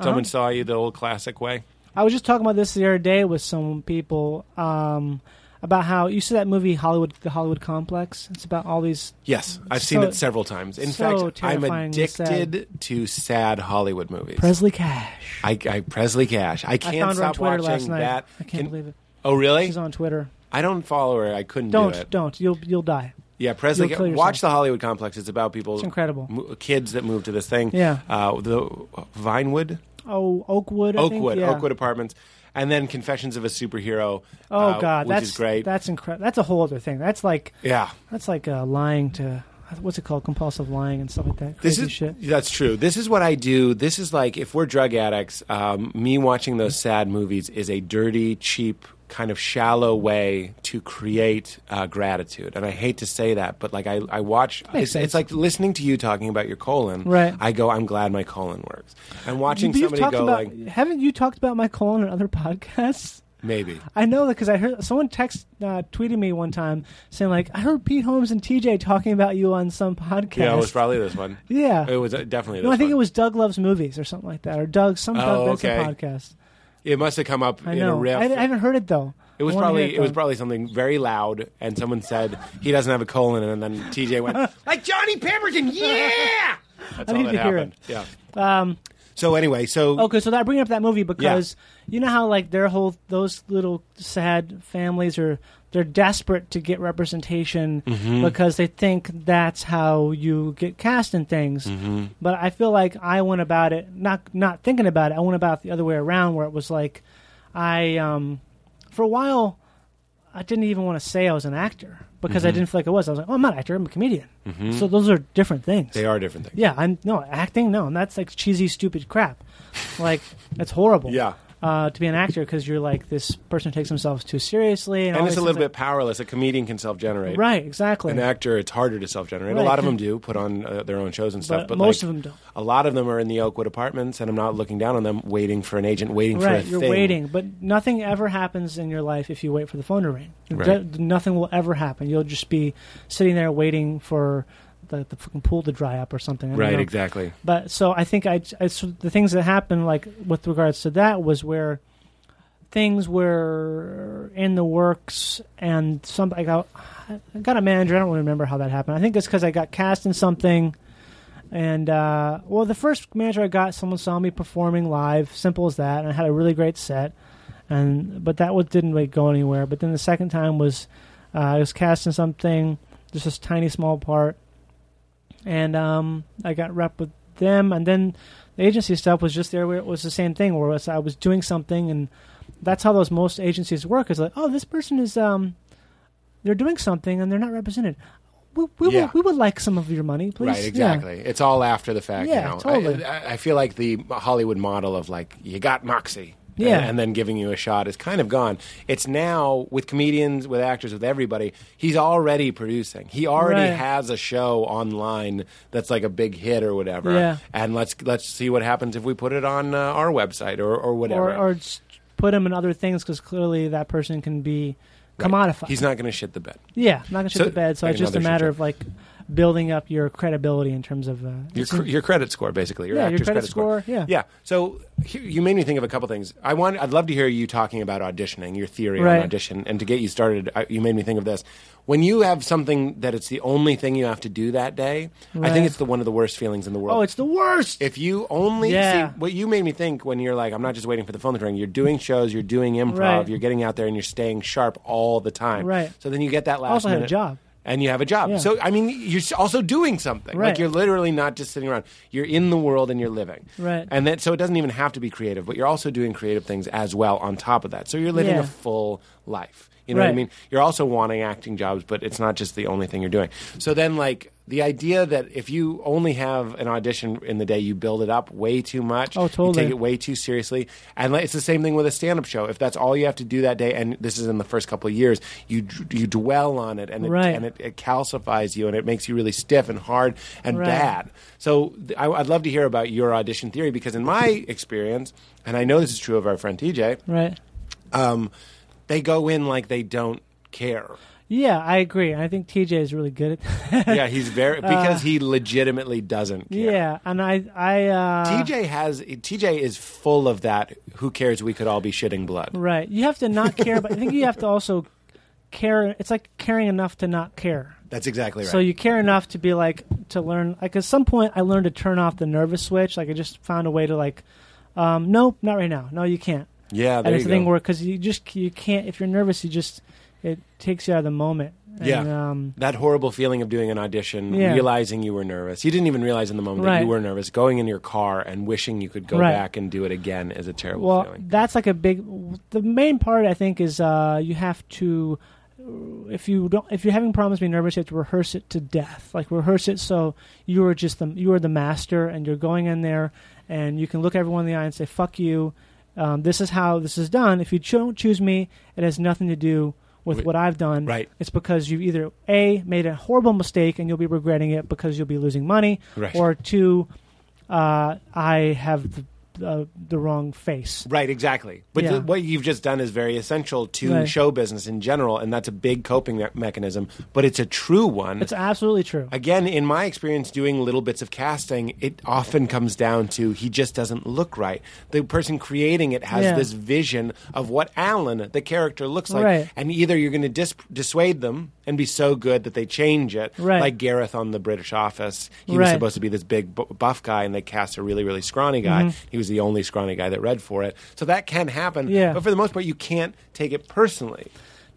Someone saw you the old classic way. I was just talking about this the other day with some people um, about how you see that movie Hollywood, the Hollywood Complex. It's about all these. Yes, I've seen so- it several times. In so fact, I'm terrifyingly addicted to sad Hollywood movies. Presley Cash. I, I Presley Cash. I can't found her on stop Twitter watching last night. that. I can't believe it. Oh really? She's on Twitter. I don't follow her. I couldn't Don't, do it. don't. You'll, you'll die. Yeah, Presley. You'll kill yourself. Watch the Hollywood Complex. It's about people. It's incredible. mo- kids that move to this thing. Yeah. Uh, the Vinewood, Oh, Oakwood. I think? Oakwood, Yeah. Oakwood Apartments, and then Confessions of a Superhero. Oh uh, God, which that's is great. That's incredible. That's a whole other thing. That's like yeah. that's like uh, lying to what's it called, compulsive lying and stuff like that. This Crazy is shit. that's true. This is what I do. This is like if we're drug addicts, um, me watching those sad movies is a dirty, cheap, kind of shallow way to create uh, gratitude. And I hate to say that, but like I, I watch, it's, sense. it's like listening to you talking about your colon. Right. I go, I'm glad my colon works. And watching You've somebody talked go about, like, haven't you talked about my colon in other podcasts? maybe. I know that because I heard someone text uh, tweeted me one time saying like I heard Pete Holmes and TJ talking about you on some podcast. Yeah, it was probably this one. Yeah. It was uh, definitely. This no, I think one. it was Doug Loves Movies or something like that, or Doug some Oh, Doug Benson okay. podcast. It must have come up I in a know. riff. I, haven't- I haven't heard it though. It was I wanna hear probably it was though. probably something very loud, and someone said he doesn't have a colon, and then TJ went like Johnny Pemberton, yeah. That's I all need that to hear happened. Yeah. Um, So anyway, so Okay, so that bringing up that movie because you know how like their whole those little sad families are they're desperate to get representation because they think that's how you get cast in things. But I feel like I went about it not not thinking about it. I went about it the other way around where it was like I um for a while I didn't even want to say I was an actor because I didn't feel like I was. I was like, oh, I'm not an actor. I'm a comedian. So those are different things. they are different things. Yeah, I'm no acting. No, and that's like cheesy, stupid crap. Like that's horrible. Yeah. uh, to be an actor because you're like this person takes themselves too seriously, and, all And it's a these little things bit powerless. A comedian can self-generate. like- right. Exactly. An actor, it's harder to self-generate. A Right. lot of them do put on uh, their own shows and stuff, but, But most like, of them don't. A lot of them are in the Oakwood apartments, and I'm not looking down on them, waiting for an agent, waiting Right, for a you're thing. waiting, but nothing ever happens in your life if you wait for the phone to ring. Right. D- nothing will ever happen. You'll just be sitting there waiting for the, the fucking pool to dry up or something. I don't Right, know. exactly. But so I think I, I- so the things that happened like with regards to that was where things were in the works and some I got I got a manager. I don't really remember how that happened. I think it's because I got cast in something. And uh, well, the first manager I got, someone saw me performing live. Simple as that. And I had a really great set. And but that was, didn't really go anywhere. But then the second time was uh, I was cast in something, just this tiny small part and um, I got rep with them. And then the agency stuff was just there. Where it was the same thing, where it was, I was doing something, and that's how those most agencies work. Is like, oh, this person is um, they're doing something and they're not represented. We we, Yeah. would, we would like some of your money, please. Right, Yeah. exactly. It's all after the fact Yeah, now. I- totally. I, I feel like the Hollywood model of like you got Moxie, Yeah. and, and then giving you a shot is kind of gone. It's now with comedians, with actors, with everybody. He's already producing. He already Right. has a show online that's like a big hit or whatever. Yeah. and let's let's see what happens if we put it on uh, our website or or whatever. or or just put him in other things because clearly that person can be commodified. He's not going to shit the bed. yeah, I'm not gonna shit So- the bed. So I it's just a know they matter should- of like building up your credibility in terms of uh, your, cr- your credit score basically your Yeah, your actor's credit credit, score. score, yeah. yeah so he- you made me think of a couple things i want i'd love to hear you talking about auditioning your theory Right. on audition and to get you started I, you made me think of this when you have something that it's the only thing you have to do that day i Right. think it's the one of the worst feelings in the world oh, it's the worst. if you only Yeah. see what you made me think when you're like, I'm not just waiting for the phone to ring. You're doing shows, you're doing improv, Right. you're getting out there, and you're staying sharp all the time. Right. So then you get that last. also have a minute- job. and you have a job. Yeah. So I mean, you're s- also doing something. Right. Like you're literally not just sitting around. You're in the world and you're living. Right. And that so it doesn't even have to be creative, but you're also doing creative things as well on top of that. So you're living Yeah. a full life. You know what I Right. mean? You're also wanting acting jobs, but it's not just the only thing you're doing. So then, like, the idea that if you only have an audition in the day, you build it up way too much. Oh, totally. You take it way too seriously. And like, it's the same thing with a stand up show. If that's all you have to do that day, and this is in the first couple of years, you, d- you dwell on it and it, Right. and it, it calcifies you and it makes you really stiff and hard and Right. bad. So th- I, would love to hear about your audition theory because, in my experience, and I know this is true of our friend TJ, right. um, they go in like they don't care. Yeah, I agree. I think TJ is really good at that. Yeah, he's very because he legitimately doesn't care. yeah, and I, I, uh, TJ has TJ is full of that. Who cares? We could all be shitting blood. Right. You have to not care, but I think you have to also care. It's like caring enough to not care. That's exactly right. So you care enough to be like to learn. Like at some point, I learned to turn off the nervous switch. Like I just found a way to like, um, nope, not right now. No, you can't. yeah, Oh, there and you it's the go. thing where because you just you can't. If you're nervous, you just it takes you out of the moment. And, Yeah. Um, that horrible feeling of doing an audition, Yeah. realizing you were nervous. You didn't even realize in the moment that Right. you were nervous. Going in your car and wishing you could go Right. back and do it again is a terrible well, feeling. that's like a big. The main part I think is uh, you have to. If you don't, if you're having problems being nervous, you have to rehearse it to death. Like rehearse it so you are just the you are the master, and you're going in there, and you can look everyone in the eye and say "fuck you." Um, this is how this is done. If you cho- don't choose me, it has nothing to do with Wi- what I've done. Right. It's because you either a made a horrible mistake and you'll be regretting it because you'll be losing money, Right. or two, uh, I have the uh, the wrong face. Right, exactly. But Yeah. th- what you've just done is very essential to Right. show business in general, and that's a big coping me- mechanism. But it's a true one. It's absolutely true. Again, in my experience doing little bits of casting, it often comes down to he just doesn't look right. The person creating it has Yeah. this vision of what Alan, the character, looks like. Right. And either you're going to dis- dissuade them and be so good that they change it, Right. like Gareth on The British Office. He was Right. supposed to be this big bu- buff guy, and they cast a really, really scrawny guy. Mm-hmm. He was the only scrawny guy that read for it. So that can happen. Yeah. But for the most part, you can't take it personally.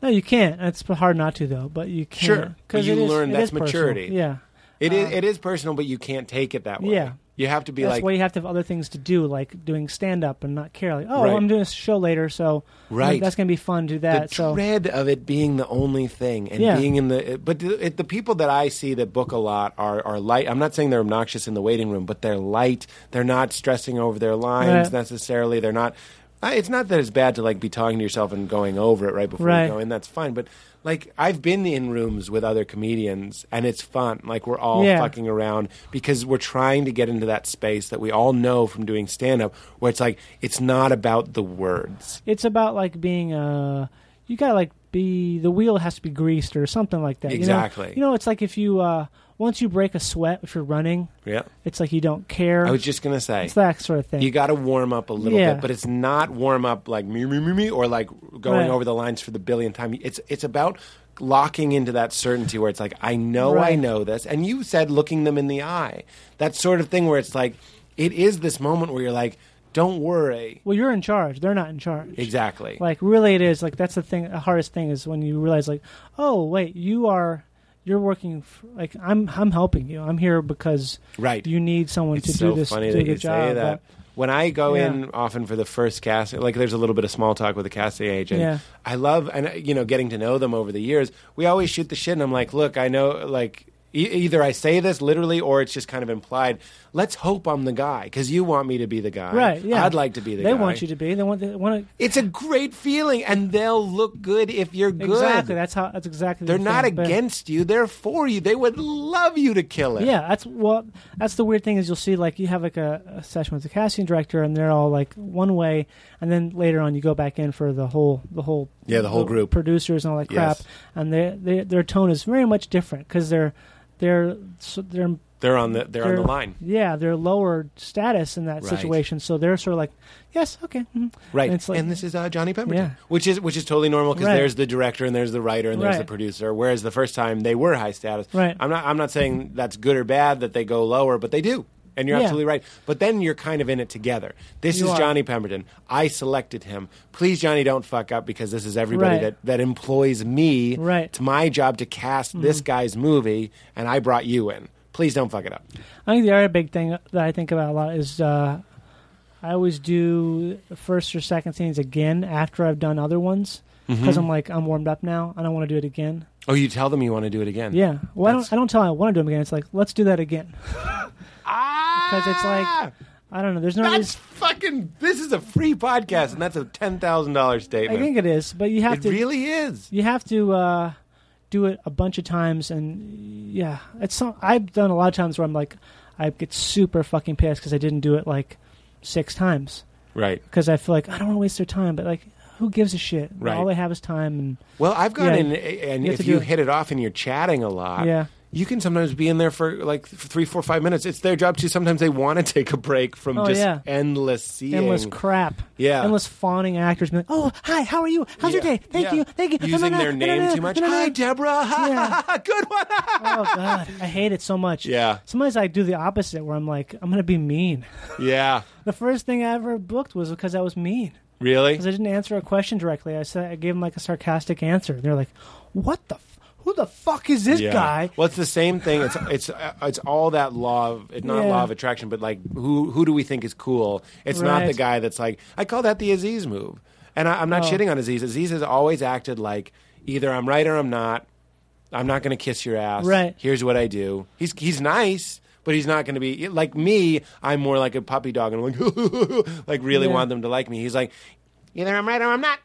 no, you can't. It's hard not to though, but you can. Sure. But you it is- learn it that's is personal. maturity. Yeah, It is it is personal, but you can't take it that way. Uh. Yeah. You have to be that's like, why you have to have other things to do, like doing stand up and not care. Like, oh, Right. I'm doing a show later, so Right. that's gonna be fun. Do the that. so dread of it being the only thing and Yeah. being in the but the, it, the people that i see that book a lot are, are light i'm not saying they're obnoxious in the waiting room but they're light they're not stressing over their lines Right. necessarily they're not I, it's not that it's bad to like be talking to yourself and going over it right before Right. you go in that's fine but like i've been in rooms with other comedians and it's fun like we're all Yeah. fucking around because we're trying to get into that space that we all know from doing stand up where it's like it's not about the words it's about like being uh you gotta like be the wheel has to be greased or something like that you know? Exactly. you know, it's like if you uh once you break a sweat if you're running Yeah. it's like you don't care i was just going to say it's that sort of thing You got to warm up a little Yeah. bit, but it's not warm up like me me me me or like going Right. over the lines for the billionth time. It's it's about locking into that certainty where it's like I know I Right. know this, and you said looking them in the eye, that sort of thing where it's like it is this moment where you're like, don't worry, well you're in charge they're not in charge exactly. like really it is like that's the thing the hardest thing is when you realize like oh wait you are you're working f like i'm i'm helping you i'm here because Right. you need someone it's to so do this funny do that the you job say that. When I go Yeah. in often for the first casting, like there's a little bit of small talk with the casting agent. Yeah. I love and uh, you know getting to know them over the years. We always shoot the shit, and I'm like, look, I know like E- either I say this literally or it's just kind of implied. Let's hope I'm the guy because you want me to be the guy. Right. Yeah. I'd like to be the they guy. want you to be. They want. They want to. It's a great feeling, and they'll look good if you're good. Exactly. That's how. That's exactly. They're the not thing, but- against you. They're for you. They would love you to kill it. Yeah, that's well. That's the weird thing is you'll see like you have like a, a session with the casting director and they're all like one way, and then later on you go back in for the whole the whole Yeah, the whole group. producers and all that crap, Yes. and their their their tone is very much different because they're they're so they're They're on the they're, on the they're- line. Yeah, they're lower status in Right. that situation, so they're sort of like, yes, okay, mhm." Right. And And, it's like- this is uh, Johnny Pemberton, Yeah. which is which is totally normal because Right. there's the director and there's the writer and there's Right. the producer. Whereas the first time they were high status. Right. I'm not I'm not saying that's good or bad that they go lower, but they do. And you're Yeah. absolutely right. But then you're kind of in it together. This You is are. Johnny Pemberton. I selected him. Please, Johnny, don't fuck up because this is everybody Right. that, that employs me. Right. Mm-hmm. It's my job to cast this guy's movie, and I brought you in. Please don't fuck it up. I think the other big thing that I think about a lot is uh, I always do the first or second scenes again after I've done other ones Mm-hmm. because I'm like I'm warmed up now and I want to do it again. Oh, you tell them you want to do it again. Yeah, well, I That's- don't, I don't tell I want to do them again. It's like let's do that again. Because it's like- Ah! I don't know. There's no. That's reason- fucking. This is a free podcast, and that's a ten thousand dollars I statement. think it is, but you have it to. really is. you have to uh, do it a bunch of times, and yeah, it's. Some, I've done a lot of times where I'm like, I get super fucking pissed because I didn't do it like six times. Right. because I feel like I don't want to waste their time, but like, who gives a shit? Right. All they have is time, and Well, I've gone Yeah. in, and You if have to do you it. hit it off and you're chatting a lot, Yeah. you can sometimes be in there for like th- three, four, five minutes. It's their job too. Sometimes they want to take a break from Oh, just yeah. endless seeing. endless crap. Yeah. endless fawning actors. Being like, oh, hi, how are you? How's Yeah. your day? Thank Yeah. you, thank you. No, no, Using no, their no, name no, too much. no, no, Hi, no. Deborah. Yeah. Good one. Oh god, I hate it so much. Yeah. Sometimes I do the opposite, where I'm like, I'm gonna be mean. yeah. The first thing I ever booked was because I was mean, Really? because I didn't answer a question directly. I said I gave them like a sarcastic answer. They're like, what the, f- who the fuck is this Yeah. guy? Well, it's the same thing. It's it's uh, it's all that law of it, not Yeah. law of attraction, but like who who do we think is cool? It's not Right. the guy that's like I call that the Aziz move, and I, I'm not Oh. shitting on Aziz. Aziz has always acted like either I'm right or I'm not. I'm not going to kiss your ass. Right. Here's what I do. He's he's nice. But he's not going to be like me. I'm more like a puppy dog, and I'm like, like really Yeah. want them to like me. He's like, either I'm right or I'm not.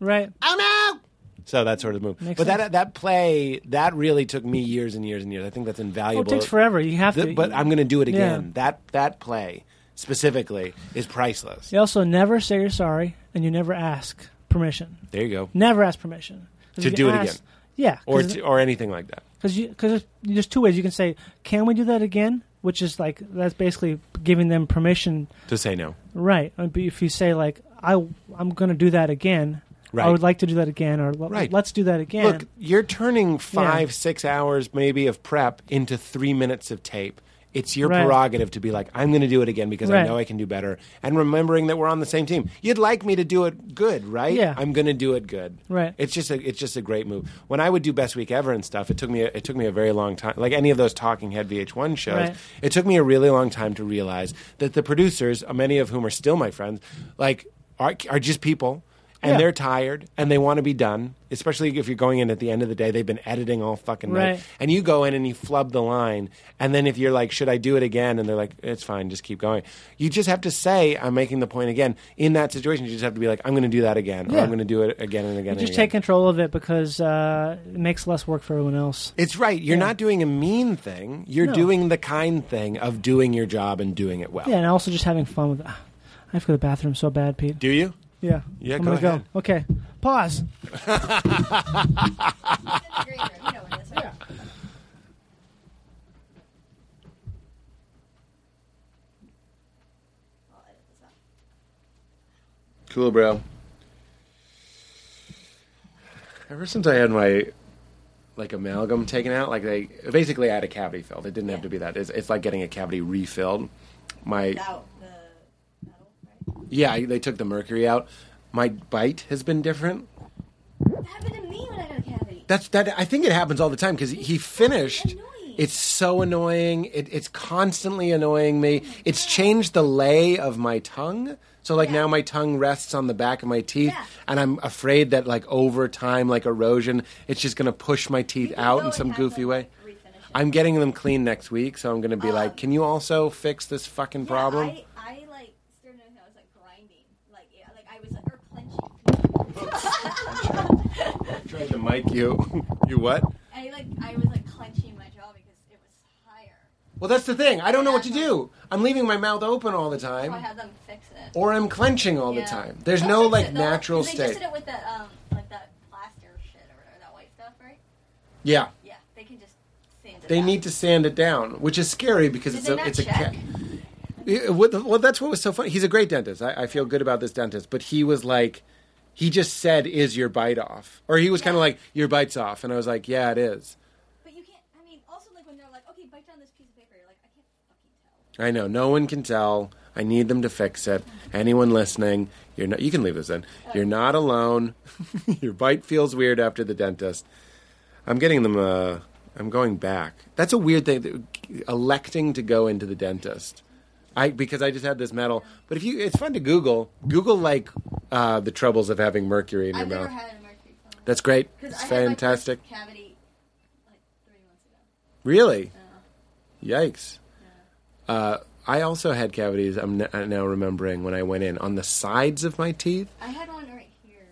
Right. Oh no! So that sort of move. Makes but that sense. that play that really took me years and years and years. I think that's Oh, it invaluable. takes forever. You have Th- to. but I'm going to do it Yeah. again. That that play specifically is priceless. You also never say you're sorry, and you never ask permission. There you go. Never ask permission 'Cause To if you do it ask- again. Yeah, Or because t- or anything like that. there's, there's two ways you can say, "Can we do that again?" Which is like that's basically giving them permission, To say no. right? Uh, But if you say like, "I I'm going to do that again," Right. I would like to do that again, or "Let- Right. let's do that again. Look, you're turning five six hours maybe of prep into three minutes of tape. It's your Right. prerogative to be like, I'm going to do it again because I Right. know I can do better. And remembering that we're on the same team, you'd like me to do it good, right? Yeah. I'm going to do it good. Right. It's just a it's just a great move. When I would do best week ever and stuff, it took me a, it took me a very long time. Like any of those talking head VH1 shows, Right. it took me a really long time to realize that the producers, uh, many of whom are still my friends, like are are just people. And Yeah. they're tired and they want to be done, especially if you're going in at the end of the day. They've been editing all fucking night. Right. And you go in and you flub the line. And then if you're like, should I do it again? And they're like, it's fine, just keep going. You just have to say, I'm making the point again. In that situation, you just have to be like, I'm going to do that again. Or Yeah. I'm going to do it again and again. and You just again. take control of it because uh, it makes less work for everyone else. It's right. You're not doing a mean thing. You're No. doing the kind thing of doing your job and doing it well. Yeah, and also just having fun with. it. I have to go to the bathroom so bad, Pete. Do you? Yeah. Yeah, I'm go gonna ahead. go. Okay. Pause. It's in the green room. You know what it is, right? I'll edit this out. Cool, bro. Ever since I had my like amalgam taken out, like they basically I had a cavity filled. It didn't have to be that. It's, it's like getting a cavity refilled. My Out the metal, right? yeah, I- they took the mercury out. My bite has been different. That happened to me when I got a cavity. That's that. I think it happens all the time because he finished. annoying. It's so annoying. It, it's constantly annoying me. Oh It's changed the lay of my tongue. So like Yeah. now my tongue rests on the back of my teeth, Yeah. and I'm afraid that like over time, like erosion, it's just gonna push my teeth You can out go in some and have goofy them, way. like, refinish it. I'm getting them clean next week, so I'm going to be like, can you also fix this fucking problem? Um, I, I like started noticing I was like grinding, like yeah, like I was like or clenching. tried to mic you. you what? I like I was like clenching my jaw because it was higher. Well, that's the thing. I don't know what to do. I'm leaving my mouth open all the time, So Oh, I had them fix it. or I'm clenching all the Yeah. time. There's They'll no fix like it, they'll- natural 'cause They state. just did it with that um like that plaster shit or whatever, that white stuff, right? Yeah, Yeah, they can just sand it. they out. need to sand it down, which is scary because Did it's they a not it's a check? cat. Yeah, Well, the- well, that's what was so funny. He's a great dentist. I, I feel good about this dentist, but he was like, he just said, "Is your bite off?" Or he was kind of Yeah. like, "Your bite's off," and I was like, "Yeah, it is." But you can't. I mean, also like when they're like, okay, bite down this piece of paper. You're like, I can't fucking tell. I know no one can tell. I need them to fix it. Anyone listening, you're not. You can leave this in. You're not alone. Your bite feels weird after the dentist. I'm getting them. Uh, I'm going back. That's a weird thing. that- Electing to go into the dentist. I because I just had this metal. But if you, it's fun to Google. Google like uh, the troubles of having mercury in your I've mouth. never had a mercury clone. That's great. 'Cause It's I had my first fantastic. cavity like three months ago. Really? Yikes. Uh, I also had cavities, I'm n- I'm now remembering, when I went in on the sides of my teeth. I had one right here.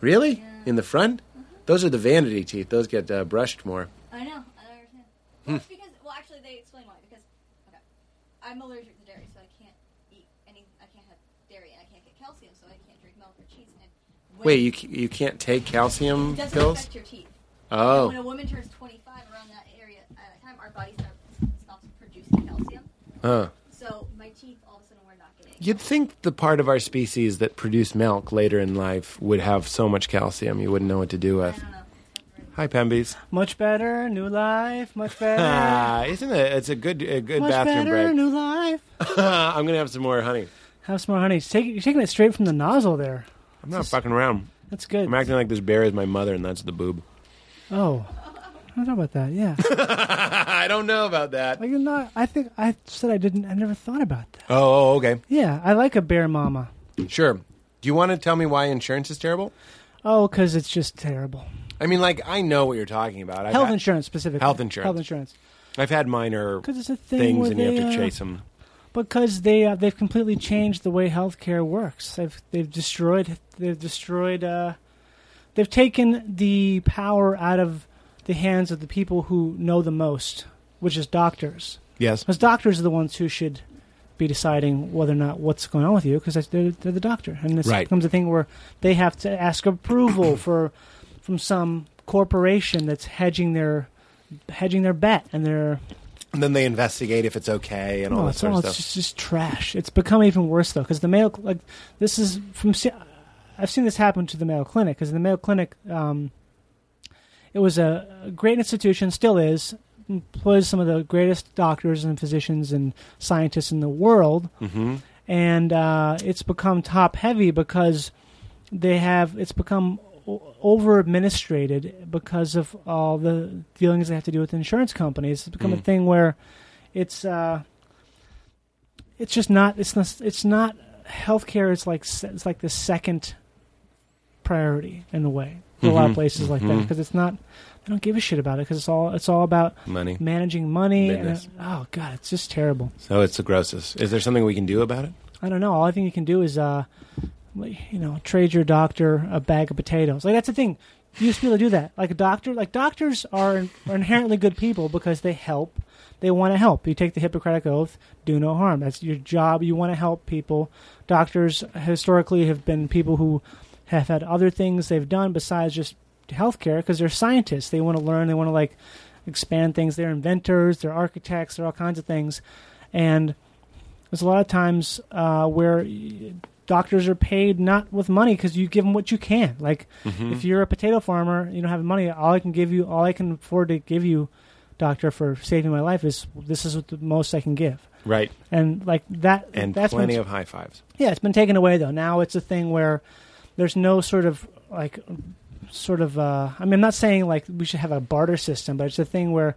Really? In the front? Those are the vanity teeth. Those get uh, brushed more. I know. I don't understand. Well, Hmm. it's because well, actually, they explain why. Because okay, I'm allergic to dairy, so I can't eat any. I can't have dairy, and I can't get calcium, so I can't drink milk or cheese. And when Wait, you, c- you can't take calcium it doesn't pills? affect your teeth. Oh. When a woman turns 25, around that area at that time, our body starts stops producing calcium. Huh. So my teeth all of a sudden were not getting. You'd think the part of our species that produce milk later in life would have so much calcium you wouldn't know what to do I with. don't know. It's not Hi, Pembies. Much better, new life. Much better. Ah, isn't it? It's a good, a good much bathroom better, break. new life. I'm gonna have some more honey. Have some more honey. Take, you're taking it straight from the nozzle there. I'm not fucking around. That's good. I'm acting like this bear is my mother, and that's the boob. oh, I don't know about that. Yeah, I don't know about that. like not. I think I said I didn't. I never thought about that. Oh, oh, okay. Yeah, I like a bear mama. Sure. Do you want to tell me why insurance is terrible? Oh, because it's just terrible. I mean, like, I know what you're talking about. I've Health had, insurance specifically. Health insurance. Health insurance. I've had minor 'Cause it's a thing things, where and you they, have to uh, chase them. Because they uh, they've completely changed the way healthcare works. They've they've destroyed they've destroyed uh, they've taken the power out of the hands of the people who know the most, which is doctors. Yes. Because doctors are the ones who should be deciding whether or not what's going on with you, because they're, they're the doctor, and this Right. becomes a thing where they have to ask approval for from some corporation that's hedging their hedging their bet and their And then they investigate if it's okay and all oh, that it's sort all of it's stuff. just, just trash. It's become even worse though, because the Mayo like this is from se- I've seen this happen to the Mayo Clinic because the Mayo Clinic um, it was a a great institution, still is, employs some of the greatest doctors and physicians and scientists in the world, Mhm. and uh, it's become top heavy because they have it's become over administrated because of all the dealings they have to do with insurance companies. It's Mm. become a thing where it's uh, it's just not it's not it's not healthcare. It's like se- it's like the second priority in a way. for A lot of places like that because it's not. They don't give a shit about it because it's all it's all about Money. managing money. And, Business. uh, oh god, it's just terrible. So it's the grossest. Is there something we can do about it? I don't know. All I think you can do is, uh, you know, trade your doctor a bag of potatoes. Like that's the thing. You used to be able to do that. Like a doctor, like doctors are, are inherently good people because they help. They want to help. You take the Hippocratic oath, do no harm. That's your job. You want to help people. Doctors historically have been people who have had other things they've done besides just healthcare because they're scientists. They want to learn. They want to like expand things. They're inventors. They're architects. They're all kinds of things, and there's a lot of times uh, where y- doctors are paid not with money because you give them what you can. Like Mm-hmm. if you're a potato farmer, you don't have money. All I can give you, all I can afford to give you, doctor, for saving my life is this is what the most I can give. Right. And like that, And that's plenty been, of high fives. yeah, it's been taken away though. Now it's a thing where there's no sort of like sort of uh I mean I'm not saying like we should have a barter system, but it's a thing where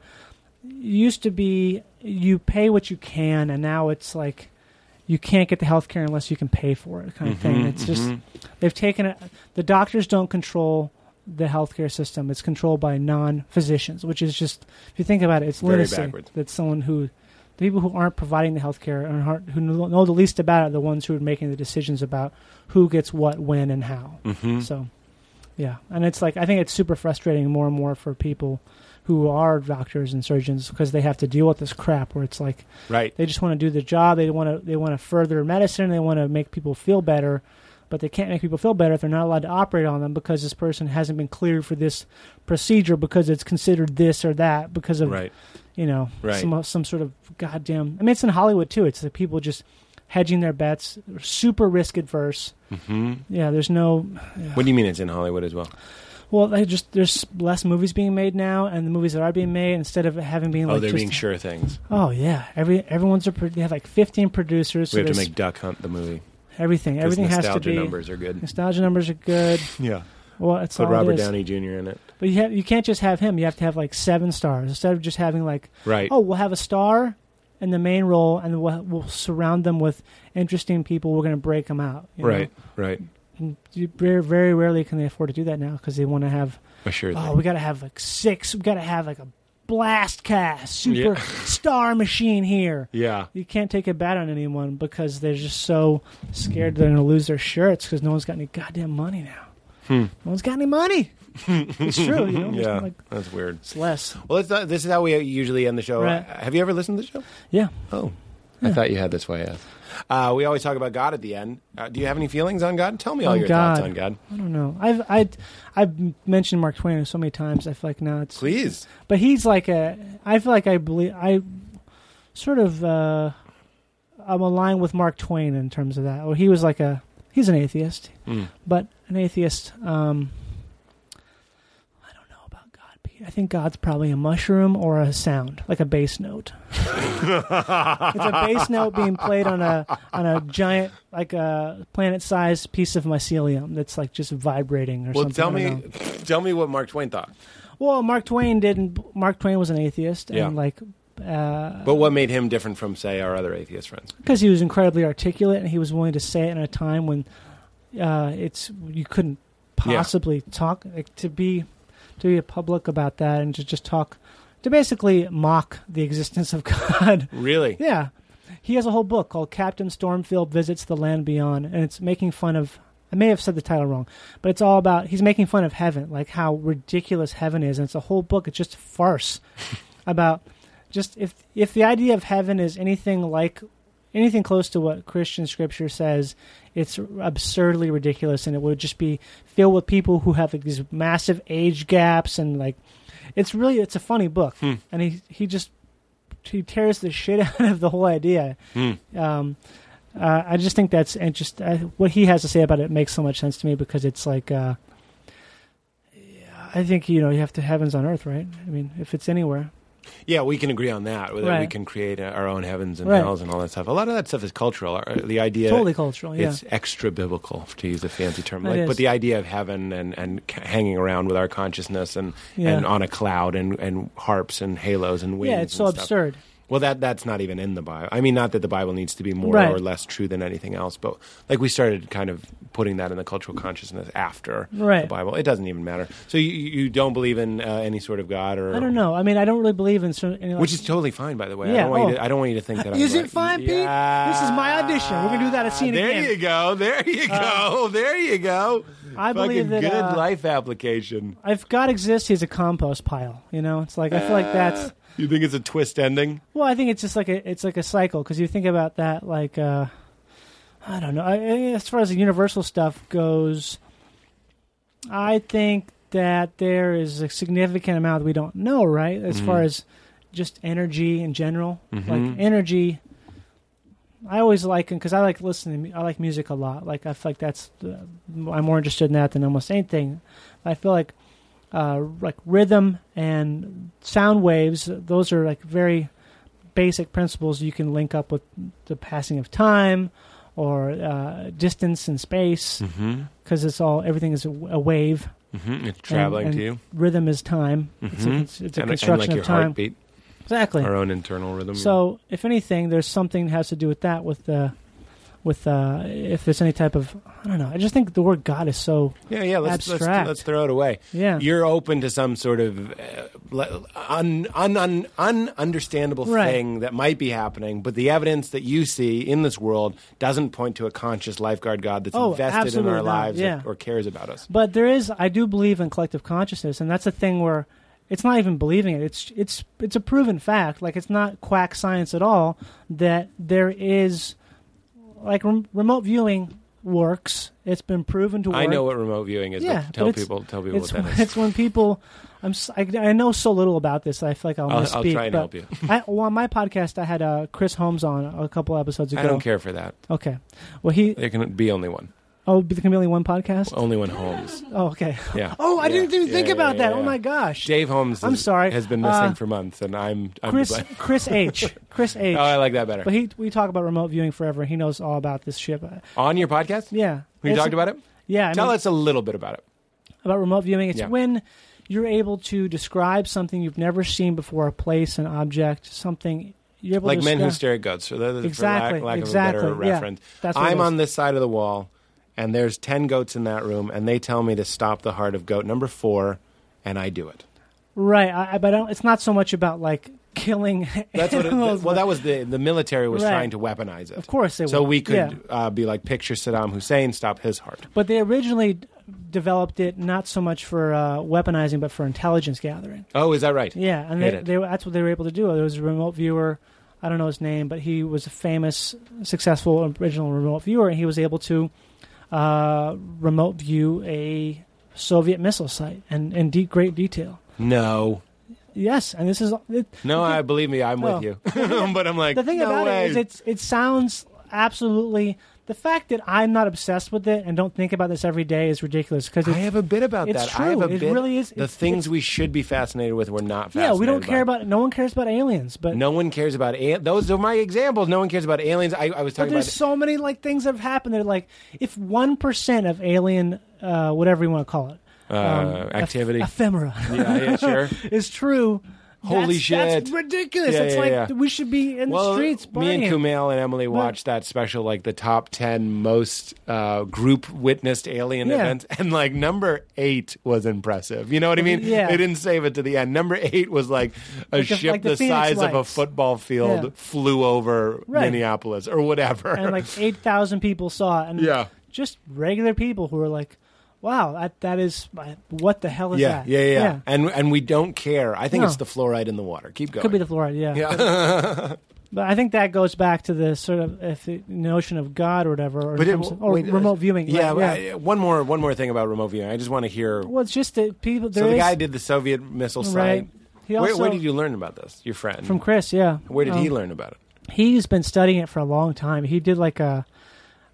it used to be you pay what you can and now it's like you can't get the health care Mm-hmm, unless you can pay for it kind of thing. It's just they've taken it the doctors don't control the healthcare system. It's controlled by non-physicians, which is just if you think about it, it's Very lunacy. backwards. That's someone who the people who aren't providing the healthcare and aren't, who know know the least about it are the ones who are making the decisions about who gets what, when, and how. Mm-hmm. So, yeah, and it's like I think it's super frustrating more and more for people who are doctors and surgeons because they have to deal with this crap where it's like Right. they just want to do the job. They want to they want to further medicine. They want to make people feel better, but they can't make people feel better if they're not allowed to operate on them because this person hasn't been cleared for this procedure because it's considered this or that because of Right. you know Right. some some sort of goddamn. I mean, it's in Hollywood too. It's the people just hedging their bets, super risk adverse. Mm-hmm. Yeah, there's no What do you mean it's in Hollywood as well? well. They just there's less movies being made now, and the movies that are being made instead of having being Oh, like they're just, being sure things. Oh yeah, every everyone's a pro- they have like 15 producers. so We have to there's- make Duck Hunt the movie. Everything. 'cause Everything has nostalgia to be. numbers are good. Nostalgia numbers are good. Yeah. Well, it's Put all Robert it is. Downey Jr. in it. But you, have, you can't just have him. You have to have like seven stars instead of just having like, Right. oh, we'll have a star in the main role, and we'll, we'll surround them with interesting people. We're going to break them out. you know? right. Right. And You, very, very rarely can they afford to do that now because they want to have. A sure thing. Oh, we got to have like six. We got to have like a blast cast super star machine here. yeah. You can't take a bet on anyone because they're just so scared they're going to lose their shirts because no one's got any goddamn money now. No one's got any money. it's true. You know? There's Hmm. Yeah. like- That's weird. it's less. Well, it's not, this is how we usually end the show. Right. Have you ever listened to the show? Yeah. Oh, I thought you had this way. Yes. Uh, we always talk about God at the end. Uh, do you have any feelings on God? Tell me all On your Oh, God. thoughts on God, I don't know. I've I, I've mentioned Mark Twain so many times. I feel like now it's please. but he's like a. I feel like I believe I sort of uh, I'm aligned with Mark Twain in terms of that. Or he was like a he's an atheist, but an atheist. Um, I don't know about God. Pete. I think God's probably a mushroom or a sound, like a bass note. it's a bass note being played on a on a giant, like a planet-sized piece of mycelium that's like just vibrating or Well, something. tell I don't me, know. tell me what Mark Twain thought. Well, Mark Twain didn't. Mark Twain was an atheist, Yeah. and like, because But what made him different from, say, our other atheist friends? he was incredibly articulate, and he was willing to say it in a time when uh, it's you couldn't Yeah. possibly talk like, to be to be public about that, and to just talk to basically mock the existence of God. Really? Yeah. He has a whole book called Captain Stormfield Visits the Land Beyond, and it's making fun of. I may have said the title wrong, but it's all about. He's making fun of heaven, like how ridiculous heaven is. And it's a whole book, it's just a farce about just if if the idea of heaven is anything like anything close to what Christian scripture says, it's absurdly ridiculous and it would just be filled with people who have like, these massive age gaps and like it's really it's a funny book. And he he just he tears the shit out of the whole idea. Hmm. Um, uh, I just think that's interesting. Uh, what he has to say about it makes so much sense to me because it's like, uh, yeah, I think you know you have to heavens on earth, right? I mean, if it's anywhere, Yeah, we can agree on that. Whether we Right. can create our own heavens and Right. hells and all that stuff. A lot of that stuff is cultural. Our- The idea, totally cultural. Yeah, it's extra biblical to use a fancy term. It Like, but is. the idea of heaven and and c- hanging around with our consciousness and Yeah. and on a cloud and and harps and halos and wings. yeah, it's so and stuff. absurd. Well, that that's not even in the Bible. I mean, not that the Bible needs to be more Right. or less true than anything else, but like we started kind of putting that in the cultural consciousness after Right. the Bible. It doesn't even matter. So you, you don't believe in uh, any sort of God or I don't know. I mean, I don't really believe in. cer- in like, which is totally fine, by the way. I Yeah, don't want you oh. to, I don't want you to think that. Is I'm it fine, Pete? This is my audition. We're gonna do that at scene There again. Uh, you go. There you go. there you go. I Fucking believe that, good uh, life application. if God exists, he's a compost pile. You know, it's like I feel like that's. You think it's a twist ending? Well, I think it's just like a it's like a cycle because you think about that like uh, I don't know I, I- as far as the universal stuff goes. I think that there is a significant amount we don't know, right? As far as just energy in general, like energy. I always like because I like listening. to mu- I like music a lot. Like I feel like that's the, I'm more interested in that than almost anything. I feel like uh, like rhythm and sound waves; those are like very basic principles you can link up with the passing of time or uh, distance and space Mm-hmm. because it's all everything is a, w- a wave. Mm-hmm. It's and- traveling and to you. Rhythm is time. It's a, Mhm. it's, it's a and, and like construction your of time. heartbeat, Exactly. our own internal rhythm. So, if anything, there's something that has to do with that, with the with uh, if there's any type of I don't know. I just think the word God is so Yeah, yeah. Let's, let's Abstract. let's throw it away. Yeah. you're open to some sort of uh, le- un, un, un, un understandable Right. thing that might be happening, but the evidence that you see in this world doesn't point to a conscious lifeguard God that's Oh, invested in absolutely our not, lives or- yeah. or, cares about us. But there is, I do believe in collective consciousness, and that's a thing where it's not even believing it. It's it's it's a proven fact. Like it's not quack science at all that there is, like rem- remote viewing works. It's been proven to work. I know what remote viewing is. Yeah, but but tell it's- people, tell people what It's, that is. it's when people. I'm s- I, I know so little about this. I feel like I'll, I'll- I'll misspeak. try and but help you. I, well, on my podcast, I had uh, Chris Holmes on a couple episodes ago. I don't care for that. Okay. Well, he. There can be only one, Oh, there can be only one podcast. only one Holmes. Oh, okay. Yeah. Oh, I Yeah. didn't even Yeah, think yeah, about that. yeah, Oh yeah. my gosh. Dave Holmes. I'm is- sorry. has been missing Uh, for months, and I'm, I'm to Chris blame. Chris H. Chris H. Oh, I like that better. but he we talk about remote viewing forever. He knows all about this shit. But On your podcast, yeah, we It's- talked about it. Yeah, I Tell mean, us a little bit about it. about remote viewing. It's Yeah. when you're able to describe something you've never seen before, a place, an object, something. You're able like to men who descri- stare at goats. So that is Exactly, for lack, lack exactly, of a better yeah. reference. That's what it I'm is. on this side of the wall, and there's ten goats in that room, and they tell me to stop the heart of goat number four, and I do it. Right, I, I- but I don't, it's not so much about like killing. That's what. It, animals, well, but- that was the the military was Right. trying to weaponize it. Of course they So were, we could yeah. uh, be like, picture Saddam Hussein, stop his heart. But they originally d- developed it not so much for uh, weaponizing, but for intelligence gathering. Oh, is that right? Yeah, and Hit they, it. they were- that's what they were able to do. There was a remote viewer, I don't know his name, but he was a famous, successful original remote viewer, and he was able to uh, remote view a Soviet missile site and in deep, great detail. No, Yes, and this is it, no. I believe me. I'm Oh. with you. but I'm like, the thing no about way. it is it's it sounds absolutely the fact that I'm not obsessed with it and don't think about this every day is ridiculous because I have a bit about it's that. I have a true. It bit. really is- The it's- things we should be fascinated with, we're not. yeah Fascinated we don't by. care about no one cares about aliens but No one cares about a- those. Are my examples. No one cares about aliens. I, I was But talking there's about. so many like things that have happened. They're like, if one percent of alien, uh, whatever you want to call it, um, Uh, activity. eph- ephemera, yeah, yeah, sure. is true. Holy that's, That's shit. ridiculous. Yeah, it's yeah, like yeah. we should be in Well, the streets. me and partying. Kumail and Emily watched that special, like the top ten most uh, group witnessed alien Yeah. events, and like number eight was impressive. You know what I mean? Yeah. They didn't save it to the end. Number eight was like a Like the- ship like the, the Phoenix size of a Lights. football field Yeah. flew over Right. Minneapolis or whatever. and like eight thousand people saw it, and Yeah. just regular people who were like, "Wow, that, that is uh, what the hell is yeah, that?" yeah, yeah, And and we don't care. I think No. it's the fluoride in the water. Keep going. Could be the fluoride, yeah. yeah. But I think that goes back to the sort of if the notion of God or whatever, or, in it- terms of- or wait, uh, remote viewing. Yeah, right, I- one more one more thing about remote viewing. I just want to hear. Well, it's just that people. so There the is guy did the Soviet missile site. Right. He where, also- where did you learn about this? Your friend from Chris. Yeah. Where did he Um, learn about it? He's been studying it for a long time. He did like a.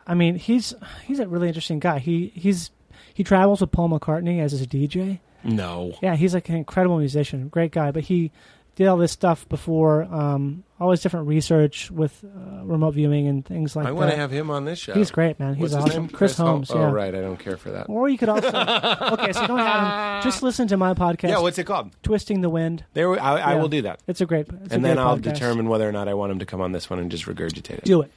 I mean, he's he's a really interesting guy. He he's he travels with Paul McCartney as his DJ. No. Yeah, he's like an incredible musician, great guy. But he did all this stuff before, um, all his different research with uh, remote viewing and things like I that. want to have him on this show. He's great, man. He's What's his awesome. name? Chris Hol- Holmes, yeah. Oh, right. I don't care for that. or you could also okay, so don't have him. Just listen to my podcast, Yeah. What's it called? "Twisting the Wind." There. we- I, I Yeah. will do that, It's a great, it's a and then great I'll podcast. determine whether or not I want him to come on this one and just regurgitate it. Do it.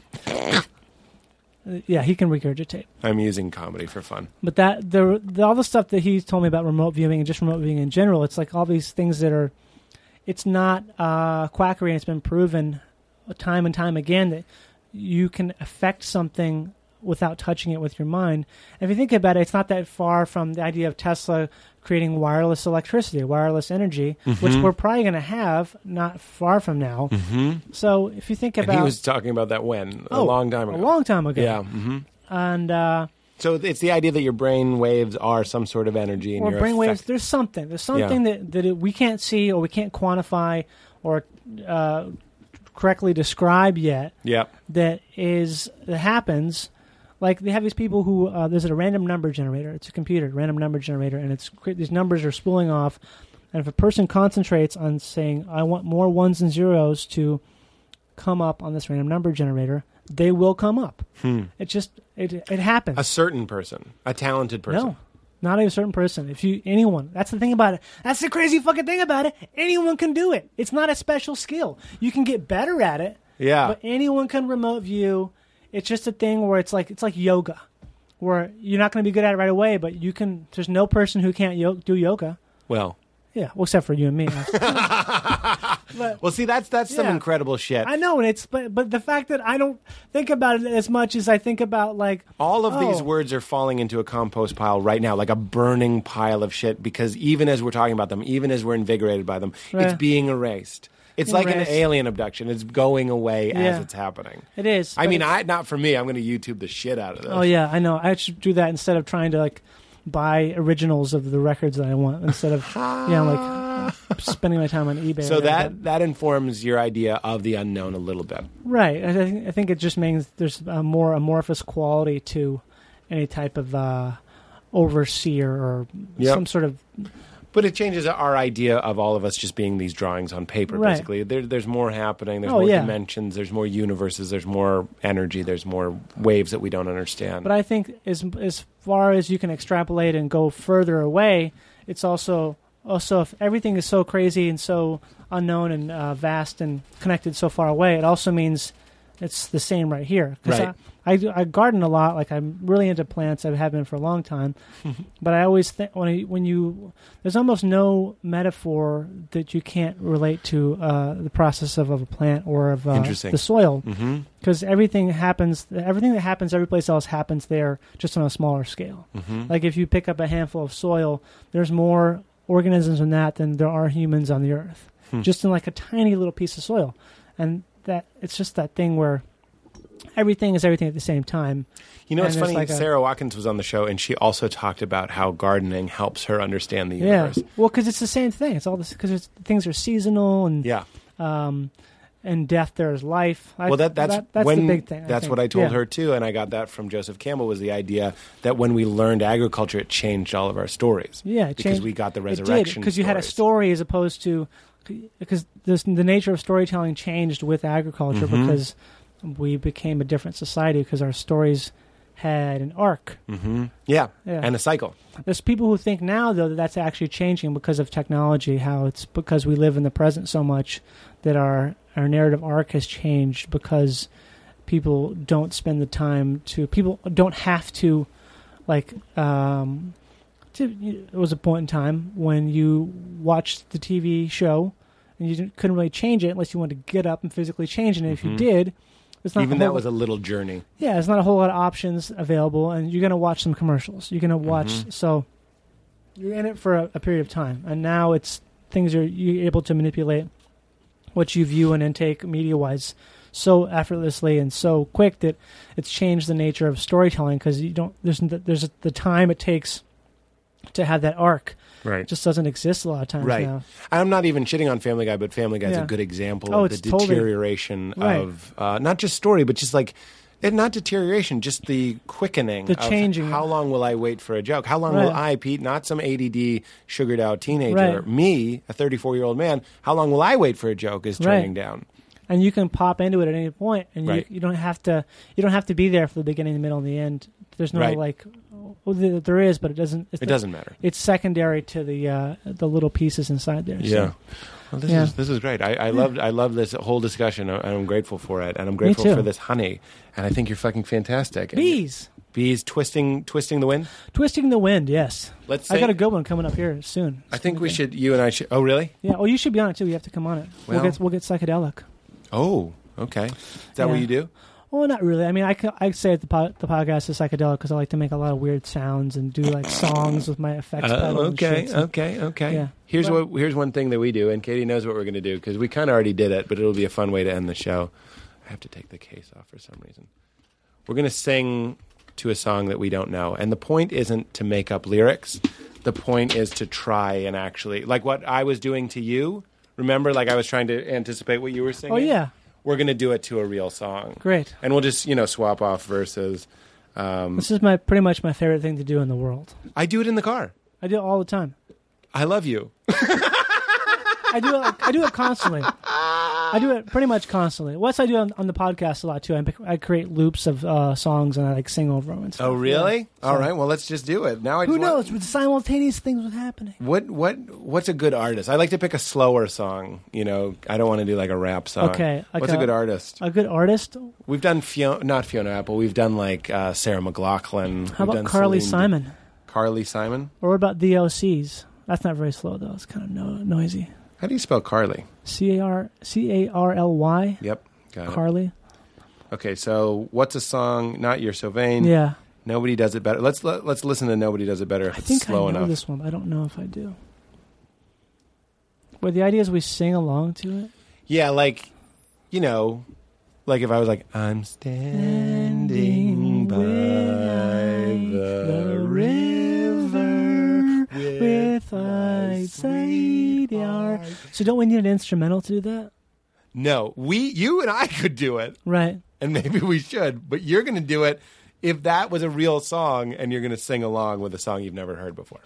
Uh, yeah, he can regurgitate. I'm using comedy for fun. But that the, the all the stuff that he told me about remote viewing and just remote viewing in general, it's like all these things that are, it's not uh, quackery, and it's been proven time and time again that you can affect something without touching it with your mind. And if you think about it, it's not that far from the idea of Tesla creating wireless electricity, wireless energy, which Mm-hmm. we're probably going to have not far from now. Mm-hmm. So if you think And about he was talking about that when a Oh, long time ago. a long time ago, yeah. hmm and. Uh, So it's the idea that your brain waves are some sort of energy, and or you're brain waves. affect- There's something. There's something Yeah. that that it, we can't see or we can't quantify or uh, correctly describe yet. Yep. That is that happens. Like they have these people who uh, there's a random number generator. It's a computer, random number generator, and it's cre- these numbers are spooling off. And if a person concentrates on saying, "I want more ones and zeros to come up on this random number generator," they will come up. Hmm. It just it it happens. A certain person, a talented person. No, not a certain person. If you anyone, that's the thing about it. That's the crazy fucking thing about it. Anyone can do it. It's not a special skill. You can get better at it. Yeah. But anyone can remote view. It's just a thing where it's like it's like yoga, where you're not going to be good at it right away, but you can. There's no person who can't yo- do yoga. Well, Yeah, well, except for you and me. well, see, that's that's some Yeah. incredible shit. I know, and it's but but the fact that I don't think about it as much as I think about like All of these oh, words are falling into a compost pile right now, like a burning pile of shit. Because even as we're talking about them, even as we're invigorated by them, it's Yeah. being erased. It's like Erased. an alien abduction. It's going away as Yeah. it's happening. It is. I but mean, it's- I not for me. I'm going to YouTube the shit out of this. Oh yeah, I know. I should do that instead of trying to like buy originals of the records that I want instead of yeah, like spending my time on eBay. So or that that informs your idea of the unknown a little bit. right. I, think- I think it just means there's a more amorphous quality to any type of uh, overseer or Yep. some sort of But it changes our idea of all of us just being these drawings on paper, Right. basically. There, there's more happening. There's Oh, more yeah. dimensions. There's more universes. There's more energy. There's more waves that we don't understand. But I think as as far as you can extrapolate and go further away, it's also also if everything is so crazy and so unknown and uh, vast and connected so far away, it also means it's the same right here. 'Cause Right. I, I do- I garden a lot. Like I'm really into plants. I have been for a long time. but I always think when I, when you there's almost no metaphor that you can't relate to uh, the process of, of a plant or of uh, Interesting. the soil because everything happens everything that happens every place else happens there just on a smaller scale like if you pick up a handful of soil there's more organisms in that than there are humans on the earth just in like a tiny little piece of soil and that it's just that thing where everything is everything at the same time you know, and it's there's funny. like a- Sarah Watkins was on the show, and she also talked about how gardening helps her understand the universe. yeah well because it's the same thing it's all this because things are seasonal and Yeah. um and death there is life I- Well, that, that's that's when, the big thing That's think. what I told Yeah. her too, and I got that from Joseph Campbell. Was the idea that when we learned agriculture, it changed all of our stories. Yeah, it because changed- we got the it did, resurrection. because you had a stories. story as opposed to because this, the nature of storytelling changed with agriculture Mm-hmm. because we became a different society because our stories had an arc. Yeah. Yeah. and a cycle. There's people who think now though that that's actually changing because of technology. How it's because we live in the present so much that our our narrative arc has changed because people don't spend the time to people don't have to like um to, it was a point in time when you watched the TV show and you didn't, couldn't really change it unless you wanted to get up and physically change it. And if you did, it's not Mm-hmm. Even a that whole- was a little journey. yeah, there's not a whole lot of options available, and you're going to watch some commercials. You're going to watch so you're in it for a, a period of time, and now it's things are you're able to manipulate what you view and intake media wise so effortlessly and so quick that it's changed the nature of storytelling because you don't there's n- there's the time it takes to have that arc Right. it just doesn't exist a lot of times Right. now. I'm not even shitting on Family Guy, but Family Guy is a Yeah. good example Oh, of the it's totally- deterioration Right. of uh, not just story, but just like. And not deterioration, just the quickening. The of changing. How long will I wait for a joke? How long will Right. I, Pete, not some ADD, sugared out teenager, Right. me, a 34 year old man, how long will I wait for a joke is turning Right. down. and you can pop into it at any point, and Right. you, you don't have to you don't have to be there for the beginning, the middle, and the end. There's no Right. like, well, th- there is, but it doesn't. It's It doesn't matter. It's secondary to the uh, the little pieces inside there. so. Yeah. Well, this Yeah. is this is great. I, I loved I loved this whole discussion, and I'm grateful for it, and I'm grateful too. for this honey, and I think you're fucking fantastic. And you- bees bees twisting twisting the wind. twisting the wind. Yes, Let's I say- got a good one coming up here soon. I think we should. You and I should. Oh, really? Yeah. Oh, you should be on it too. You have to come on it. Well- we'll get we'll get psychedelic. Oh, okay. Is that what Yeah. you do? Well, not really. I mean, I, c- I say the, po- the podcast is psychedelic because I like to make a lot of weird sounds and do like songs with my effects. pedal and Uh, okay, shit, so- okay, okay. Yeah. Here's Well- what. Here's one thing that we do, and Katie knows what we're going to do because we kind of already did it, but it'll be a fun way to end the show. I have to take the case off for some reason. We're going to sing to a song that we don't know, and the point isn't to make up lyrics. The point is to try and actually, like what I was doing to you. Remember, like I was trying to anticipate what you were singing. Oh yeah. We're going to do it to a real song. Great. And we'll just, you know, swap off verses. This is my pretty much my favorite thing to do in the world. I do it in the car. I do it all the time. I love you. I do it, I do it constantly. I do it pretty much constantly. What's I do on, on the podcast a lot too. I, pick- I create loops of uh, songs and I like sing over them. And stuff. Oh, really? All right. Well, let's just do it. Now I just Who want- knows? But simultaneous things were happening. What what what's a good artist? I like to pick a slower song. You know, I don't want to do like a rap song. Okay, like what's a, a- good artist? A good artist. We've done Fiona, not Fiona Apple. We've done like uh, Sarah McLaughlin. How We've about done Carly Celine- Simon? Carly Simon. Or what about the OCs? That's not very slow though. It's kind of no- noisy. How do you spell Carly? C a r c a r l y. Yep. Got it. Carly. Okay, so what's a song? Not your so vain. Yeah. Nobody does it better. Let's let, let's listen to Nobody Does It Better if I it's think slow I know enough. this one, but I don't know if I do. But the idea is we sing along to it. Yeah, like you know, like if I was like I'm standing by the river with eyes that are. So don't we need an instrumental to do that? No, we you and I could do it Right. and maybe we should, but you're going to do it if that was a real song and you're going to sing along with a song you've never heard before.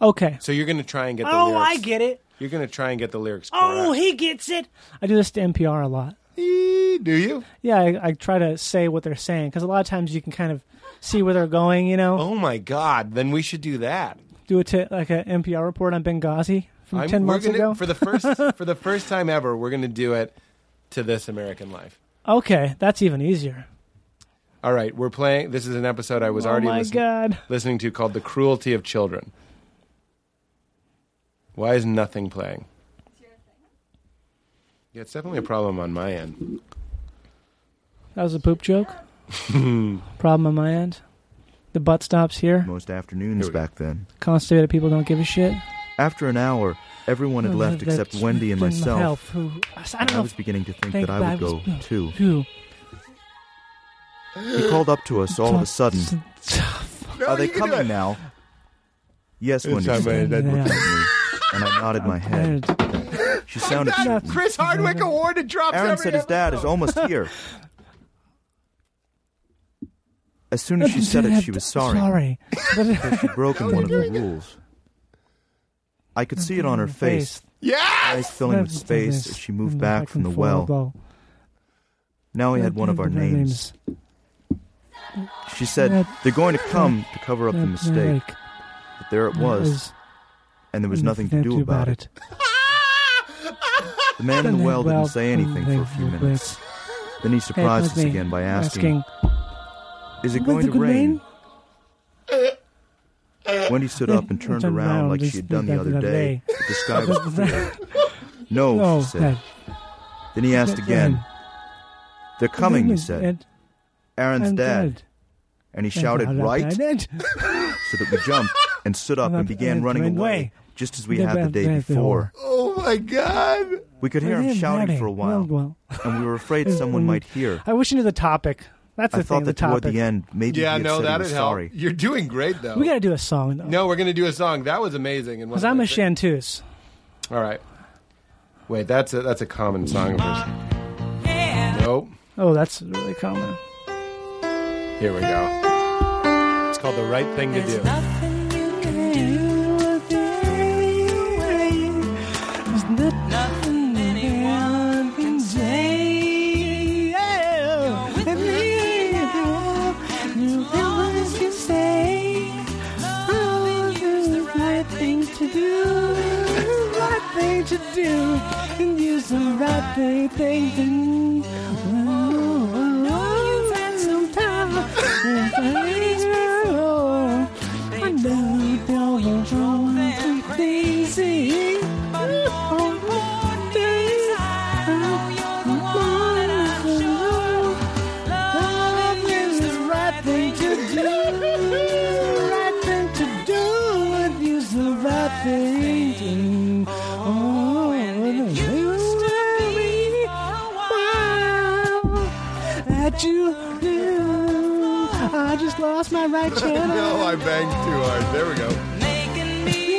Okay. So you're going to try and get the Oh, lyrics. I get it. You're going to try and get the lyrics correct. Oh, he gets it. I do this to NPR a lot. Eee, do you? Yeah, I, I try to say what they're saying because a lot of times you can kind of see where they're going. You know, Oh my god, then we should do that. do it to like an NPR report on Benghazi from I'm- 10 we're months gonna- ago. For the first for the first time ever, we're going to do it to this American life. okay, that's even easier. All right, we're playing. This is an episode I was Oh already my listen- god. listening to called "The Cruelty of Children." Why is nothing playing? Yeah, it's definitely a problem on my end. That was a poop joke. Problem on my end. The butt stops here. Most afternoons back then. Constipated people don't give a shit. After an hour, everyone Oh, had left except Wendy and myself. Who, I don't I know. was if- beginning to think Thank that I would God go was- too. Who? He called up to us all of a sudden. Are they you can do it. coming now? Yes, It's Wendy. not said. my- that- Looked at me, and I nodded my head. Tired. She sounded That certain. Chris Hardwick Award it drops. Aaron every said his dad is episode. almost here. As soon as she said it, she was sorry. Sorry. But- She'd broken one of the rules. I could see it on her face, Yes. eyes filling with space as she moved back from the well. Now we had one of our names. She said, They're going to come to cover up the mistake. But there it was, and there was nothing to do about it. The man in the well didn't say anything for a few minutes. Then he surprised us again by asking, Is it going to rain? Wendy stood up and turned around like she had done the other day. but The sky was clear. No, Oh, she said. Then he asked again, They're coming, he said. Aaron's dad. And he shouted, Right? so that we jumped and stood up And and up- began and running ran away, away. just as we They had the ran- day ran before. Oh my god. We could hear him shouting for a while, and we were afraid someone might hear. I wish you knew the topic. That's the I thing. thought that the toward topic. the end, maybe he Yeah, had said no, he that'd was help. sorry. You're doing great though. We got to do a song though. no, we're gonna do a song. That was amazing. And because I'm a chanteuse. All right. Wait, that's a that's a common song of hers. Nope. Oh, that's really common. Here we go. It's called The Right Thing to Do. To do and use the right thing to do. Oh, and it used to be that you knew. I just lost my right channel. I banged too hard. There we go.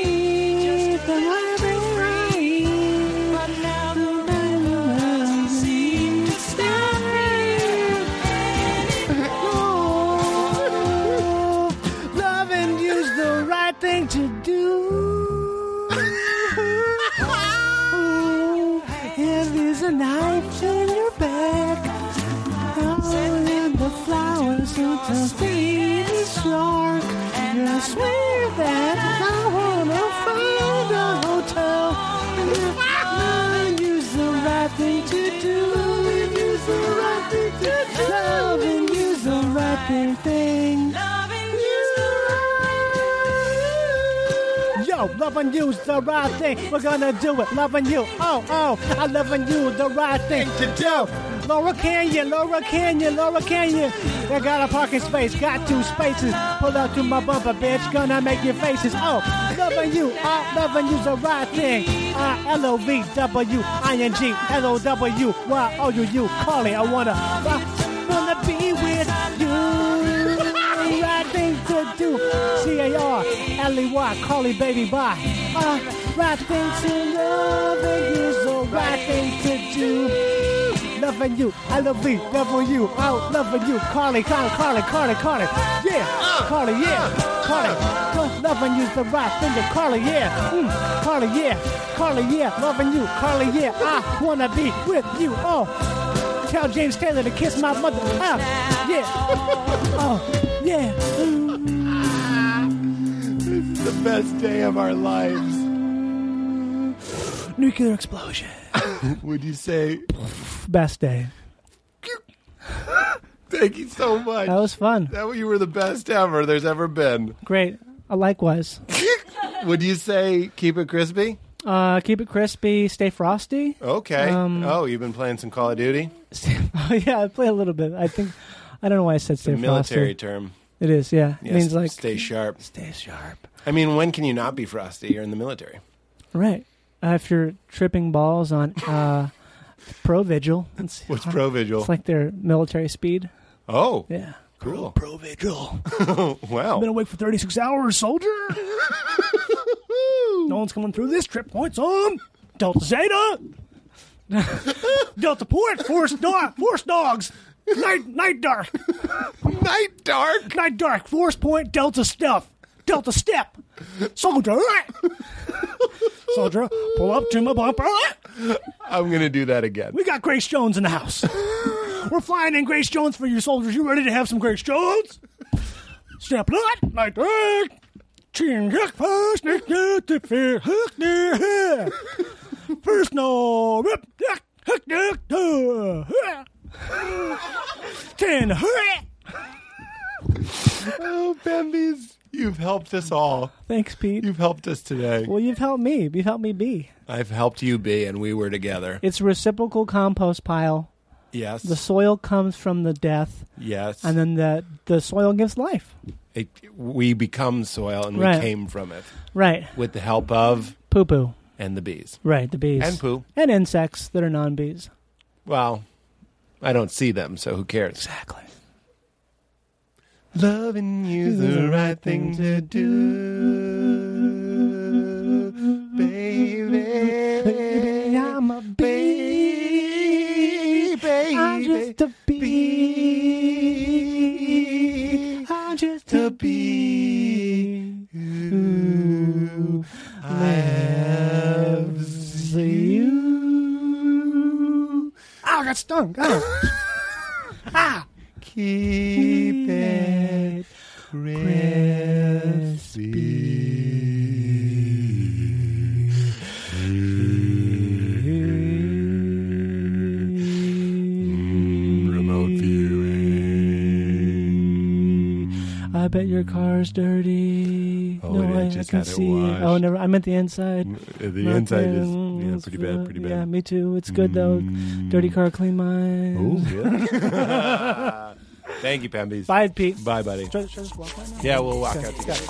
To do, and this a knife in your back. Oh, and the flowers don't just be the shark. And I swear that I wanna find a hotel. And if I use the right thing to do, and use the right thing to do. Love and use the right thing. Yo, loving you's the right thing. We're gonna do it. Loving you. Oh, oh, I loving you. The right thing to do. Laura Canyon, Laura Canyon, Laura Canyon. I got a parking space, got two spaces. Pull up to my bumper, bitch. Gonna make your faces. Oh, loving you. I loving you's the right thing. I L O V W I N G L O W Y O U U. Calling. I wanna, I wanna be with you right thing to do. C A R L E Y, call it baby bye. Uh, right thing to love and is the right thing to do. Loving you, I love you, loving you, out loving you, Carly, Carly, Carly, Carly, Carly, yeah, Carly, yeah, Carly, Lo- loving you's the right thing to Carly, yeah, mm. Carly, yeah, Carly, yeah, loving you, Carly, yeah, I wanna be with you, oh, tell James Taylor to kiss my mother, ah, yeah, oh, yeah, mm. The best day of our lives. nuclear explosion. Would you say? Best day. Thank you so much. That was fun. That you were the best ever there's ever been. Great. Uh, Likewise. Would you say keep it crispy? Uh, keep it crispy. Stay frosty. Okay. Um, oh, you've been playing some Call of Duty. oh yeah, I play a little bit. I think I don't know why I said stay Military frosty. term. It is. Yeah. It Yes, means like stay sharp. stay sharp. I mean, when can you not be frosty? You're in the military. Right. Uh, if you're tripping balls on uh, Pro Vigil, it's, What's Pro Vigil? it's like their military speed. oh, Yeah. cool. Pro Vigil. Wow. awake for 36 hours, soldier. no one's coming through this. Trip points on. Delta Zeta. Delta Port. Force, dog, force dogs. Night, night dark. Night dark. Night dark. Force point. Delta stuff. Delta step. Soldier. Soldier, pull up to my bumper. I'm gonna do that again. We got Grace Jones in the house. We're flying in Grace Jones for your soldiers. You ready to have some Grace Jones? Step lot, night dark. Chin hook first, neck neck, tip fear, hook near here. First no rip, duck, hook neck, duh, huh. Ten hurry. Oh, Bambies, you've helped us all. Thanks, Pete. You've helped us today. well, you've helped me. You've helped me be. I've helped you be, and we were together. It's a reciprocal compost pile. Yes. The soil comes from the death, yes. and then the the soil gives life. It- we become soil, and Right. we came from it Right. with the help of Poo poo. and the bees Right, the bees. and poo. And insects that are non bees. Well, I don't see them, so who cares? Exactly. Loving you's the right thing to do, baby. I'm a bee. baby. I'm just a bee. I'm just a bee. Ooh, loves you. Oh, that stung. Oh. ah. Keep it Mm, Remote viewing. I bet your car's dirty. Oh, no wait, I way just I can got it see. washed. Oh, never. I meant the inside. Uh, The Not inside the- is yeah, pretty bad, Mm. pretty Yeah, bad. me too. It's good though. Dirty car, clean mine. yeah. Thank you, Pambies. Bye, Pete. Bye, buddy. Should I- should I just walk right now? Yeah, we'll walk out together.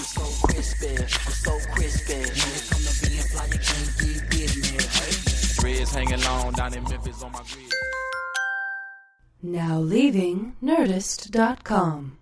Reds hanging long down in Memphis on my grid. Now leaving Nerdist.com.